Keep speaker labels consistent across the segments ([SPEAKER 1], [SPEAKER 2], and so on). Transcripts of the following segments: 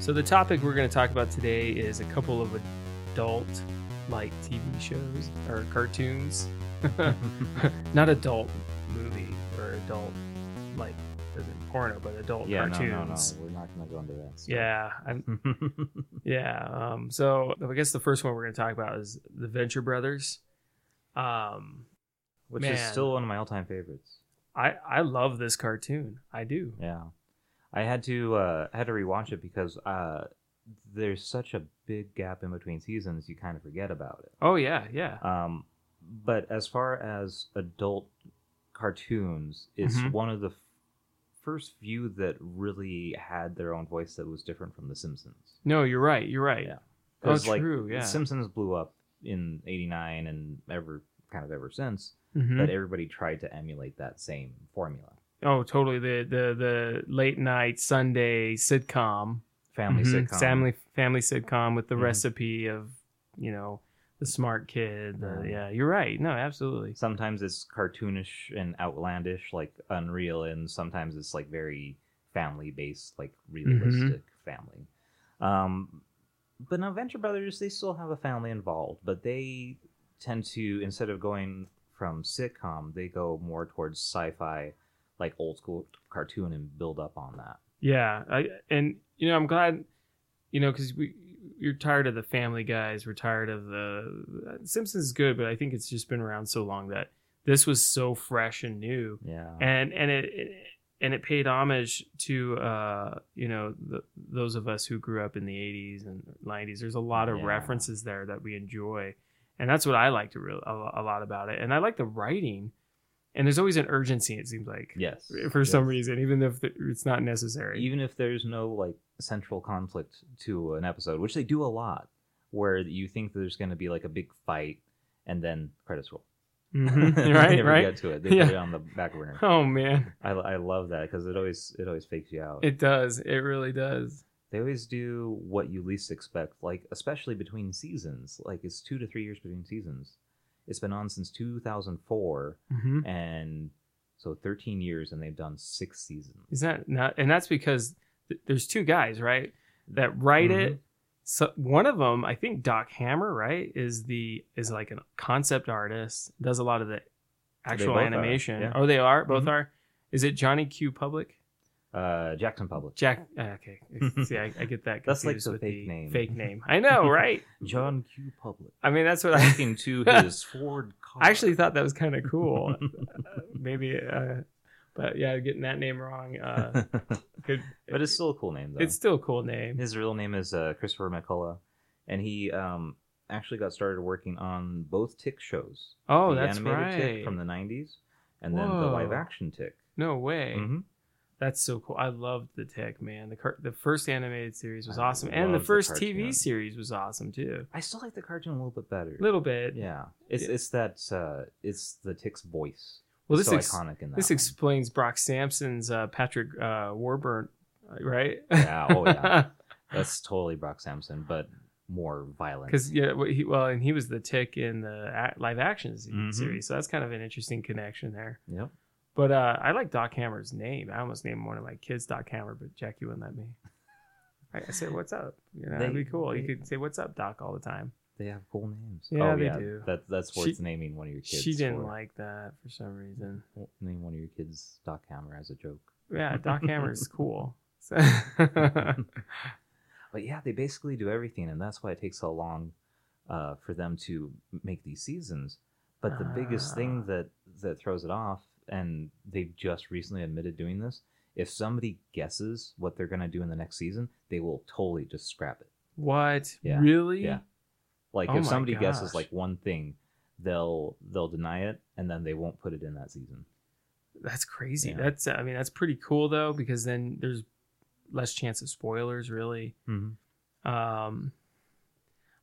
[SPEAKER 1] So the topic we're going to talk about today is a couple of adult like TV shows or cartoons. Not adult movie or adult like as in porno, but adult
[SPEAKER 2] yeah, no,
[SPEAKER 1] cartoons.
[SPEAKER 2] no, no. We're not gonna go into that. so.
[SPEAKER 1] Yeah, I'm, yeah. Um, so I guess the first one we're going to talk about is the Venture Brothers. Um,
[SPEAKER 2] Which is
[SPEAKER 1] Man.
[SPEAKER 2] still one of my all-time favorites.
[SPEAKER 1] I I love this cartoon. I do.
[SPEAKER 2] Yeah, I had to uh, I had to rewatch it because uh, there's such a big gap in between seasons. You kind of forget about it.
[SPEAKER 1] Oh yeah, yeah.
[SPEAKER 2] Um, but as far as adult cartoons, it's
[SPEAKER 1] Mhm.
[SPEAKER 2] one of the f- first few that really had their own voice that was different from The Simpsons.
[SPEAKER 1] No, you're right. You're right.
[SPEAKER 2] Yeah.
[SPEAKER 1] Oh,
[SPEAKER 2] 'Cause, like,
[SPEAKER 1] true. Yeah.
[SPEAKER 2] The Simpsons blew up in '89 and ever kind of ever since.
[SPEAKER 1] Mhm.
[SPEAKER 2] But everybody tried to emulate that same formula.
[SPEAKER 1] Oh, totally. The the the late night Sunday sitcom,
[SPEAKER 2] Family
[SPEAKER 1] Mhm.
[SPEAKER 2] sitcom.
[SPEAKER 1] family family sitcom with the
[SPEAKER 2] Mhm.
[SPEAKER 1] recipe of you know the smart kid. the-
[SPEAKER 2] Yeah.
[SPEAKER 1] yeah, you're right. No, absolutely.
[SPEAKER 2] sometimes it's cartoonish and outlandish like unreal and sometimes it's like very family based like
[SPEAKER 1] Mm-hmm.
[SPEAKER 2] realistic family um but now venture brothers they still have a family involved but they tend to instead of going from sitcom they go more towards sci-fi like old school cartoon and build up on that
[SPEAKER 1] Yeah, I and you know I'm glad you know because we you're tired of the Family Guys, we're tired of the Simpsons is good, but I think it's just been around so long that this was so fresh and new.
[SPEAKER 2] yeah
[SPEAKER 1] and and it, it and it paid homage to uh you know the, those of us who grew up in the 80s and 90s there's a lot of
[SPEAKER 2] Yeah.
[SPEAKER 1] references there that we enjoy and that's what i like to real a, lo- a lot about it and i like the writing and there's always an urgency it seems like
[SPEAKER 2] yes
[SPEAKER 1] for some
[SPEAKER 2] yes.
[SPEAKER 1] reason even if the- it's not necessary
[SPEAKER 2] even if there's no like central conflict to an episode, which they do a lot, where you think there's going to be like a big fight and then credits roll.
[SPEAKER 1] Mhm.
[SPEAKER 2] They
[SPEAKER 1] right
[SPEAKER 2] never
[SPEAKER 1] right
[SPEAKER 2] Get to it. They
[SPEAKER 1] Yeah.
[SPEAKER 2] put it on the back burner.
[SPEAKER 1] oh man
[SPEAKER 2] I, I love that because it always it always fakes you out.
[SPEAKER 1] it does it really does
[SPEAKER 2] they always do what you least expect, like especially between seasons. Like it's two to three years between seasons. It's been on since 2004,
[SPEAKER 1] mm-hmm.
[SPEAKER 2] and so 13 years, and they've done six seasons.
[SPEAKER 1] is that not and that's because th- there's two guys right that write it
[SPEAKER 2] Mm-hmm.
[SPEAKER 1] so one of them i think doc hammer right is the is like a concept artist does a lot of the actual
[SPEAKER 2] both are,
[SPEAKER 1] animation
[SPEAKER 2] yeah.
[SPEAKER 1] oh they are both
[SPEAKER 2] Mhm.
[SPEAKER 1] are is it johnny q public
[SPEAKER 2] Uh, Jackson Public.
[SPEAKER 1] jack uh, okay see I, I get that
[SPEAKER 2] That's like
[SPEAKER 1] confused
[SPEAKER 2] the
[SPEAKER 1] with
[SPEAKER 2] fake
[SPEAKER 1] the
[SPEAKER 2] name.
[SPEAKER 1] fake name i know right
[SPEAKER 2] John Q. Public.
[SPEAKER 1] i mean that's what i
[SPEAKER 2] talking to his Ford car.
[SPEAKER 1] I actually thought that was kind of cool Uh, maybe uh but yeah getting that name wrong uh could,
[SPEAKER 2] but it's still a cool name though.
[SPEAKER 1] it's still a cool name
[SPEAKER 2] his real name is uh, Christopher McCullough, and he um, actually got started working on both Tick shows.
[SPEAKER 1] oh
[SPEAKER 2] the
[SPEAKER 1] that's
[SPEAKER 2] animated
[SPEAKER 1] right
[SPEAKER 2] Tick from the '90s, and then the
[SPEAKER 1] Whoa.
[SPEAKER 2] live action Tick.
[SPEAKER 1] no way
[SPEAKER 2] Mhm.
[SPEAKER 1] That's so cool. I loved the tech, man. The car- the first animated series was
[SPEAKER 2] I
[SPEAKER 1] awesome, and the
[SPEAKER 2] love the
[SPEAKER 1] first
[SPEAKER 2] cartoon.
[SPEAKER 1] TV series was awesome too.
[SPEAKER 2] I still like the cartoon a little bit better.
[SPEAKER 1] A little bit.
[SPEAKER 2] Yeah, it's
[SPEAKER 1] Yeah.
[SPEAKER 2] it's that uh, it's the Tick's voice.
[SPEAKER 1] Well,
[SPEAKER 2] It's
[SPEAKER 1] this ex-
[SPEAKER 2] so iconic in that.
[SPEAKER 1] this
[SPEAKER 2] one.
[SPEAKER 1] explains Brock Sampson's uh, Patrick uh, Warburton, uh, right?
[SPEAKER 2] Yeah, oh, yeah. That's totally Brock Sampson, but more violent.
[SPEAKER 1] Because yeah, what he, well, and he was the tick in the a- live action se-
[SPEAKER 2] Mhm.
[SPEAKER 1] series, so that's kind of an interesting connection there.
[SPEAKER 2] yep.
[SPEAKER 1] But uh, I like Doc Hammer's name. I almost named one of my kids Doc Hammer, but Jackie wouldn't let me. I, I said, "What's up?" You know,
[SPEAKER 2] They-
[SPEAKER 1] that'd be cool. you
[SPEAKER 2] they-
[SPEAKER 1] could say, "What's up, Doc?" all the time.
[SPEAKER 2] They have cool names.
[SPEAKER 1] Yeah,
[SPEAKER 2] oh,
[SPEAKER 1] they
[SPEAKER 2] yeah.
[SPEAKER 1] do.
[SPEAKER 2] That, that's worth
[SPEAKER 1] She-
[SPEAKER 2] naming one of your kids.
[SPEAKER 1] She didn't
[SPEAKER 2] for.
[SPEAKER 1] like that for some reason.
[SPEAKER 2] Well, name one of your kids Doc Hammer as a joke.
[SPEAKER 1] Yeah, Doc Hammer is cool. So
[SPEAKER 2] But yeah, they basically do everything, and that's why it takes so long uh, for them to make these seasons. But the biggest
[SPEAKER 1] Ah.
[SPEAKER 2] thing that that throws it off, and they've just recently admitted doing this, if somebody guesses what they're gonna do in the next season, they will totally just scrap it.
[SPEAKER 1] what?
[SPEAKER 2] Yeah,
[SPEAKER 1] Really?
[SPEAKER 2] yeah. Like
[SPEAKER 1] Oh
[SPEAKER 2] if
[SPEAKER 1] my
[SPEAKER 2] somebody guesses
[SPEAKER 1] gosh.
[SPEAKER 2] like one thing, they'll they'll deny it, and then they won't put it in that season.
[SPEAKER 1] That's crazy.
[SPEAKER 2] Yeah.
[SPEAKER 1] That's I mean that's pretty cool though because then there's less chance of spoilers really. Um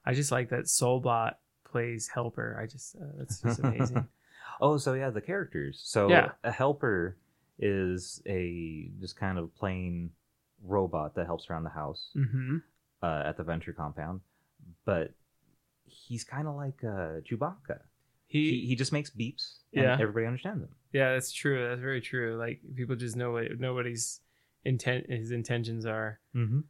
[SPEAKER 1] I just like that Soulbot plays Helper. I just uh, that's just amazing.
[SPEAKER 2] Oh, so yeah, the characters. So
[SPEAKER 1] Yeah.
[SPEAKER 2] a helper is a just kind of plain robot that helps around the house
[SPEAKER 1] mm-hmm.
[SPEAKER 2] uh, at the venture compound, but he's kind of like uh, Chewbacca. He, he
[SPEAKER 1] He,
[SPEAKER 2] just makes beeps and
[SPEAKER 1] Yeah.
[SPEAKER 2] everybody understands him.
[SPEAKER 1] yeah, that's true. That's very true. Like people just know what nobody's intent his intentions are.
[SPEAKER 2] Mm-hmm.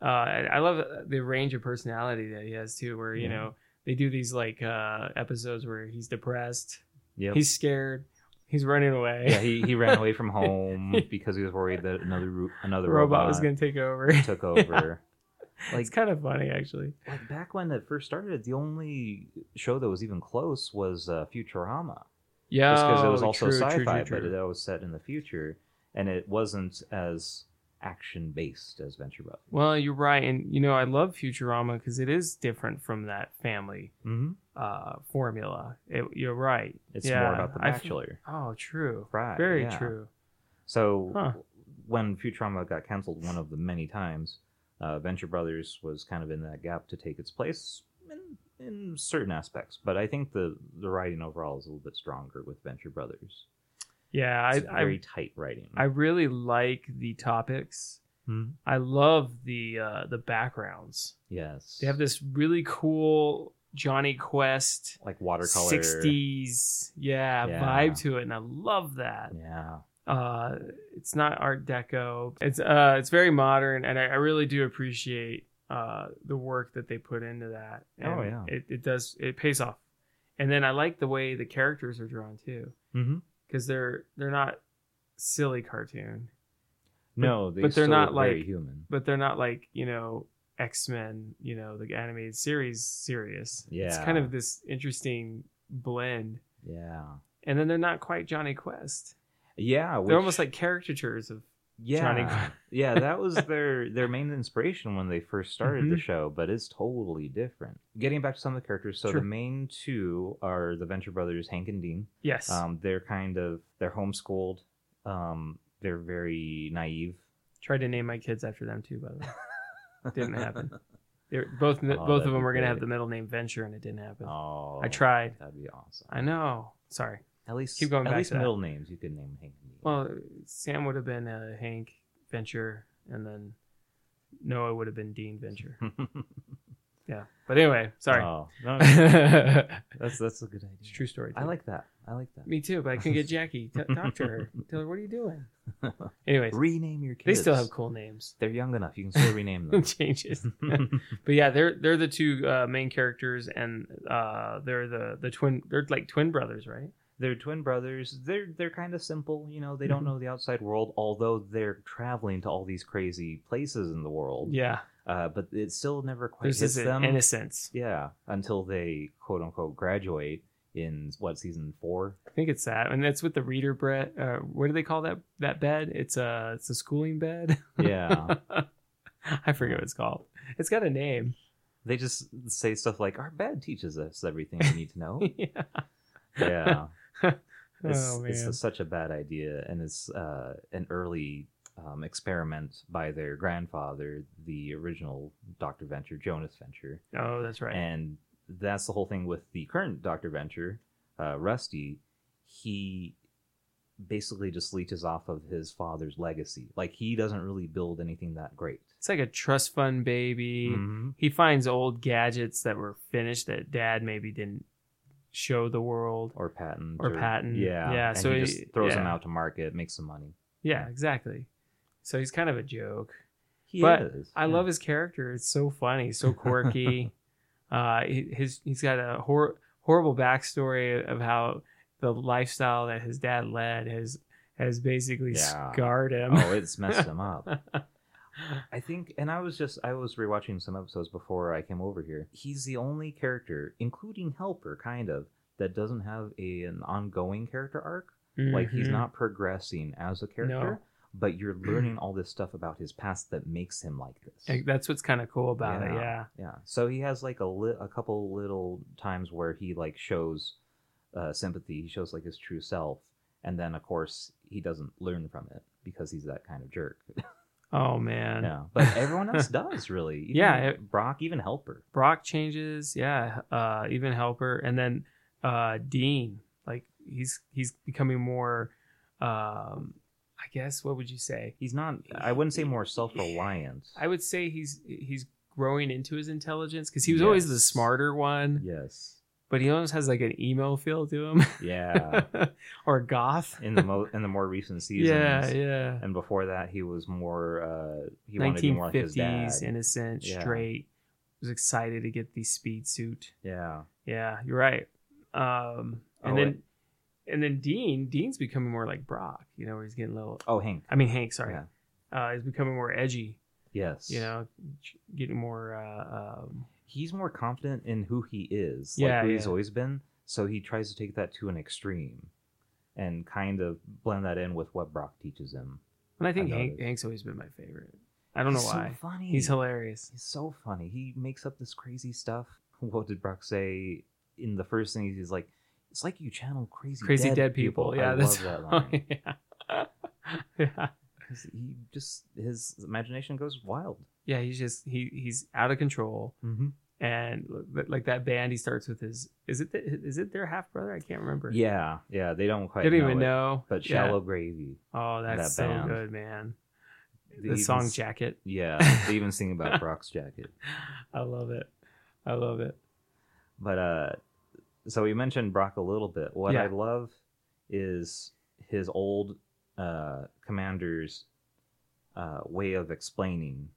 [SPEAKER 1] Uh, and I love the range of personality that he has too, where you
[SPEAKER 2] Yeah.
[SPEAKER 1] know they do these like uh, episodes where he's depressed,
[SPEAKER 2] Yep.
[SPEAKER 1] he's scared, he's running away.
[SPEAKER 2] yeah, he, he ran away from home because he was worried that another ro- another
[SPEAKER 1] the robot, was
[SPEAKER 2] robot
[SPEAKER 1] going to take over.
[SPEAKER 2] took over.
[SPEAKER 1] it's kind of funny actually.
[SPEAKER 2] Like back when it first started, the only show that was even close was uh, Futurama.
[SPEAKER 1] Yeah,
[SPEAKER 2] just because it was also
[SPEAKER 1] Oh, true, true,
[SPEAKER 2] sci-fi,
[SPEAKER 1] true,
[SPEAKER 2] but
[SPEAKER 1] true.
[SPEAKER 2] it was set in the future, and it wasn't as action-based as Venture Brothers.
[SPEAKER 1] well, you're right, and you know I love Futurama because it is different from that family
[SPEAKER 2] Mm-hmm.
[SPEAKER 1] uh, formula. It, you're right.
[SPEAKER 2] It's
[SPEAKER 1] Yeah,
[SPEAKER 2] more about the
[SPEAKER 1] I f-
[SPEAKER 2] bachelor,
[SPEAKER 1] Oh, true.
[SPEAKER 2] right?
[SPEAKER 1] Very
[SPEAKER 2] yeah.
[SPEAKER 1] true.
[SPEAKER 2] So
[SPEAKER 1] Huh.
[SPEAKER 2] when Futurama got canceled one of the many times, uh, Venture Brothers was kind of in that gap to take its place in, in certain aspects. But I think the the writing overall is a little bit stronger with Venture Brothers.
[SPEAKER 1] Yeah, I,
[SPEAKER 2] It's
[SPEAKER 1] I
[SPEAKER 2] very tight writing.
[SPEAKER 1] I really like the topics.
[SPEAKER 2] Mhm.
[SPEAKER 1] I love the uh, the backgrounds.
[SPEAKER 2] Yes,
[SPEAKER 1] They have this really cool Johnny Quest
[SPEAKER 2] like watercolor.
[SPEAKER 1] 60s yeah,
[SPEAKER 2] Yeah.
[SPEAKER 1] vibe to it and I love that.
[SPEAKER 2] Yeah.
[SPEAKER 1] Uh it's not art deco. It's uh it's very modern and I, I really do appreciate uh the work that they put into that. And
[SPEAKER 2] Oh, yeah.
[SPEAKER 1] It it does it pays off. And then I like the way the characters are drawn too
[SPEAKER 2] Mm-hmm.
[SPEAKER 1] cuz they're they're not silly cartoon.
[SPEAKER 2] No, they
[SPEAKER 1] but they're
[SPEAKER 2] still
[SPEAKER 1] not,
[SPEAKER 2] look very
[SPEAKER 1] like-
[SPEAKER 2] human.
[SPEAKER 1] but they're not like you know x-men you know the animated series serious it's
[SPEAKER 2] Yeah.
[SPEAKER 1] kind of this interesting blend
[SPEAKER 2] Yeah,
[SPEAKER 1] and then they're not quite johnny quest
[SPEAKER 2] yeah.
[SPEAKER 1] they're almost like caricatures of
[SPEAKER 2] yeah,
[SPEAKER 1] Johnny Quest.
[SPEAKER 2] yeah. That was their their main inspiration when they first started the
[SPEAKER 1] Mhm.
[SPEAKER 2] show, but it's totally different. Getting back to some of the characters, so
[SPEAKER 1] Sure.
[SPEAKER 2] the main two are the Venture Brothers, Hank and Dean.
[SPEAKER 1] yes
[SPEAKER 2] Um, they're kind of they're homeschooled. Um, they're very naive.
[SPEAKER 1] tried to name my kids after them too by the way didn't happen they're both
[SPEAKER 2] Oh,
[SPEAKER 1] both
[SPEAKER 2] that'd
[SPEAKER 1] of them
[SPEAKER 2] be
[SPEAKER 1] were gonna have
[SPEAKER 2] great.
[SPEAKER 1] the middle name venture and it didn't happen
[SPEAKER 2] Oh,
[SPEAKER 1] I tried.
[SPEAKER 2] That'd be awesome.
[SPEAKER 1] i know sorry
[SPEAKER 2] At least
[SPEAKER 1] Keep going
[SPEAKER 2] At
[SPEAKER 1] back
[SPEAKER 2] least
[SPEAKER 1] to that.
[SPEAKER 2] middle names you could name Hank and Dean.
[SPEAKER 1] well sam would have been uh, hank venture and then noah would have been dean venture yeah but anyway sorry
[SPEAKER 2] Oh, no, no,
[SPEAKER 1] it's
[SPEAKER 2] that's that's a good idea.
[SPEAKER 1] true story.
[SPEAKER 2] I like that. I like that.
[SPEAKER 1] me too, but I couldn't get Jackie. T- talk to her. Tell her what are you doing? Anyways,
[SPEAKER 2] Rename your
[SPEAKER 1] they
[SPEAKER 2] kids.
[SPEAKER 1] still have cool names.
[SPEAKER 2] They're young enough. You can still rename them.
[SPEAKER 1] Changes, but yeah, they're they're the two uh, main characters, and uh, they're the the twin. They're like twin brothers, right?
[SPEAKER 2] they're twin brothers. They're they're kind of simple. You know, they don't
[SPEAKER 1] Mhm.
[SPEAKER 2] know the outside world, although they're traveling to all these crazy places in the world.
[SPEAKER 1] Yeah,
[SPEAKER 2] Uh, but it still never quite
[SPEAKER 1] there's
[SPEAKER 2] hits
[SPEAKER 1] this
[SPEAKER 2] them.
[SPEAKER 1] innocence.
[SPEAKER 2] Yeah, until they quote unquote graduate in what season four?
[SPEAKER 1] I think it's that, and that's with the reader Brett. Uh, what do they call that that bed? It's a it's a schooling bed.
[SPEAKER 2] Yeah,
[SPEAKER 1] I forget what it's called. It's got a name.
[SPEAKER 2] they just say stuff like, "Our bed teaches us everything we need to know."
[SPEAKER 1] yeah.
[SPEAKER 2] yeah, it's,
[SPEAKER 1] oh man.
[SPEAKER 2] it's a- such a bad idea, and it's uh, an early um, experiment by their grandfather, the original Doctor Venture, Jonas Venture,
[SPEAKER 1] oh, that's right.
[SPEAKER 2] and that's the whole thing with the current Doctor Venture, uh, Rusty. He basically just leeches off of his father's legacy. Like he doesn't really build anything that great.
[SPEAKER 1] It's like a trust fund baby.
[SPEAKER 2] Mhm.
[SPEAKER 1] He finds old gadgets that were finished that dad maybe didn't show the world.
[SPEAKER 2] Or patent
[SPEAKER 1] Or patent,
[SPEAKER 2] yeah,
[SPEAKER 1] yeah,
[SPEAKER 2] And
[SPEAKER 1] so
[SPEAKER 2] he
[SPEAKER 1] he-
[SPEAKER 2] just throws them
[SPEAKER 1] yeah.
[SPEAKER 2] out to market, makes some money.
[SPEAKER 1] Yeah, exactly. So he's kind of a joke.
[SPEAKER 2] He
[SPEAKER 1] But
[SPEAKER 2] is.
[SPEAKER 1] I love his character. It's so funny, so quirky. uh, he- his he's got a hor- horrible backstory of how the lifestyle that his dad led has has basically
[SPEAKER 2] Yeah.
[SPEAKER 1] scarred him.
[SPEAKER 2] Oh, it's messed him up. I think, and I was just, I was rewatching some episodes before I came over here. He's the only character, including Helper, kind of, that doesn't have a, an ongoing character arc. Like, he's
[SPEAKER 1] Mhm.
[SPEAKER 2] not progressing as a character, but you're learning all this stuff about his past that makes him like this.
[SPEAKER 1] Like, That's what's kind of cool about it.
[SPEAKER 2] Yeah.
[SPEAKER 1] Yeah.
[SPEAKER 2] yeah. So he has, like, a, li- a couple little times where he, like, shows uh, sympathy. He shows, like, his true self. And then, of course, he doesn't learn from it because he's that kind of jerk.
[SPEAKER 1] Oh man.
[SPEAKER 2] Yeah, but everyone else does really. Even
[SPEAKER 1] Yeah, it-
[SPEAKER 2] Brock, even Helper.
[SPEAKER 1] Brock changes, yeah, uh, even Helper, and then uh, Dean. Like he's he's becoming more, um, I guess. What would you say?
[SPEAKER 2] He's not. I wouldn't say more self-reliant.
[SPEAKER 1] I would say he's he's growing into his intelligence because he was always the
[SPEAKER 2] Yes.
[SPEAKER 1] smarter one,
[SPEAKER 2] yes,
[SPEAKER 1] but he almost has like an emo feel to him
[SPEAKER 2] Yeah,
[SPEAKER 1] or goth.
[SPEAKER 2] in the mo- in the more recent seasons.
[SPEAKER 1] Yeah, yeah.
[SPEAKER 2] And before that, he was more. Uh, he wanted to be more like his dad.
[SPEAKER 1] 1950s, innocent,
[SPEAKER 2] Yeah.
[SPEAKER 1] straight. Was excited to get the speed suit.
[SPEAKER 2] yeah,
[SPEAKER 1] Yeah, you're right. Um, and
[SPEAKER 2] Oh,
[SPEAKER 1] then, and then Dean, Dean's becoming more like Brock. You know, where he's getting a little.
[SPEAKER 2] Oh, Hank.
[SPEAKER 1] I mean, Hank. Sorry,
[SPEAKER 2] Yeah.
[SPEAKER 1] uh, he's becoming more edgy.
[SPEAKER 2] Yes.
[SPEAKER 1] You know, getting more. Uh, um,
[SPEAKER 2] he's more confident in who he is,
[SPEAKER 1] Yeah,
[SPEAKER 2] like who he's
[SPEAKER 1] yeah.
[SPEAKER 2] always been. So he tries to take that to an extreme, and kind of blend that in with what Brock teaches him.
[SPEAKER 1] and I think
[SPEAKER 2] I
[SPEAKER 1] Hank,
[SPEAKER 2] noticed.
[SPEAKER 1] Hank's always been my favorite. I don't know
[SPEAKER 2] He's so
[SPEAKER 1] why.
[SPEAKER 2] funny.
[SPEAKER 1] He's hilarious.
[SPEAKER 2] He's so funny. He makes up this crazy stuff. What did Brock say in the first thing? He's like, "It's like you channel crazy
[SPEAKER 1] Crazy dead, people. Yeah,
[SPEAKER 2] I
[SPEAKER 1] that's
[SPEAKER 2] love that line.
[SPEAKER 1] yeah. yeah.
[SPEAKER 2] 'Cause he just his imagination goes wild.
[SPEAKER 1] Yeah, he's just he he's out of control,
[SPEAKER 2] Mm-hmm.
[SPEAKER 1] and li- like that band, he starts with his is it the, is it their half brother? I can't remember.
[SPEAKER 2] Yeah, yeah. They don't quite.
[SPEAKER 1] didn't
[SPEAKER 2] know
[SPEAKER 1] even
[SPEAKER 2] it,
[SPEAKER 1] know.
[SPEAKER 2] But
[SPEAKER 1] Yeah.
[SPEAKER 2] shallow gravy.
[SPEAKER 1] Oh, that's
[SPEAKER 2] that
[SPEAKER 1] so
[SPEAKER 2] band.
[SPEAKER 1] good, man.
[SPEAKER 2] They
[SPEAKER 1] The
[SPEAKER 2] even
[SPEAKER 1] song
[SPEAKER 2] s-
[SPEAKER 1] jacket,
[SPEAKER 2] Yeah, they even sing about Brock's jacket.
[SPEAKER 1] I love it. I love it.
[SPEAKER 2] But uh so we mentioned Brock a little bit. What
[SPEAKER 1] Yeah.
[SPEAKER 2] I love is his old uh commander's uh way of explaining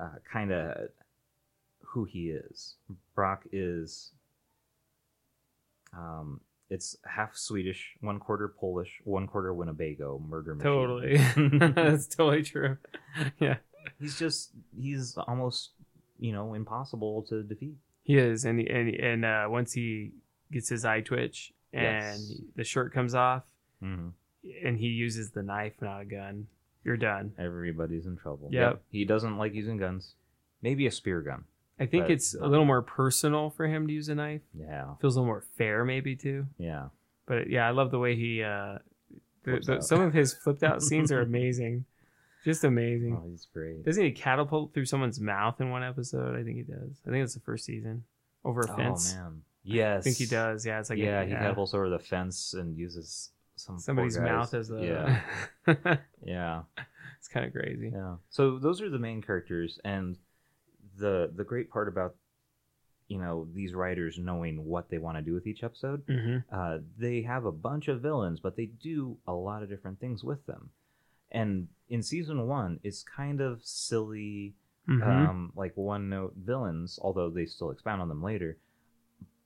[SPEAKER 2] uh kind of who he is. Brock is um it's half Swedish, one quarter Polish, one quarter Winnebago murder machine.
[SPEAKER 1] Totally, that's totally true. Yeah,
[SPEAKER 2] he's just he's almost, you know, impossible to defeat.
[SPEAKER 1] he is, and and and uh, once he gets his eye twitch and
[SPEAKER 2] Yes.
[SPEAKER 1] the shirt comes off,
[SPEAKER 2] Mhm.
[SPEAKER 1] and he uses the knife, not a gun. You're done.
[SPEAKER 2] Everybody's in trouble.
[SPEAKER 1] Yep.
[SPEAKER 2] He doesn't like using guns. Maybe a spear gun.
[SPEAKER 1] I think
[SPEAKER 2] But-
[SPEAKER 1] it's a little more personal for him to use a knife.
[SPEAKER 2] Yeah.
[SPEAKER 1] feels a little more fair maybe too
[SPEAKER 2] Yeah.
[SPEAKER 1] but yeah i love the way he uh the,
[SPEAKER 2] Flips
[SPEAKER 1] the,
[SPEAKER 2] out.
[SPEAKER 1] some of his flipped out scenes are amazing just amazing
[SPEAKER 2] Oh, he's great.
[SPEAKER 1] doesn't he catapult through someone's mouth in one episode i think he does i think it's the first season over a
[SPEAKER 2] oh
[SPEAKER 1] fence
[SPEAKER 2] man. Yes.
[SPEAKER 1] i think he does yeah it's like a-
[SPEAKER 2] yeah, he cattles over the fence and uses some poor
[SPEAKER 1] somebody's
[SPEAKER 2] guy's-
[SPEAKER 1] mouth uh, as
[SPEAKER 2] yeah.
[SPEAKER 1] a
[SPEAKER 2] Yeah.
[SPEAKER 1] it's kind of crazy
[SPEAKER 2] Yeah. So those are the main characters and the the great part about you know these writers knowing what they want to do with each episode
[SPEAKER 1] hmm
[SPEAKER 2] uh, they have a bunch of villains, but they do a lot of different things with them. And in season one, it's kind of silly,
[SPEAKER 1] hmm
[SPEAKER 2] um, like one note villains, although they still expound on them later.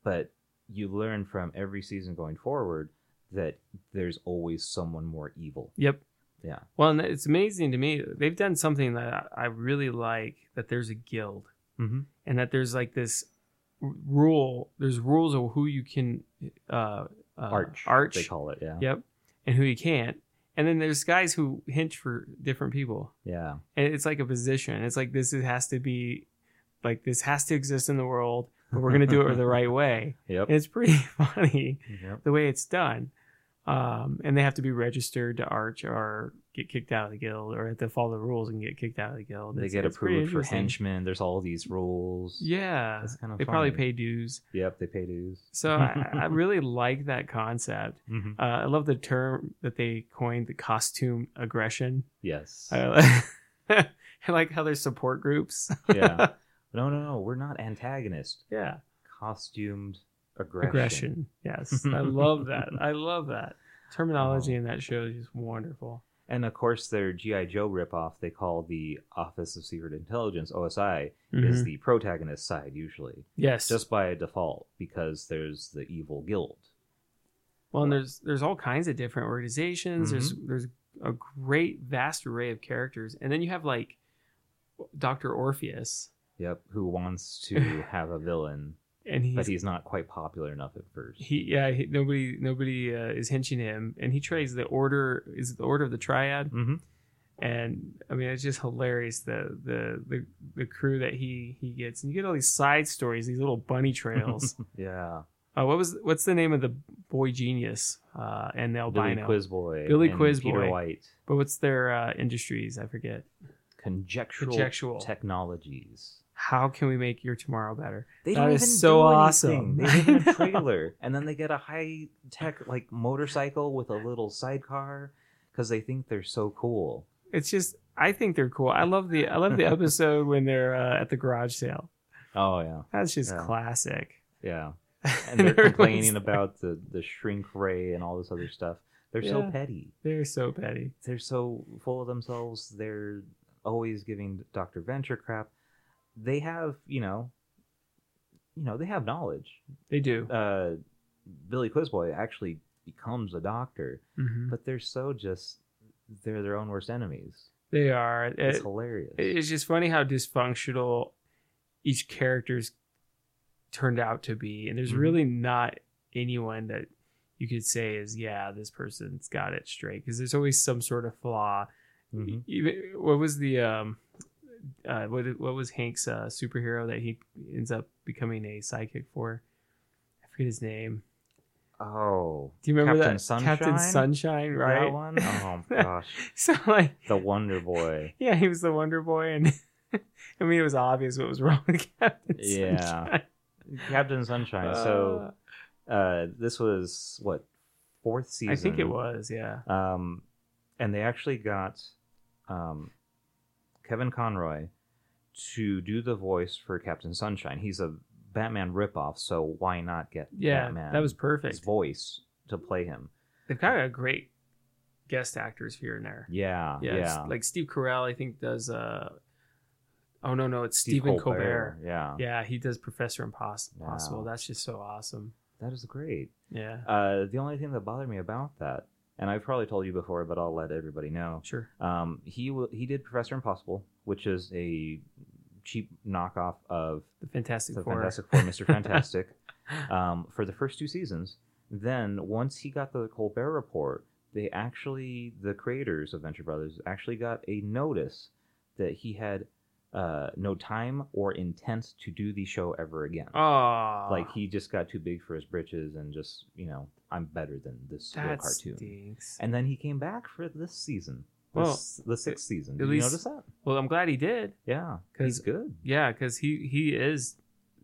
[SPEAKER 2] But you learn from every season going forward that there's always someone more evil.
[SPEAKER 1] yep
[SPEAKER 2] Yeah.
[SPEAKER 1] well and it's amazing to me they've done something that i I really like that there's a guild
[SPEAKER 2] Mm-hmm.
[SPEAKER 1] and that there's like this r- rule there's rules of who you can uh, uh
[SPEAKER 2] Arch,
[SPEAKER 1] arch
[SPEAKER 2] they call it. Yeah.
[SPEAKER 1] yep and who you can't and then there's guys who hinge for different people
[SPEAKER 2] Yeah.
[SPEAKER 1] and it's like a position it's like this is- has to be like this has to exist in the world but we're gonna do it the right way
[SPEAKER 2] Yep.
[SPEAKER 1] and it's pretty funny
[SPEAKER 2] yep.
[SPEAKER 1] the way it's done um and they have to be registered to arch or get kicked out of the guild or have to follow the rules and get kicked out of the guild
[SPEAKER 2] They
[SPEAKER 1] It's-
[SPEAKER 2] get
[SPEAKER 1] it's pretty
[SPEAKER 2] approved for
[SPEAKER 1] interesting.
[SPEAKER 2] henchmen. There's all these rules.
[SPEAKER 1] yeah
[SPEAKER 2] It's kind of
[SPEAKER 1] they probably
[SPEAKER 2] funny.
[SPEAKER 1] pay dues
[SPEAKER 2] Yep. They pay dues.
[SPEAKER 1] So I, I really like that concept.
[SPEAKER 2] Mhm.
[SPEAKER 1] Uh, I love the term that they coined, the costume aggression.
[SPEAKER 2] Yes.
[SPEAKER 1] I, I like how there's support groups.
[SPEAKER 2] yeah. No, no, no. We're not antagonists.
[SPEAKER 1] Yeah,
[SPEAKER 2] Costumed aggression.
[SPEAKER 1] aggression. Yes, I love that. I love that terminology in that show is just wonderful.
[SPEAKER 2] And of course, their GI Joe ripoff they call the Office of Secret Intelligence (OSI) is
[SPEAKER 1] Mhm.
[SPEAKER 2] the protagonist side usually,
[SPEAKER 1] Yes.
[SPEAKER 2] Mm-hmm. just by default because there's the evil guild.
[SPEAKER 1] well, and there's there's all kinds of different organizations. There's
[SPEAKER 2] Mm-hmm.
[SPEAKER 1] there's a great vast array of characters, and then you have like Doctor Orpheus,
[SPEAKER 2] Yep, who wants to have a villain,
[SPEAKER 1] and he's
[SPEAKER 2] but he's not quite popular enough at first.
[SPEAKER 1] he yeah he, nobody nobody uh, is hinching him and he trades the order is it the order of the triad
[SPEAKER 2] Mm-hmm.
[SPEAKER 1] and i mean it's just hilarious the the the, the crew that he he gets and you get all these side stories these little bunny trails
[SPEAKER 2] Yeah,
[SPEAKER 1] uh, what was what's the name of the boy genius uh and the albino
[SPEAKER 2] Billy Quiz Boy,
[SPEAKER 1] Billy
[SPEAKER 2] and
[SPEAKER 1] Quiz
[SPEAKER 2] Peter
[SPEAKER 1] Boy.
[SPEAKER 2] White,
[SPEAKER 1] but what's their uh industries i forget
[SPEAKER 2] conjectural,
[SPEAKER 1] conjectual
[SPEAKER 2] technologies.
[SPEAKER 1] how can we make your tomorrow better
[SPEAKER 2] They
[SPEAKER 1] That
[SPEAKER 2] don't
[SPEAKER 1] is
[SPEAKER 2] even
[SPEAKER 1] so
[SPEAKER 2] do
[SPEAKER 1] awesome.
[SPEAKER 2] anything. They live in
[SPEAKER 1] I know.
[SPEAKER 2] a trailer, and then they get a high tech like motorcycle with a little sidecar because they think they're so cool.
[SPEAKER 1] it's just i think they're cool i love the i love the episode when they're uh, at the garage sale
[SPEAKER 2] Oh yeah,
[SPEAKER 1] that's just
[SPEAKER 2] Yeah.
[SPEAKER 1] classic
[SPEAKER 2] Yeah. And they're
[SPEAKER 1] Everyone's
[SPEAKER 2] complaining
[SPEAKER 1] like,
[SPEAKER 2] about the, the shrink ray and all this other stuff. They're so
[SPEAKER 1] Yeah.
[SPEAKER 2] petty.
[SPEAKER 1] They're so petty.
[SPEAKER 2] They're so full of themselves. They're always giving Dr. Venture crap. They have, you know, you know, they have knowledge.
[SPEAKER 1] They do.
[SPEAKER 2] Uh, Billy Quizboy actually becomes a doctor,
[SPEAKER 1] Mhm.
[SPEAKER 2] but they're so just they're their own worst enemies.
[SPEAKER 1] They are.
[SPEAKER 2] It's
[SPEAKER 1] It-
[SPEAKER 2] hilarious.
[SPEAKER 1] it's just funny how dysfunctional each character's turned out to be and there's
[SPEAKER 2] Mhm.
[SPEAKER 1] really not anyone that you could say is yeah this person's got it straight because there's always some sort of flaw E-,
[SPEAKER 2] Mhm.
[SPEAKER 1] even what was the um uh what, what was hank's uh superhero that he ends up becoming a sidekick for i forget his name
[SPEAKER 2] Oh,
[SPEAKER 1] do you remember
[SPEAKER 2] Captain
[SPEAKER 1] that
[SPEAKER 2] Sunshine?
[SPEAKER 1] captain sunshine right
[SPEAKER 2] that one? Oh gosh,
[SPEAKER 1] so like
[SPEAKER 2] the Wonder Boy.
[SPEAKER 1] Yeah, he was the Wonder Boy, and I mean it was obvious what was wrong with Captain.
[SPEAKER 2] Yeah.
[SPEAKER 1] Sunshine.
[SPEAKER 2] Captain Sunshine.
[SPEAKER 1] Uh,
[SPEAKER 2] so uh, this was what fourth
[SPEAKER 1] Uh,
[SPEAKER 2] season?
[SPEAKER 1] I think it was. Yeah.
[SPEAKER 2] Um, and they actually got um, Kevin Conroy to do the voice for Captain Sunshine. He's a Batman ripoff, so why not get
[SPEAKER 1] Yeah,
[SPEAKER 2] Batman?
[SPEAKER 1] that was
[SPEAKER 2] his
[SPEAKER 1] perfect.
[SPEAKER 2] voice to play him.
[SPEAKER 1] They've kind of great guest actors here and there.
[SPEAKER 2] Yeah, yeah.
[SPEAKER 1] it's Like Steve Carell, I think does. uh Oh no, no, it's Stephen Colbert.
[SPEAKER 2] Yeah.
[SPEAKER 1] Yeah, he does Professor Impos- Impossible.
[SPEAKER 2] Wow.
[SPEAKER 1] That's just so awesome.
[SPEAKER 2] that is great.
[SPEAKER 1] Yeah.
[SPEAKER 2] Uh, the only thing that bothered me about that, and I've probably told you before, but I'll let everybody know.
[SPEAKER 1] Sure.
[SPEAKER 2] Um, he w- he did Professor Impossible, which is a cheap knockoff of
[SPEAKER 1] The Fantastic
[SPEAKER 2] the
[SPEAKER 1] Four.
[SPEAKER 2] Fantastic Four, Mister Fantastic, um, for the first two seasons. Then once he got the Colbert Report, they actually the creators of Venture Brothers actually got a notice that he had uh, no time or intent to do the show ever again.
[SPEAKER 1] Oh,
[SPEAKER 2] Like he just got too big for his britches and just you know I'm better than this little
[SPEAKER 1] that
[SPEAKER 2] cartoon.
[SPEAKER 1] stinks.
[SPEAKER 2] And then he came back for this season.
[SPEAKER 1] Well,
[SPEAKER 2] This- the sixth season.
[SPEAKER 1] at
[SPEAKER 2] Did you
[SPEAKER 1] least-
[SPEAKER 2] notice that?
[SPEAKER 1] Well, I'm glad he did.
[SPEAKER 2] Yeah,
[SPEAKER 1] 'Cause-
[SPEAKER 2] he's good.
[SPEAKER 1] Yeah, because he he is.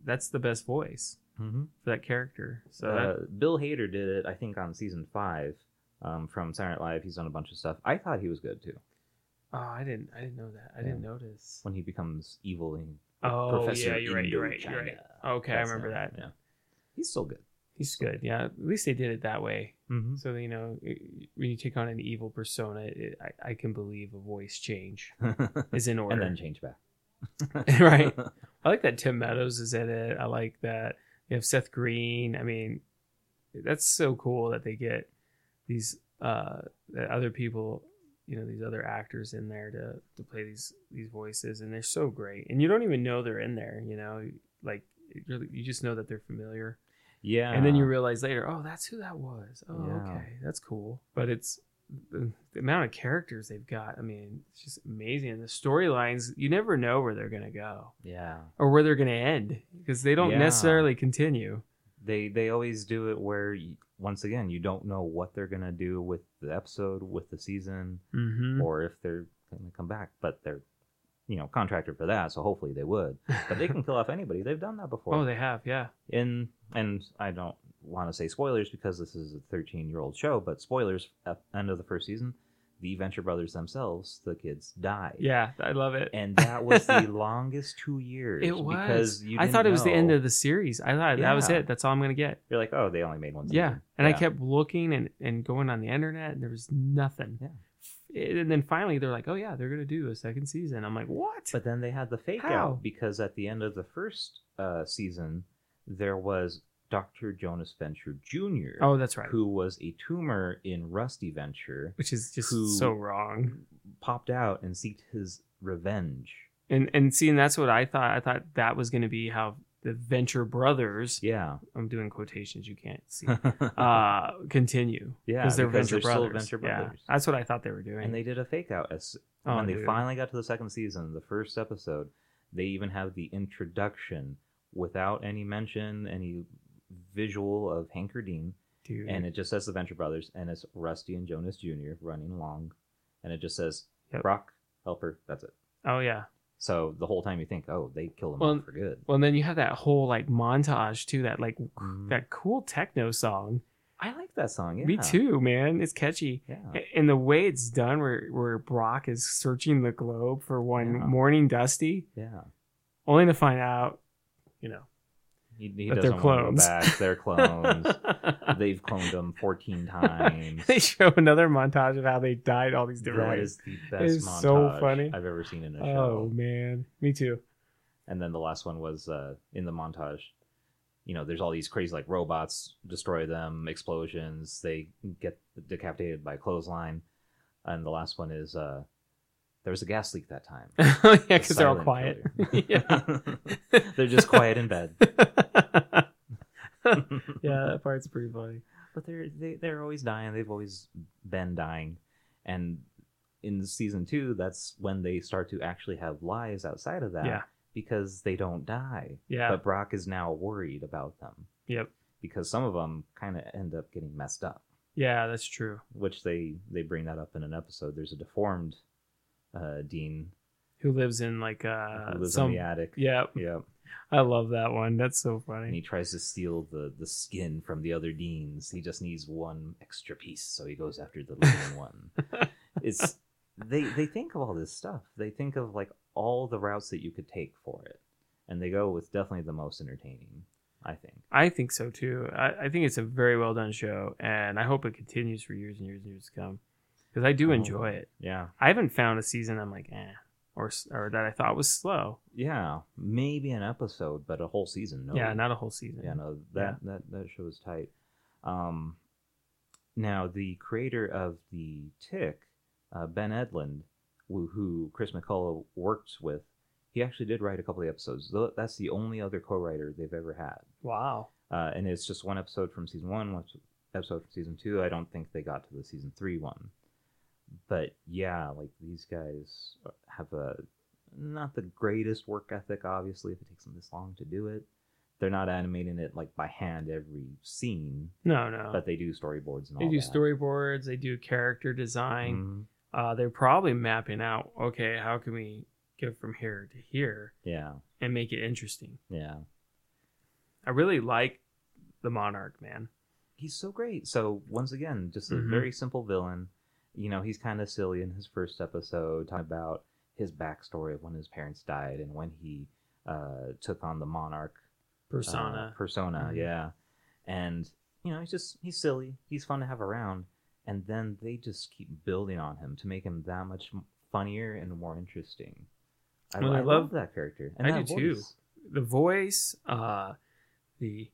[SPEAKER 1] That's the best voice.
[SPEAKER 2] hmm
[SPEAKER 1] for that character. So
[SPEAKER 2] uh,
[SPEAKER 1] that,
[SPEAKER 2] Bill Hader did it, I think, on season five um, from Saturday Night Live. He's done a bunch of stuff. I thought he was good too
[SPEAKER 1] oh, I didn't, I didn't know that. I didn't
[SPEAKER 2] Yeah.
[SPEAKER 1] notice.
[SPEAKER 2] when he becomes evil and
[SPEAKER 1] Oh
[SPEAKER 2] Professor
[SPEAKER 1] yeah, you're right, you're right, you're right.
[SPEAKER 2] Indochina.
[SPEAKER 1] Okay,
[SPEAKER 2] That's
[SPEAKER 1] I remember
[SPEAKER 2] him,
[SPEAKER 1] that.
[SPEAKER 2] Yeah, he's still good.
[SPEAKER 1] He's good. Yeah, at least they did it that way.
[SPEAKER 2] Mm-hmm.
[SPEAKER 1] So you know, it- when you take on an evil persona, it, I, I can believe a voice change is in order.
[SPEAKER 2] and then change back.
[SPEAKER 1] Right. I like that Tim Meadows is in it. I like that you have Seth Green. I mean, that's so cool that they get these uh that other people, you know, these other actors in there to to play these these voices, and they're so great. And you don't even know they're in there. You know, like you're, you just know that they're familiar,
[SPEAKER 2] Yeah.
[SPEAKER 1] and then you realize later, oh, that's who that was. Oh,
[SPEAKER 2] Yeah.
[SPEAKER 1] okay, that's cool. But it's the, the amount of characters they've got. I mean, it's just amazing. And the storylines, you never know where they're gonna go
[SPEAKER 2] yeah.
[SPEAKER 1] or where they're going to end because they don't
[SPEAKER 2] Yeah.
[SPEAKER 1] necessarily continue.
[SPEAKER 2] they they always do it where y once again you don't know what they're gonna do with the episode with the season
[SPEAKER 1] Mm-hmm.
[SPEAKER 2] or if they're gonna come back but they're you know contracted for that so hopefully they would but they can kill off anybody they've done that before
[SPEAKER 1] oh, they have, yeah.
[SPEAKER 2] in and i don't want to say spoilers because this is a 13 year old show but spoilers at the end of the first season the venture brothers themselves the kids died
[SPEAKER 1] Yeah, I love it.
[SPEAKER 2] and that was the longest two years
[SPEAKER 1] it was.
[SPEAKER 2] because you
[SPEAKER 1] I
[SPEAKER 2] didn't
[SPEAKER 1] thought it was the end
[SPEAKER 2] know.
[SPEAKER 1] of the series. I thought that was
[SPEAKER 2] Yeah.
[SPEAKER 1] it. That's all I'm going to get.
[SPEAKER 2] you're like oh they only made one season.
[SPEAKER 1] Yeah. And I kept looking and, and going on the internet and there was nothing.
[SPEAKER 2] Yeah.
[SPEAKER 1] It- And then finally they're like, oh, yeah, they're going to do a second season. I'm like, what?
[SPEAKER 2] But then they had the fake
[SPEAKER 1] How?
[SPEAKER 2] out because at the end of the first uh, season, there was Dr. Jonas Venture Jr.,
[SPEAKER 1] oh, that's right.
[SPEAKER 2] who was a tumor in Rusty Venture,
[SPEAKER 1] Which is just
[SPEAKER 2] who-
[SPEAKER 1] so wrong.
[SPEAKER 2] popped out and seeked his revenge.
[SPEAKER 1] And, and seeing that's what I thought. I thought that was going to be how the Venture Brothers,
[SPEAKER 2] Yeah.
[SPEAKER 1] I'm doing quotations you can't see, uh, continue.
[SPEAKER 2] yeah.
[SPEAKER 1] because they're Venture
[SPEAKER 2] still
[SPEAKER 1] Brothers.
[SPEAKER 2] Venture Brothers.
[SPEAKER 1] Yeah, that's what I thought they were doing.
[SPEAKER 2] And they did a fake out. As,
[SPEAKER 1] oh,
[SPEAKER 2] when they
[SPEAKER 1] dude.
[SPEAKER 2] finally got to the second season, the first episode, they even have the introduction without any mention, any visual of Hank or Dean.
[SPEAKER 1] dude.
[SPEAKER 2] and it just says the Venture Brothers, and it's Rusty and Jonas Jr. running along, and it just says
[SPEAKER 1] Yep.
[SPEAKER 2] Brock Helper. That's it.
[SPEAKER 1] oh yeah.
[SPEAKER 2] So the whole time you think, oh, they killed him
[SPEAKER 1] Well,
[SPEAKER 2] off for good.
[SPEAKER 1] Well, and then you have that whole like montage too. That like
[SPEAKER 2] Mhm.
[SPEAKER 1] that cool techno song.
[SPEAKER 2] I like that song. Yeah.
[SPEAKER 1] Me too, man. It's catchy.
[SPEAKER 2] Yeah.
[SPEAKER 1] A- And the way it's done, where where Brock is searching the globe for one
[SPEAKER 2] Yeah.
[SPEAKER 1] morning dusty,
[SPEAKER 2] Yeah.
[SPEAKER 1] only to find out, you know,
[SPEAKER 2] He, he
[SPEAKER 1] But
[SPEAKER 2] doesn't
[SPEAKER 1] they're
[SPEAKER 2] want
[SPEAKER 1] clones.
[SPEAKER 2] to go back. They're clones. They've cloned them 14 times.
[SPEAKER 1] they show another montage of how they died all these different
[SPEAKER 2] That
[SPEAKER 1] ways.
[SPEAKER 2] is the best
[SPEAKER 1] is
[SPEAKER 2] montage
[SPEAKER 1] so funny.
[SPEAKER 2] I've ever seen in a
[SPEAKER 1] Oh
[SPEAKER 2] show.
[SPEAKER 1] man, me too.
[SPEAKER 2] And then the last one was uh, in the montage. You know, there's all these crazy like robots destroy them, explosions. They get decapitated by clothesline. And the last one is uh, there was a gas leak that time.
[SPEAKER 1] yeah,
[SPEAKER 2] The
[SPEAKER 1] because they're all
[SPEAKER 2] silent
[SPEAKER 1] quiet.
[SPEAKER 2] killer.
[SPEAKER 1] Yeah.
[SPEAKER 2] they're just quiet in bed.
[SPEAKER 1] yeah, that part's pretty funny.
[SPEAKER 2] but they're they, they're always dying. They've always been dying, and in season two, that's when they start to actually have lives outside of that.
[SPEAKER 1] Yeah.
[SPEAKER 2] because they don't die.
[SPEAKER 1] Yeah.
[SPEAKER 2] But Brock is now worried about them
[SPEAKER 1] Yep.
[SPEAKER 2] because some of them kind of end up getting messed up,
[SPEAKER 1] Yeah, that's true.
[SPEAKER 2] which they they bring that up in an episode. There's a deformed uh, Dean
[SPEAKER 1] Who lives in like
[SPEAKER 2] who
[SPEAKER 1] uh
[SPEAKER 2] lives
[SPEAKER 1] some
[SPEAKER 2] in the attic.
[SPEAKER 1] Yeah,
[SPEAKER 2] Yeah,
[SPEAKER 1] I love that one. That's so
[SPEAKER 2] and
[SPEAKER 1] funny.
[SPEAKER 2] he tries to steal the the skin from the other deans. He just needs one extra piece, so he goes after the living one. It's they they think of all this stuff. They think of like all the routes that you could take for it, and they go with definitely the most entertaining. I think.
[SPEAKER 1] I think so too. I, I think it's a very well done show, and I hope it continues for years and years and years to come because I do
[SPEAKER 2] Oh.
[SPEAKER 1] enjoy it.
[SPEAKER 2] Yeah,
[SPEAKER 1] I haven't found a season I'm like eh, or s- or that I thought was slow.
[SPEAKER 2] yeah, maybe an episode, but a whole season. No,
[SPEAKER 1] Yeah, not a whole season.
[SPEAKER 2] yeah, no, that that that show is tight. Um, now the creator of the Tick, uh, Ben Edlund, who, who Chris McCullough worked with, he actually did write a couple of episodes. Tho- That's the only other co-writer they've ever had.
[SPEAKER 1] Wow.
[SPEAKER 2] uh, and it's just one episode from season one, one episode from season two. I don't think they got to the season three one, but yeah, like these guys have a not the greatest work ethic. Obviously, if it takes them this long to do it, they're not animating it like by hand every scene,
[SPEAKER 1] No, no.
[SPEAKER 2] but they do storyboards and
[SPEAKER 1] they
[SPEAKER 2] all.
[SPEAKER 1] do
[SPEAKER 2] that.
[SPEAKER 1] storyboards. They do character design.
[SPEAKER 2] Mhm.
[SPEAKER 1] Uh, they're probably mapping out. Okay, how can we get from here to here
[SPEAKER 2] Yeah,
[SPEAKER 1] and make it interesting?
[SPEAKER 2] yeah.
[SPEAKER 1] I really like the Monarch, man.
[SPEAKER 2] he's so great. So once again, just a
[SPEAKER 1] Mhm.
[SPEAKER 2] very simple villain. You know, he's kind of silly in his first episode, talking about his backstory of when his parents died and when he uh, took on the monarch uh,
[SPEAKER 1] Persona.
[SPEAKER 2] persona,
[SPEAKER 1] Mhm.
[SPEAKER 2] yeah. And you know, he's just he's silly. He's fun to have around. And then they just keep building on him to make him that much m- funnier and more interesting. I,
[SPEAKER 1] Well, I
[SPEAKER 2] I love,
[SPEAKER 1] love-
[SPEAKER 2] that character.
[SPEAKER 1] I
[SPEAKER 2] that
[SPEAKER 1] do too.
[SPEAKER 2] voice.
[SPEAKER 1] the voice, uh, the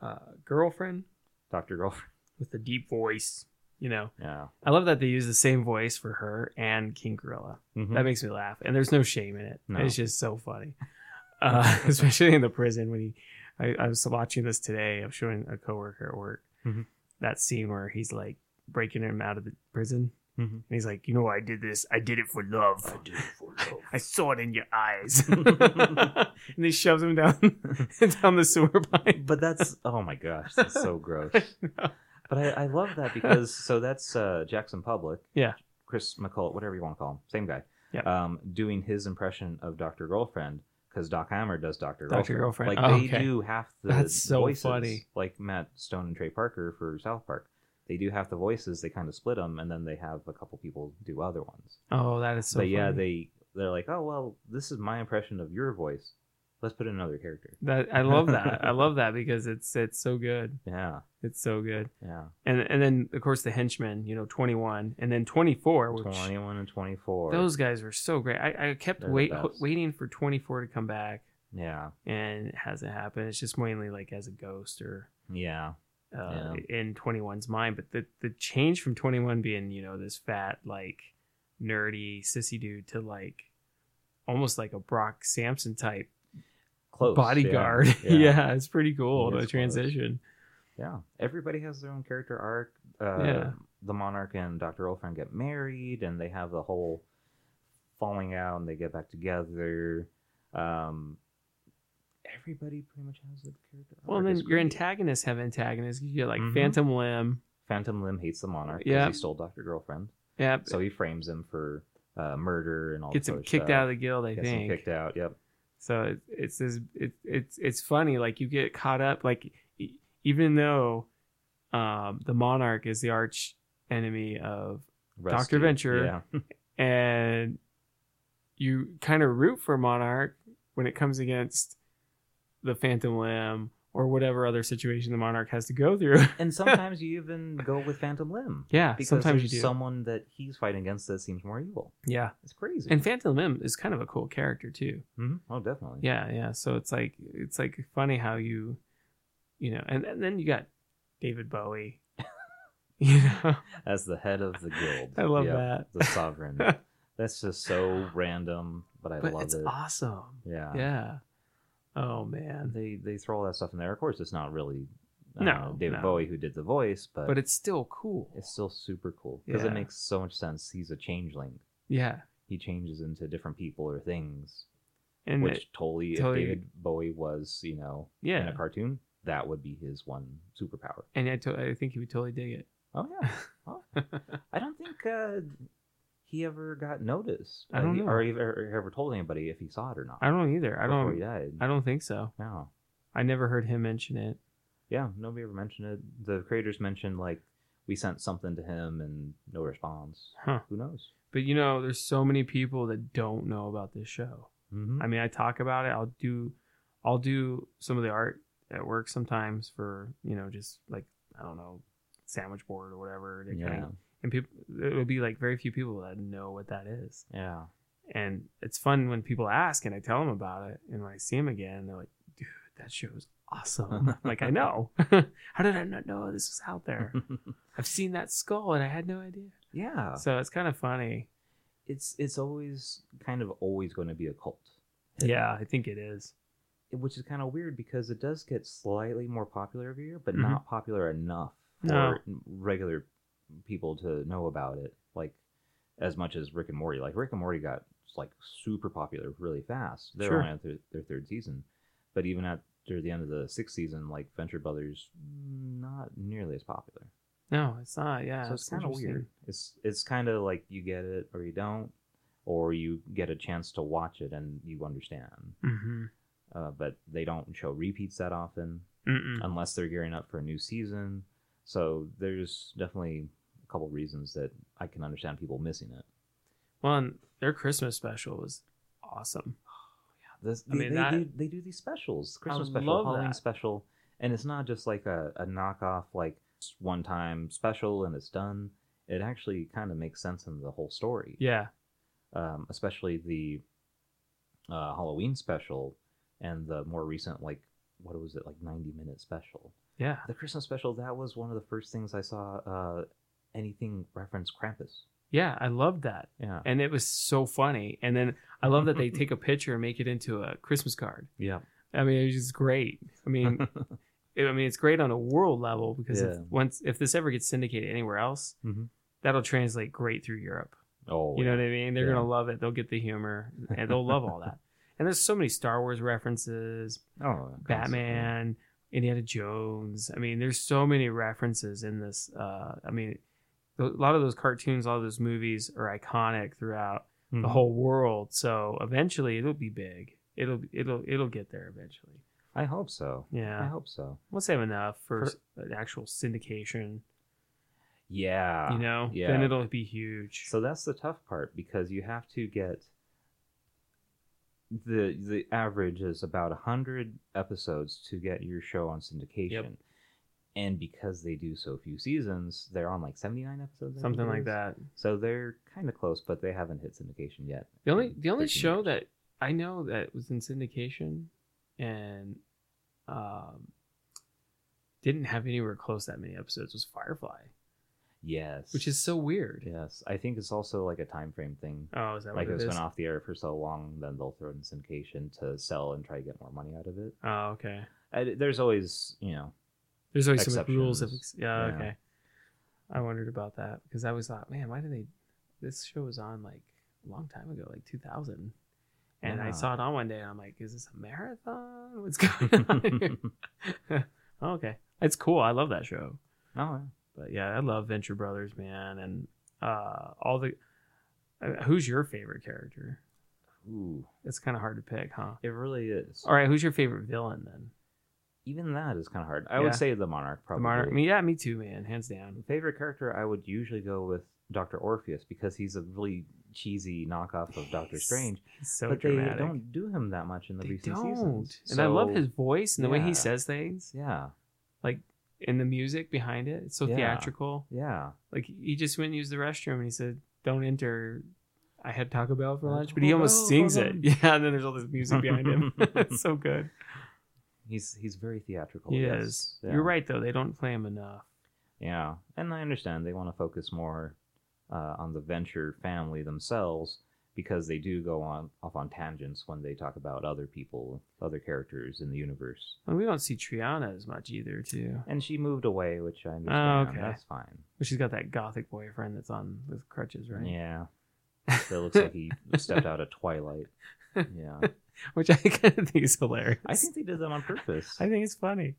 [SPEAKER 1] uh, girlfriend
[SPEAKER 2] Doctor Girlfriend.
[SPEAKER 1] with the deep voice. You know,
[SPEAKER 2] Yeah.
[SPEAKER 1] I love that they use the same voice for her and King Gorilla.
[SPEAKER 2] Mhm.
[SPEAKER 1] That makes me laugh, and there's no shame in it.
[SPEAKER 2] No.
[SPEAKER 1] It's just so funny, uh, especially in the prison when he. I, I was watching this today. I'm showing a coworker at work
[SPEAKER 2] Mhm.
[SPEAKER 1] that scene where he's like breaking him out of the prison,
[SPEAKER 2] Mhm.
[SPEAKER 1] and he's like, "You know, why I did this. I did it for love.
[SPEAKER 2] I did it for love.
[SPEAKER 1] I saw it in your eyes." and he shoves him down down the sewer pipe.
[SPEAKER 2] but that's oh my gosh, that's so gross. But I, I love that because so that's uh, Jackson Public,
[SPEAKER 1] Yeah.
[SPEAKER 2] Chris McCullough, whatever you want to call him, same guy,
[SPEAKER 1] Yeah.
[SPEAKER 2] um, doing his impression of Doctor Girlfriend because Doc Hammer does Doctor Girlfriend.
[SPEAKER 1] Dr. Girlfriend.
[SPEAKER 2] Like
[SPEAKER 1] Oh,
[SPEAKER 2] they
[SPEAKER 1] okay.
[SPEAKER 2] do half the
[SPEAKER 1] That's so
[SPEAKER 2] voices,
[SPEAKER 1] funny.
[SPEAKER 2] like Matt Stone and Trey Parker for South Park. They do half the voices. They kind of split them, and then they have a couple people do other ones.
[SPEAKER 1] Oh, that is so.
[SPEAKER 2] but yeah,
[SPEAKER 1] funny.
[SPEAKER 2] they they're like, oh well, this is my impression of your voice. Let's put in another character.
[SPEAKER 1] That I love that. I love that because it's it's so good.
[SPEAKER 2] Yeah,
[SPEAKER 1] It's so good.
[SPEAKER 2] yeah.
[SPEAKER 1] And and then of course the henchmen, you know, twenty one, and then twenty four, which
[SPEAKER 2] 21 and 24.
[SPEAKER 1] those guys were so great. I, I kept
[SPEAKER 2] They're the
[SPEAKER 1] wait
[SPEAKER 2] best.
[SPEAKER 1] waiting for twenty four to come back,
[SPEAKER 2] Yeah.
[SPEAKER 1] and it hasn't happened. It's just mainly like as a ghost or
[SPEAKER 2] Yeah.
[SPEAKER 1] uh, in 21's mind. But the the change from twenty one being you know this fat like nerdy sissy dude to like almost like a Brock Sampson type
[SPEAKER 2] Close.
[SPEAKER 1] bodyguard. Yeah.
[SPEAKER 2] Yeah.
[SPEAKER 1] it's pretty cool. The
[SPEAKER 2] He is close.
[SPEAKER 1] transition.
[SPEAKER 2] Yeah. Everybody has their own character arc. Uh,
[SPEAKER 1] Yeah.
[SPEAKER 2] The monarch and Dr. Olfren get married and they have the whole falling out and they get back together. Um, everybody pretty much has their character
[SPEAKER 1] Well,
[SPEAKER 2] arc.
[SPEAKER 1] then
[SPEAKER 2] It's
[SPEAKER 1] your
[SPEAKER 2] great.
[SPEAKER 1] antagonists have antagonists. You get like
[SPEAKER 2] Mhm.
[SPEAKER 1] Phantom Limb.
[SPEAKER 2] Phantom Limb hates the monarch because
[SPEAKER 1] Yeah.
[SPEAKER 2] he stole Dr. Girlfriend.
[SPEAKER 1] Yep.
[SPEAKER 2] So he frames him for uh, murder and all
[SPEAKER 1] gets
[SPEAKER 2] this
[SPEAKER 1] him
[SPEAKER 2] other
[SPEAKER 1] kicked
[SPEAKER 2] stuff.
[SPEAKER 1] out of the guild, I
[SPEAKER 2] Gets him
[SPEAKER 1] think.
[SPEAKER 2] kicked out. Yep.
[SPEAKER 1] So it, it's this, it, it's it's funny. Like you get caught up. Like e- even though um, the monarch is the arch enemy of,
[SPEAKER 2] Rescued.
[SPEAKER 1] Venture.
[SPEAKER 2] Yeah.
[SPEAKER 1] and you kind of root for monarch when it comes against the Phantom Limb or whatever other situation the monarch has to go through.
[SPEAKER 2] And sometimes you even go with Phantom Limb.
[SPEAKER 1] yeah,
[SPEAKER 2] Because
[SPEAKER 1] sometimes you do.
[SPEAKER 2] there's someone that he's fighting against that seems more evil.
[SPEAKER 1] yeah,
[SPEAKER 2] It's crazy.
[SPEAKER 1] and Phantom Limb is kind of a cool character too.
[SPEAKER 2] Mhm. Oh, definitely.
[SPEAKER 1] Yeah, yeah. So it's like it's like funny how you, you know, and, and then you got David Bowie. you know,
[SPEAKER 2] As the head of the guild.
[SPEAKER 1] I love
[SPEAKER 2] Yep.
[SPEAKER 1] that.
[SPEAKER 2] The sovereign. That's just so random, but I
[SPEAKER 1] but
[SPEAKER 2] love
[SPEAKER 1] it's
[SPEAKER 2] it.
[SPEAKER 1] awesome.
[SPEAKER 2] Yeah.
[SPEAKER 1] Yeah. Oh man.
[SPEAKER 2] They they throw all that stuff in there. Of course, it's not really uh,
[SPEAKER 1] No,
[SPEAKER 2] David
[SPEAKER 1] no.
[SPEAKER 2] Bowie who did the voice, but,
[SPEAKER 1] But it's still cool.
[SPEAKER 2] uh, it's still super cool because
[SPEAKER 1] Yeah.
[SPEAKER 2] it makes so much sense. He's a changeling.
[SPEAKER 1] Yeah.
[SPEAKER 2] He changes into different people or things,
[SPEAKER 1] And
[SPEAKER 2] which
[SPEAKER 1] it-
[SPEAKER 2] totally,
[SPEAKER 1] totally-
[SPEAKER 2] if David Bowie was, you know, in
[SPEAKER 1] yeah.
[SPEAKER 2] a cartoon, that would be his one superpower.
[SPEAKER 1] And I, to- I think he would totally dig
[SPEAKER 2] Oh yeah. Oh. I don't think uh, he ever got noticed. uh,
[SPEAKER 1] I don't
[SPEAKER 2] he-
[SPEAKER 1] know.
[SPEAKER 2] or ever, or ever told anybody if he saw it or not.
[SPEAKER 1] I don't either. I
[SPEAKER 2] before
[SPEAKER 1] don't
[SPEAKER 2] He died.
[SPEAKER 1] I don't think so.
[SPEAKER 2] no.
[SPEAKER 1] I never heard him mention it.
[SPEAKER 2] Yeah. Nobody ever mentioned it. The creators mentioned like we sent something to him and no response.
[SPEAKER 1] Huh.
[SPEAKER 2] Who knows?
[SPEAKER 1] But you know, there's so many people that don't know about this show.
[SPEAKER 2] Mm-hmm.
[SPEAKER 1] I mean, I talk about it. I'll do, I'll do some of the art at work sometimes for you know just like I don't know sandwich board or whatever. that
[SPEAKER 2] yeah.
[SPEAKER 1] kinda- and people, it would be like very few people that know what that is.
[SPEAKER 2] Yeah.
[SPEAKER 1] And it's fun when people ask and I tell them about it, and when I see them again, they're like, "Dude, that show is awesome!" I'm like I know. How did I not know this was out there? I've seen that skull and I had no idea.
[SPEAKER 2] yeah.
[SPEAKER 1] So it's kind of funny.
[SPEAKER 2] It's it's always kind of always going to be a cult.
[SPEAKER 1] Yeah, I think it is.
[SPEAKER 2] Which is kind of weird because it does get slightly more popular every year, but
[SPEAKER 1] Mhm.
[SPEAKER 2] not popular enough
[SPEAKER 1] No.
[SPEAKER 2] for regular people to know about it. Like as much as Rick and Morty. Like Rick and Morty got like super popular really fast. They're
[SPEAKER 1] Sure.
[SPEAKER 2] only at their, their third season, but even after the end of the sixth season, like Venture Brothers, not nearly as popular.
[SPEAKER 1] No, it's not. Yeah,
[SPEAKER 2] so it's
[SPEAKER 1] it's
[SPEAKER 2] kind of
[SPEAKER 1] interesting.
[SPEAKER 2] weird. It's it's kind of like you get it or you don't, or you get a chance to watch it and you understand.
[SPEAKER 1] Mm-hmm.
[SPEAKER 2] Uh, but they don't show repeats that often
[SPEAKER 1] Mm-mm.
[SPEAKER 2] unless they're gearing up for a new season. So there's definitely a couple reasons that I can understand people missing it.
[SPEAKER 1] Well, and their Christmas special was awesome.
[SPEAKER 2] This,
[SPEAKER 1] I
[SPEAKER 2] they,
[SPEAKER 1] mean,
[SPEAKER 2] they,
[SPEAKER 1] that-
[SPEAKER 2] do, they do these specials, Christmas special,
[SPEAKER 1] love
[SPEAKER 2] Halloween
[SPEAKER 1] that.
[SPEAKER 2] special, and it's not just like a, a knockoff, like one time special and it's done. It actually kind of makes sense in the whole story.
[SPEAKER 1] Yeah.
[SPEAKER 2] um, especially the uh, Halloween special and the more recent, like what was it, like ninety minute special.
[SPEAKER 1] Yeah.
[SPEAKER 2] The Christmas special that was one of the first things I saw uh, anything reference Krampus.
[SPEAKER 1] Yeah. I loved that.
[SPEAKER 2] Yeah,
[SPEAKER 1] And it was so funny. And then I love that they take a picture and make it into a Christmas card.
[SPEAKER 2] yeah,
[SPEAKER 1] I mean, it was just great. I mean, it, I mean, it's great on a world level because if,
[SPEAKER 2] Yeah.
[SPEAKER 1] once if this ever gets syndicated anywhere else,
[SPEAKER 2] Mhm.
[SPEAKER 1] that'll translate great through Europe.
[SPEAKER 2] oh,
[SPEAKER 1] You know
[SPEAKER 2] yeah.
[SPEAKER 1] what I mean? They're
[SPEAKER 2] Yeah.
[SPEAKER 1] gonna love it. They'll get the humor and they'll love all that. And there's so many Star Wars references,
[SPEAKER 2] oh, yeah, constantly.
[SPEAKER 1] Batman, Indiana Jones. I mean, there's so many references in this. Uh, I mean, a lot of those cartoons, a lot of those movies are iconic throughout the
[SPEAKER 2] Mhm.
[SPEAKER 1] whole world. So eventually, it'll be big. It'll it'll it'll get there eventually.
[SPEAKER 2] I hope so. I
[SPEAKER 1] Yeah,
[SPEAKER 2] hope so.
[SPEAKER 1] once they have enough for, an actual syndication,
[SPEAKER 2] Yeah,
[SPEAKER 1] you know,
[SPEAKER 2] yeah.
[SPEAKER 1] then it'll be huge.
[SPEAKER 2] So that's the tough part because you have to get the the average is about 100 episodes to get your show on syndication. And because they do so few seasons, they're on like 79 episodes I think
[SPEAKER 1] Something
[SPEAKER 2] it
[SPEAKER 1] like
[SPEAKER 2] is.
[SPEAKER 1] that.
[SPEAKER 2] So they're kind of close, but they haven't hit syndication yet.
[SPEAKER 1] The only
[SPEAKER 2] in
[SPEAKER 1] the only
[SPEAKER 2] 13
[SPEAKER 1] show
[SPEAKER 2] years.
[SPEAKER 1] that I know that was in syndication and um didn't have anywhere close that many episodes was Firefly,
[SPEAKER 2] Yes.
[SPEAKER 1] which is so weird.
[SPEAKER 2] Yes. I think it's also like a time frame thing.
[SPEAKER 1] Oh, is that
[SPEAKER 2] Like
[SPEAKER 1] what
[SPEAKER 2] it's
[SPEAKER 1] it
[SPEAKER 2] been
[SPEAKER 1] is?
[SPEAKER 2] off the air for so long, then they'll throw it in syndication to sell and try to get more money out of it.
[SPEAKER 1] Oh, okay.
[SPEAKER 2] And there's always, you know,
[SPEAKER 1] There's always some rules of
[SPEAKER 2] Exceptions.
[SPEAKER 1] yeah,
[SPEAKER 2] Yeah.
[SPEAKER 1] okay. I wondered about that because I always thought, man, why did they? This show was on like a long time ago, like 2000, and I
[SPEAKER 2] Yeah.
[SPEAKER 1] saw it on one day, and I'm like, is this a marathon? What's going on? here? Oh, okay, it's cool. I love that show.
[SPEAKER 2] oh,
[SPEAKER 1] but yeah, I love Venture Brothers, man, and uh, all the. Uh, who's your favorite character?
[SPEAKER 2] yeah. Ooh.
[SPEAKER 1] It's kind of hard to pick, huh?
[SPEAKER 2] It really is.
[SPEAKER 1] All right, who's your favorite villain then?
[SPEAKER 2] even that is kind of hard. I
[SPEAKER 1] Yeah.
[SPEAKER 2] would say the Monarch
[SPEAKER 1] The
[SPEAKER 2] probably.
[SPEAKER 1] Monarch. Me, yeah, me too, man. Hands down.
[SPEAKER 2] Favorite character, I would usually go with Doctor Orpheus because he's a really cheesy knockoff of Doctor
[SPEAKER 1] He's
[SPEAKER 2] Strange.
[SPEAKER 1] So
[SPEAKER 2] but
[SPEAKER 1] dramatic.
[SPEAKER 2] they don't do him that much in the
[SPEAKER 1] They
[SPEAKER 2] recent
[SPEAKER 1] don't.
[SPEAKER 2] seasons.
[SPEAKER 1] And I love
[SPEAKER 2] So,
[SPEAKER 1] his voice and the way
[SPEAKER 2] yeah.
[SPEAKER 1] he says things
[SPEAKER 2] Yeah,
[SPEAKER 1] and the music behind it. It's so
[SPEAKER 2] Yeah.
[SPEAKER 1] theatrical.
[SPEAKER 2] yeah.
[SPEAKER 1] Like he just went and used the restroom and he said, "Don't enter." I had Taco Bell for lunch, but he
[SPEAKER 2] Taco
[SPEAKER 1] almost
[SPEAKER 2] Bell
[SPEAKER 1] sings
[SPEAKER 2] for
[SPEAKER 1] it.
[SPEAKER 2] lunch.
[SPEAKER 1] Yeah, and then there's all this music behind him. it's so good.
[SPEAKER 2] He's he's very theatrical.
[SPEAKER 1] He
[SPEAKER 2] Oh, yes.
[SPEAKER 1] is.
[SPEAKER 2] Yeah.
[SPEAKER 1] You're right though. They don't play him enough.
[SPEAKER 2] Yeah, and I understand they want to focus more uh, on the Venture family themselves because they do go on off on tangents when they talk about other people, other characters in the universe.
[SPEAKER 1] And we don't see Triana as much either, too.
[SPEAKER 2] And she moved away, which I
[SPEAKER 1] Oh,
[SPEAKER 2] understand.
[SPEAKER 1] okay.
[SPEAKER 2] That's fine.
[SPEAKER 1] But she's got that gothic boyfriend that's on with crutches, right?
[SPEAKER 2] Yeah. That looks like he stepped out of Twilight. Yeah.
[SPEAKER 1] Which I kind of think is hilarious.
[SPEAKER 2] I think they did that on purpose.
[SPEAKER 1] I think it's funny.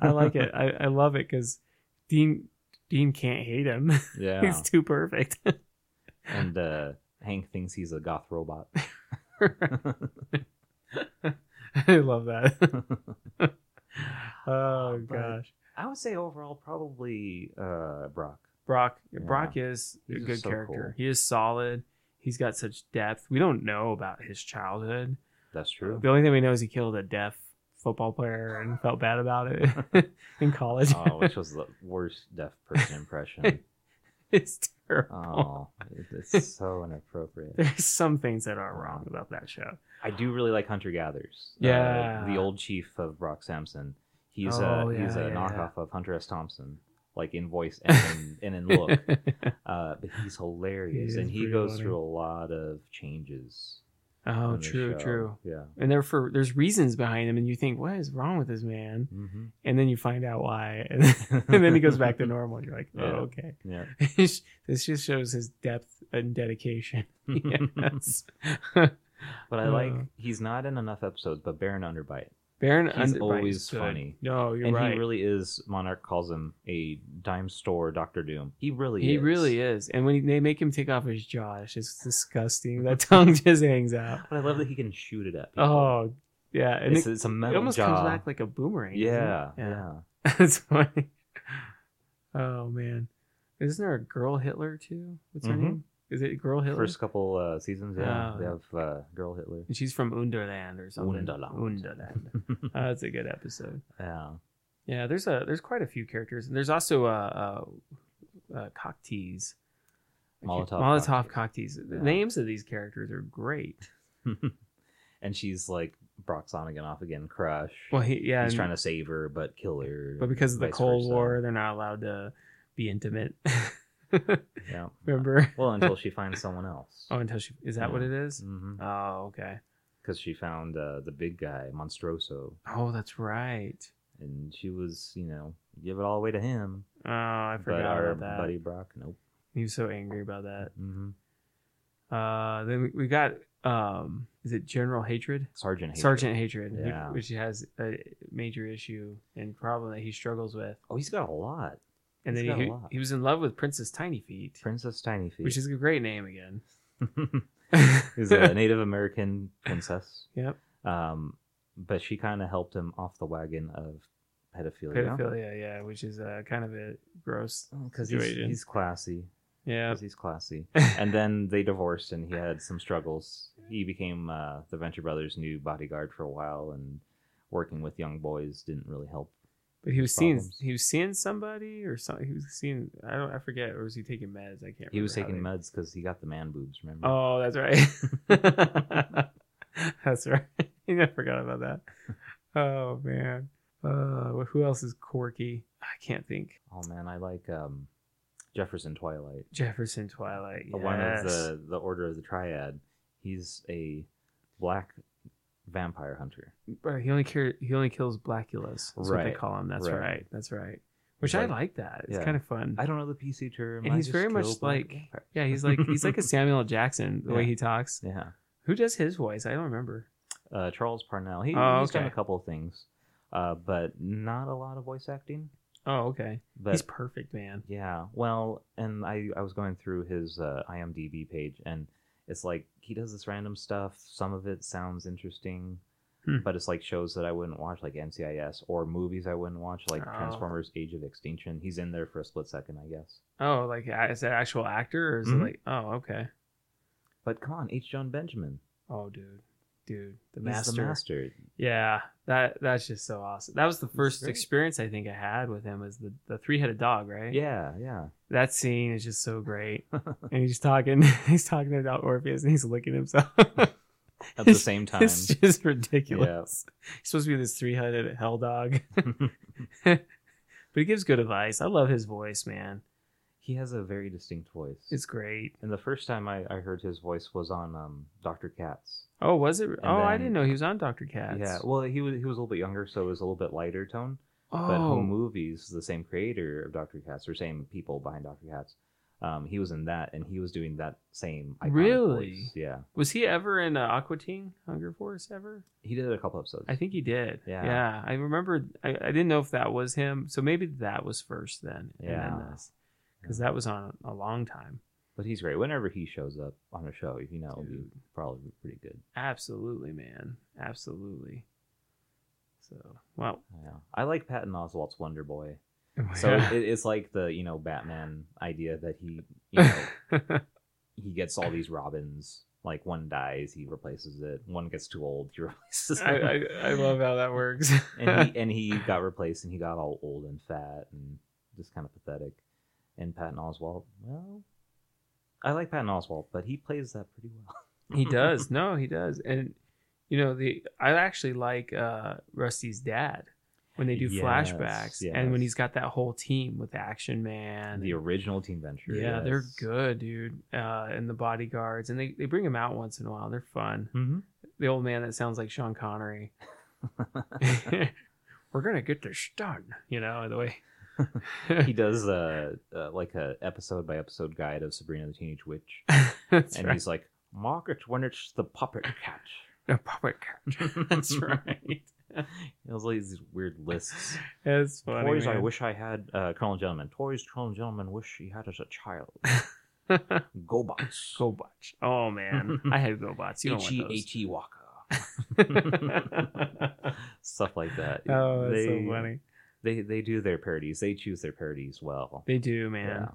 [SPEAKER 1] I like it. I, I love it because Dean Dean can't hate him.
[SPEAKER 2] Yeah.
[SPEAKER 1] He's too perfect.
[SPEAKER 2] And uh, Hank thinks he's a goth robot.
[SPEAKER 1] I love that. oh
[SPEAKER 2] But-
[SPEAKER 1] gosh,
[SPEAKER 2] I would say overall, probably uh, Brock.
[SPEAKER 1] Brock.
[SPEAKER 2] Yeah.
[SPEAKER 1] Brock is a
[SPEAKER 2] He's
[SPEAKER 1] good
[SPEAKER 2] just so
[SPEAKER 1] character.
[SPEAKER 2] cool.
[SPEAKER 1] He is solid. He's got such depth. We don't know about his childhood.
[SPEAKER 2] That's true.
[SPEAKER 1] The only thing we know is he killed a deaf football player and felt bad about it in college.
[SPEAKER 2] oh, which was the worst deaf person impression.
[SPEAKER 1] it's terrible.
[SPEAKER 2] Oh, it's so inappropriate.
[SPEAKER 1] There's some things that are wrong about that show.
[SPEAKER 2] I do really like Hunter Gatherers.
[SPEAKER 1] Yeah.
[SPEAKER 2] the old chief of Brock Sampson. He's
[SPEAKER 1] Oh,
[SPEAKER 2] a he's
[SPEAKER 1] yeah,
[SPEAKER 2] a
[SPEAKER 1] yeah,
[SPEAKER 2] knockoff of Hunter S. Thompson, like in voice and in, and in look. Uh, but he's hilarious,
[SPEAKER 1] is
[SPEAKER 2] and he
[SPEAKER 1] pretty
[SPEAKER 2] goes
[SPEAKER 1] funny.
[SPEAKER 2] through a lot of changes.
[SPEAKER 1] oh,
[SPEAKER 2] in the
[SPEAKER 1] true,
[SPEAKER 2] show.
[SPEAKER 1] true.
[SPEAKER 2] Yeah.
[SPEAKER 1] And therefore, there's reasons behind him, and you think, what is wrong with this man?
[SPEAKER 2] hmm
[SPEAKER 1] And then you find out why, and, Mm-hmm. and then he goes back to normal. You're like, oh,
[SPEAKER 2] Yeah.
[SPEAKER 1] okay.
[SPEAKER 2] Yeah.
[SPEAKER 1] this just shows his depth and dedication. Yes.
[SPEAKER 2] but I like
[SPEAKER 1] Uh.
[SPEAKER 2] he's not in enough episodes, but Baron Underbite.
[SPEAKER 1] Baron
[SPEAKER 2] He's
[SPEAKER 1] Underbite
[SPEAKER 2] always
[SPEAKER 1] is good.
[SPEAKER 2] funny.
[SPEAKER 1] No, you're
[SPEAKER 2] and
[SPEAKER 1] right.
[SPEAKER 2] he really is. Monarch calls him a dime store Doctor Doom. He really
[SPEAKER 1] He
[SPEAKER 2] is.
[SPEAKER 1] really is. And when he, they make him take off his jaw, it's just disgusting. That tongue just hangs out.
[SPEAKER 2] But I love that he can shoot it at people.
[SPEAKER 1] Oh, yeah. And
[SPEAKER 2] it's,
[SPEAKER 1] it,
[SPEAKER 2] it's a
[SPEAKER 1] it
[SPEAKER 2] metal
[SPEAKER 1] almost
[SPEAKER 2] jaw.
[SPEAKER 1] comes back like a boomerang. doesn't it?
[SPEAKER 2] yeah, yeah,
[SPEAKER 1] That's funny. Oh, man. Isn't there a girl Hitler, too? What's her
[SPEAKER 2] Mhm.
[SPEAKER 1] name? Is it girl Hitler?
[SPEAKER 2] First couple uh, seasons, yeah,
[SPEAKER 1] Oh.
[SPEAKER 2] they have uh, girl Hitler.
[SPEAKER 1] And she's from Underland or something.
[SPEAKER 2] Wunderland.
[SPEAKER 1] Wunderland. Uh, that's a good episode.
[SPEAKER 2] yeah.
[SPEAKER 1] Yeah, there's a there's quite a few characters, and there's also uh, uh, uh cocktease. I can't-
[SPEAKER 2] Molotov
[SPEAKER 1] Molotov cocktease.
[SPEAKER 2] cocktease.
[SPEAKER 1] The
[SPEAKER 2] Yeah.
[SPEAKER 1] names of these characters are great.
[SPEAKER 2] and she's like Brock's on again, off again, crush.
[SPEAKER 1] Well, he, yeah,
[SPEAKER 2] He's
[SPEAKER 1] and-
[SPEAKER 2] trying to save her, but kill her.
[SPEAKER 1] but because of the
[SPEAKER 2] vice
[SPEAKER 1] Cold
[SPEAKER 2] versa.
[SPEAKER 1] War, they're not allowed to be intimate.
[SPEAKER 2] Yeah.
[SPEAKER 1] Remember?
[SPEAKER 2] Well, until she finds someone else.
[SPEAKER 1] Oh, until she is that what it is?
[SPEAKER 2] mm-hmm.
[SPEAKER 1] Oh, okay.
[SPEAKER 2] Because she found uh, the big guy, Monstroso,
[SPEAKER 1] Oh, that's right.
[SPEAKER 2] and she was, you know, give it all away to him.
[SPEAKER 1] Oh, I
[SPEAKER 2] but
[SPEAKER 1] forgot
[SPEAKER 2] our
[SPEAKER 1] about that.
[SPEAKER 2] buddy Brock, nope.
[SPEAKER 1] He was so angry about that.
[SPEAKER 2] Mm-hmm.
[SPEAKER 1] Uh, then we- we got um, is it General Hatred?
[SPEAKER 2] Sergeant. Hager.
[SPEAKER 1] Sergeant Hatred, who-
[SPEAKER 2] Yeah.
[SPEAKER 1] which he has a major issue and problem that he struggles with.
[SPEAKER 2] Oh, he's got a lot.
[SPEAKER 1] And
[SPEAKER 2] He's
[SPEAKER 1] then
[SPEAKER 2] got a
[SPEAKER 1] he,
[SPEAKER 2] lot.
[SPEAKER 1] he was in love with Princess Tiny Feet,
[SPEAKER 2] Princess Tiny Feet.
[SPEAKER 1] which is a great name again.
[SPEAKER 2] is a Native American princess.
[SPEAKER 1] Yep.
[SPEAKER 2] Um, but she kind of helped him off the wagon of pedophilia.
[SPEAKER 1] Pedophilia, yeah, which is uh, kind of a gross.
[SPEAKER 2] Because Oh, he's,
[SPEAKER 1] Situation.
[SPEAKER 2] he's classy.
[SPEAKER 1] Yeah.
[SPEAKER 2] 'Cause he's classy. And then they divorced, and he had some struggles. He became uh, the Venture Brothers' new bodyguard for a while, and working with young boys didn't really help.
[SPEAKER 1] But he was seeing
[SPEAKER 2] problems.
[SPEAKER 1] he was seeing somebody or something. He was seeing I don't I forget or was he taking meds? I can't.
[SPEAKER 2] He was
[SPEAKER 1] remember
[SPEAKER 2] taking
[SPEAKER 1] how
[SPEAKER 2] meds because he got the man boobs. Remember?
[SPEAKER 1] they- Oh, that's right. that's right. I forgot about that. Oh man. Uh, who else is quirky? I can't think.
[SPEAKER 2] Oh man, I like um, Jefferson Twilight.
[SPEAKER 1] Jefferson Twilight. Yes.
[SPEAKER 2] The One of the the Order of the Triad. He's a black vampire hunter.
[SPEAKER 1] But he only care, he only kills Blackulas. That's what they
[SPEAKER 2] Right,
[SPEAKER 1] call him. That's right.
[SPEAKER 2] right.
[SPEAKER 1] That's right. Which I
[SPEAKER 2] Like-
[SPEAKER 1] like that. It's
[SPEAKER 2] yeah.
[SPEAKER 1] kind of fun.
[SPEAKER 2] I don't know the PC term.
[SPEAKER 1] and
[SPEAKER 2] I
[SPEAKER 1] he's
[SPEAKER 2] just
[SPEAKER 1] very
[SPEAKER 2] kill
[SPEAKER 1] much
[SPEAKER 2] black
[SPEAKER 1] like
[SPEAKER 2] vampires.
[SPEAKER 1] yeah, he's like he's like a Samuel L. Jackson the way
[SPEAKER 2] Yeah.
[SPEAKER 1] he talks.
[SPEAKER 2] yeah.
[SPEAKER 1] Who does his voice? I don't remember.
[SPEAKER 2] Uh, Charles Parnell. He,
[SPEAKER 1] Oh,
[SPEAKER 2] he's done
[SPEAKER 1] okay.
[SPEAKER 2] a couple of things, uh, but not a lot of voice acting.
[SPEAKER 1] Oh, okay.
[SPEAKER 2] But
[SPEAKER 1] he's perfect, man.
[SPEAKER 2] yeah, well, and I I was going through his uh, IMDb page and. It's like he does this random stuff. Some of it sounds interesting,
[SPEAKER 1] Hmm.
[SPEAKER 2] but it's like shows that I wouldn't watch, like NCIS, or movies I wouldn't watch, like
[SPEAKER 1] Oh.
[SPEAKER 2] Transformers: Age of Extinction. He's in there for a split second, I guess.
[SPEAKER 1] Oh, like a- is that actual actor or is
[SPEAKER 2] Mhm.
[SPEAKER 1] it like oh okay.
[SPEAKER 2] But come on, H. John Benjamin,
[SPEAKER 1] Oh dude. Dude. The
[SPEAKER 2] He's
[SPEAKER 1] master.
[SPEAKER 2] the master.
[SPEAKER 1] Yeah. That that's just so awesome. That was the first
[SPEAKER 2] great.
[SPEAKER 1] experience I think I had with him as the, the three headed dog, right?
[SPEAKER 2] Yeah, yeah.
[SPEAKER 1] That scene is just so great. and he's talking he's talking about Orpheus and he's licking himself.
[SPEAKER 2] At the same time,
[SPEAKER 1] it's just ridiculous. He's supposed to be this three headed hell dog. but he gives good advice. I love his voice, man.
[SPEAKER 2] he has a very distinct voice.
[SPEAKER 1] It's great.
[SPEAKER 2] and the first time I, I heard his voice was on um, Doctor Katz.
[SPEAKER 1] Oh, was it? oh, I
[SPEAKER 2] then-
[SPEAKER 1] didn't know he was on Doctor Katz.
[SPEAKER 2] Yeah, well, he was he was a little bit younger, so it was a little bit lighter tone. But
[SPEAKER 1] Oh,
[SPEAKER 2] Home Movies, the same creator of Doctor Katz, or same people behind Doctor Katz, um, he was in that, and he was doing that same. Iconic
[SPEAKER 1] Really?
[SPEAKER 2] voice. Yeah,
[SPEAKER 1] was he ever in uh, Aqua Teen Hunger Force ever?
[SPEAKER 2] he did a couple episodes.
[SPEAKER 1] I think he did.
[SPEAKER 2] Yeah.
[SPEAKER 1] Yeah. I remember. I, I didn't know if that was him. So maybe that was first then. And
[SPEAKER 2] Yeah.
[SPEAKER 1] then this. Because that was on a long time.
[SPEAKER 2] But he's great. Whenever he shows up on a show, you know, it'll be
[SPEAKER 1] Dude.
[SPEAKER 2] probably be pretty good.
[SPEAKER 1] Absolutely, man. Absolutely. So, wow.
[SPEAKER 2] Yeah. I like Patton Oswalt's Wonder Boy. So
[SPEAKER 1] Oh, Yeah.
[SPEAKER 2] it, it's like the you know Batman idea that he you know he gets all these Robins. Like one dies, he replaces it. One gets too old, he replaces it.
[SPEAKER 1] I, I, I love how that works.
[SPEAKER 2] and he and he got replaced and he got all old and fat and just kind of pathetic. And Patton Oswalt, well, I like Patton Oswalt, but he plays that pretty well.
[SPEAKER 1] He does. No, he does. And you know, the I actually like uh Rusty's dad when they do
[SPEAKER 2] Yes,
[SPEAKER 1] flashbacks and when
[SPEAKER 2] yes.
[SPEAKER 1] he's got that whole team with Action Man.
[SPEAKER 2] the
[SPEAKER 1] and-
[SPEAKER 2] original Team Venture.
[SPEAKER 1] yeah, they're
[SPEAKER 2] yes.
[SPEAKER 1] good, dude. Uh and the bodyguards and they they bring him out once in a while. They're fun.
[SPEAKER 2] Mhm.
[SPEAKER 1] The old man that sounds like Sean Connery. We're going to get this done, you know, the way.
[SPEAKER 2] he does uh, uh, like a episode by episode guide of Sabrina the Teenage Witch,
[SPEAKER 1] That's
[SPEAKER 2] and
[SPEAKER 1] right.
[SPEAKER 2] he's like Margaret when it's the puppet cat.
[SPEAKER 1] A puppet catcher. That's right.
[SPEAKER 2] He has all these weird lists.
[SPEAKER 1] That's funny.
[SPEAKER 2] toys I
[SPEAKER 1] man.
[SPEAKER 2] wish I had, uh, Colonel Gentleman. Toys Colonel Gentleman wish he had as a child. Gobots.
[SPEAKER 1] GoBots. Oh man, I had GoBots. You don't
[SPEAKER 2] H E
[SPEAKER 1] want
[SPEAKER 2] H E Walker.
[SPEAKER 1] those.
[SPEAKER 2] Stuff like that.
[SPEAKER 1] oh, that's
[SPEAKER 2] they,
[SPEAKER 1] so funny.
[SPEAKER 2] They they do their parodies. They choose their parodies well.
[SPEAKER 1] They do, man.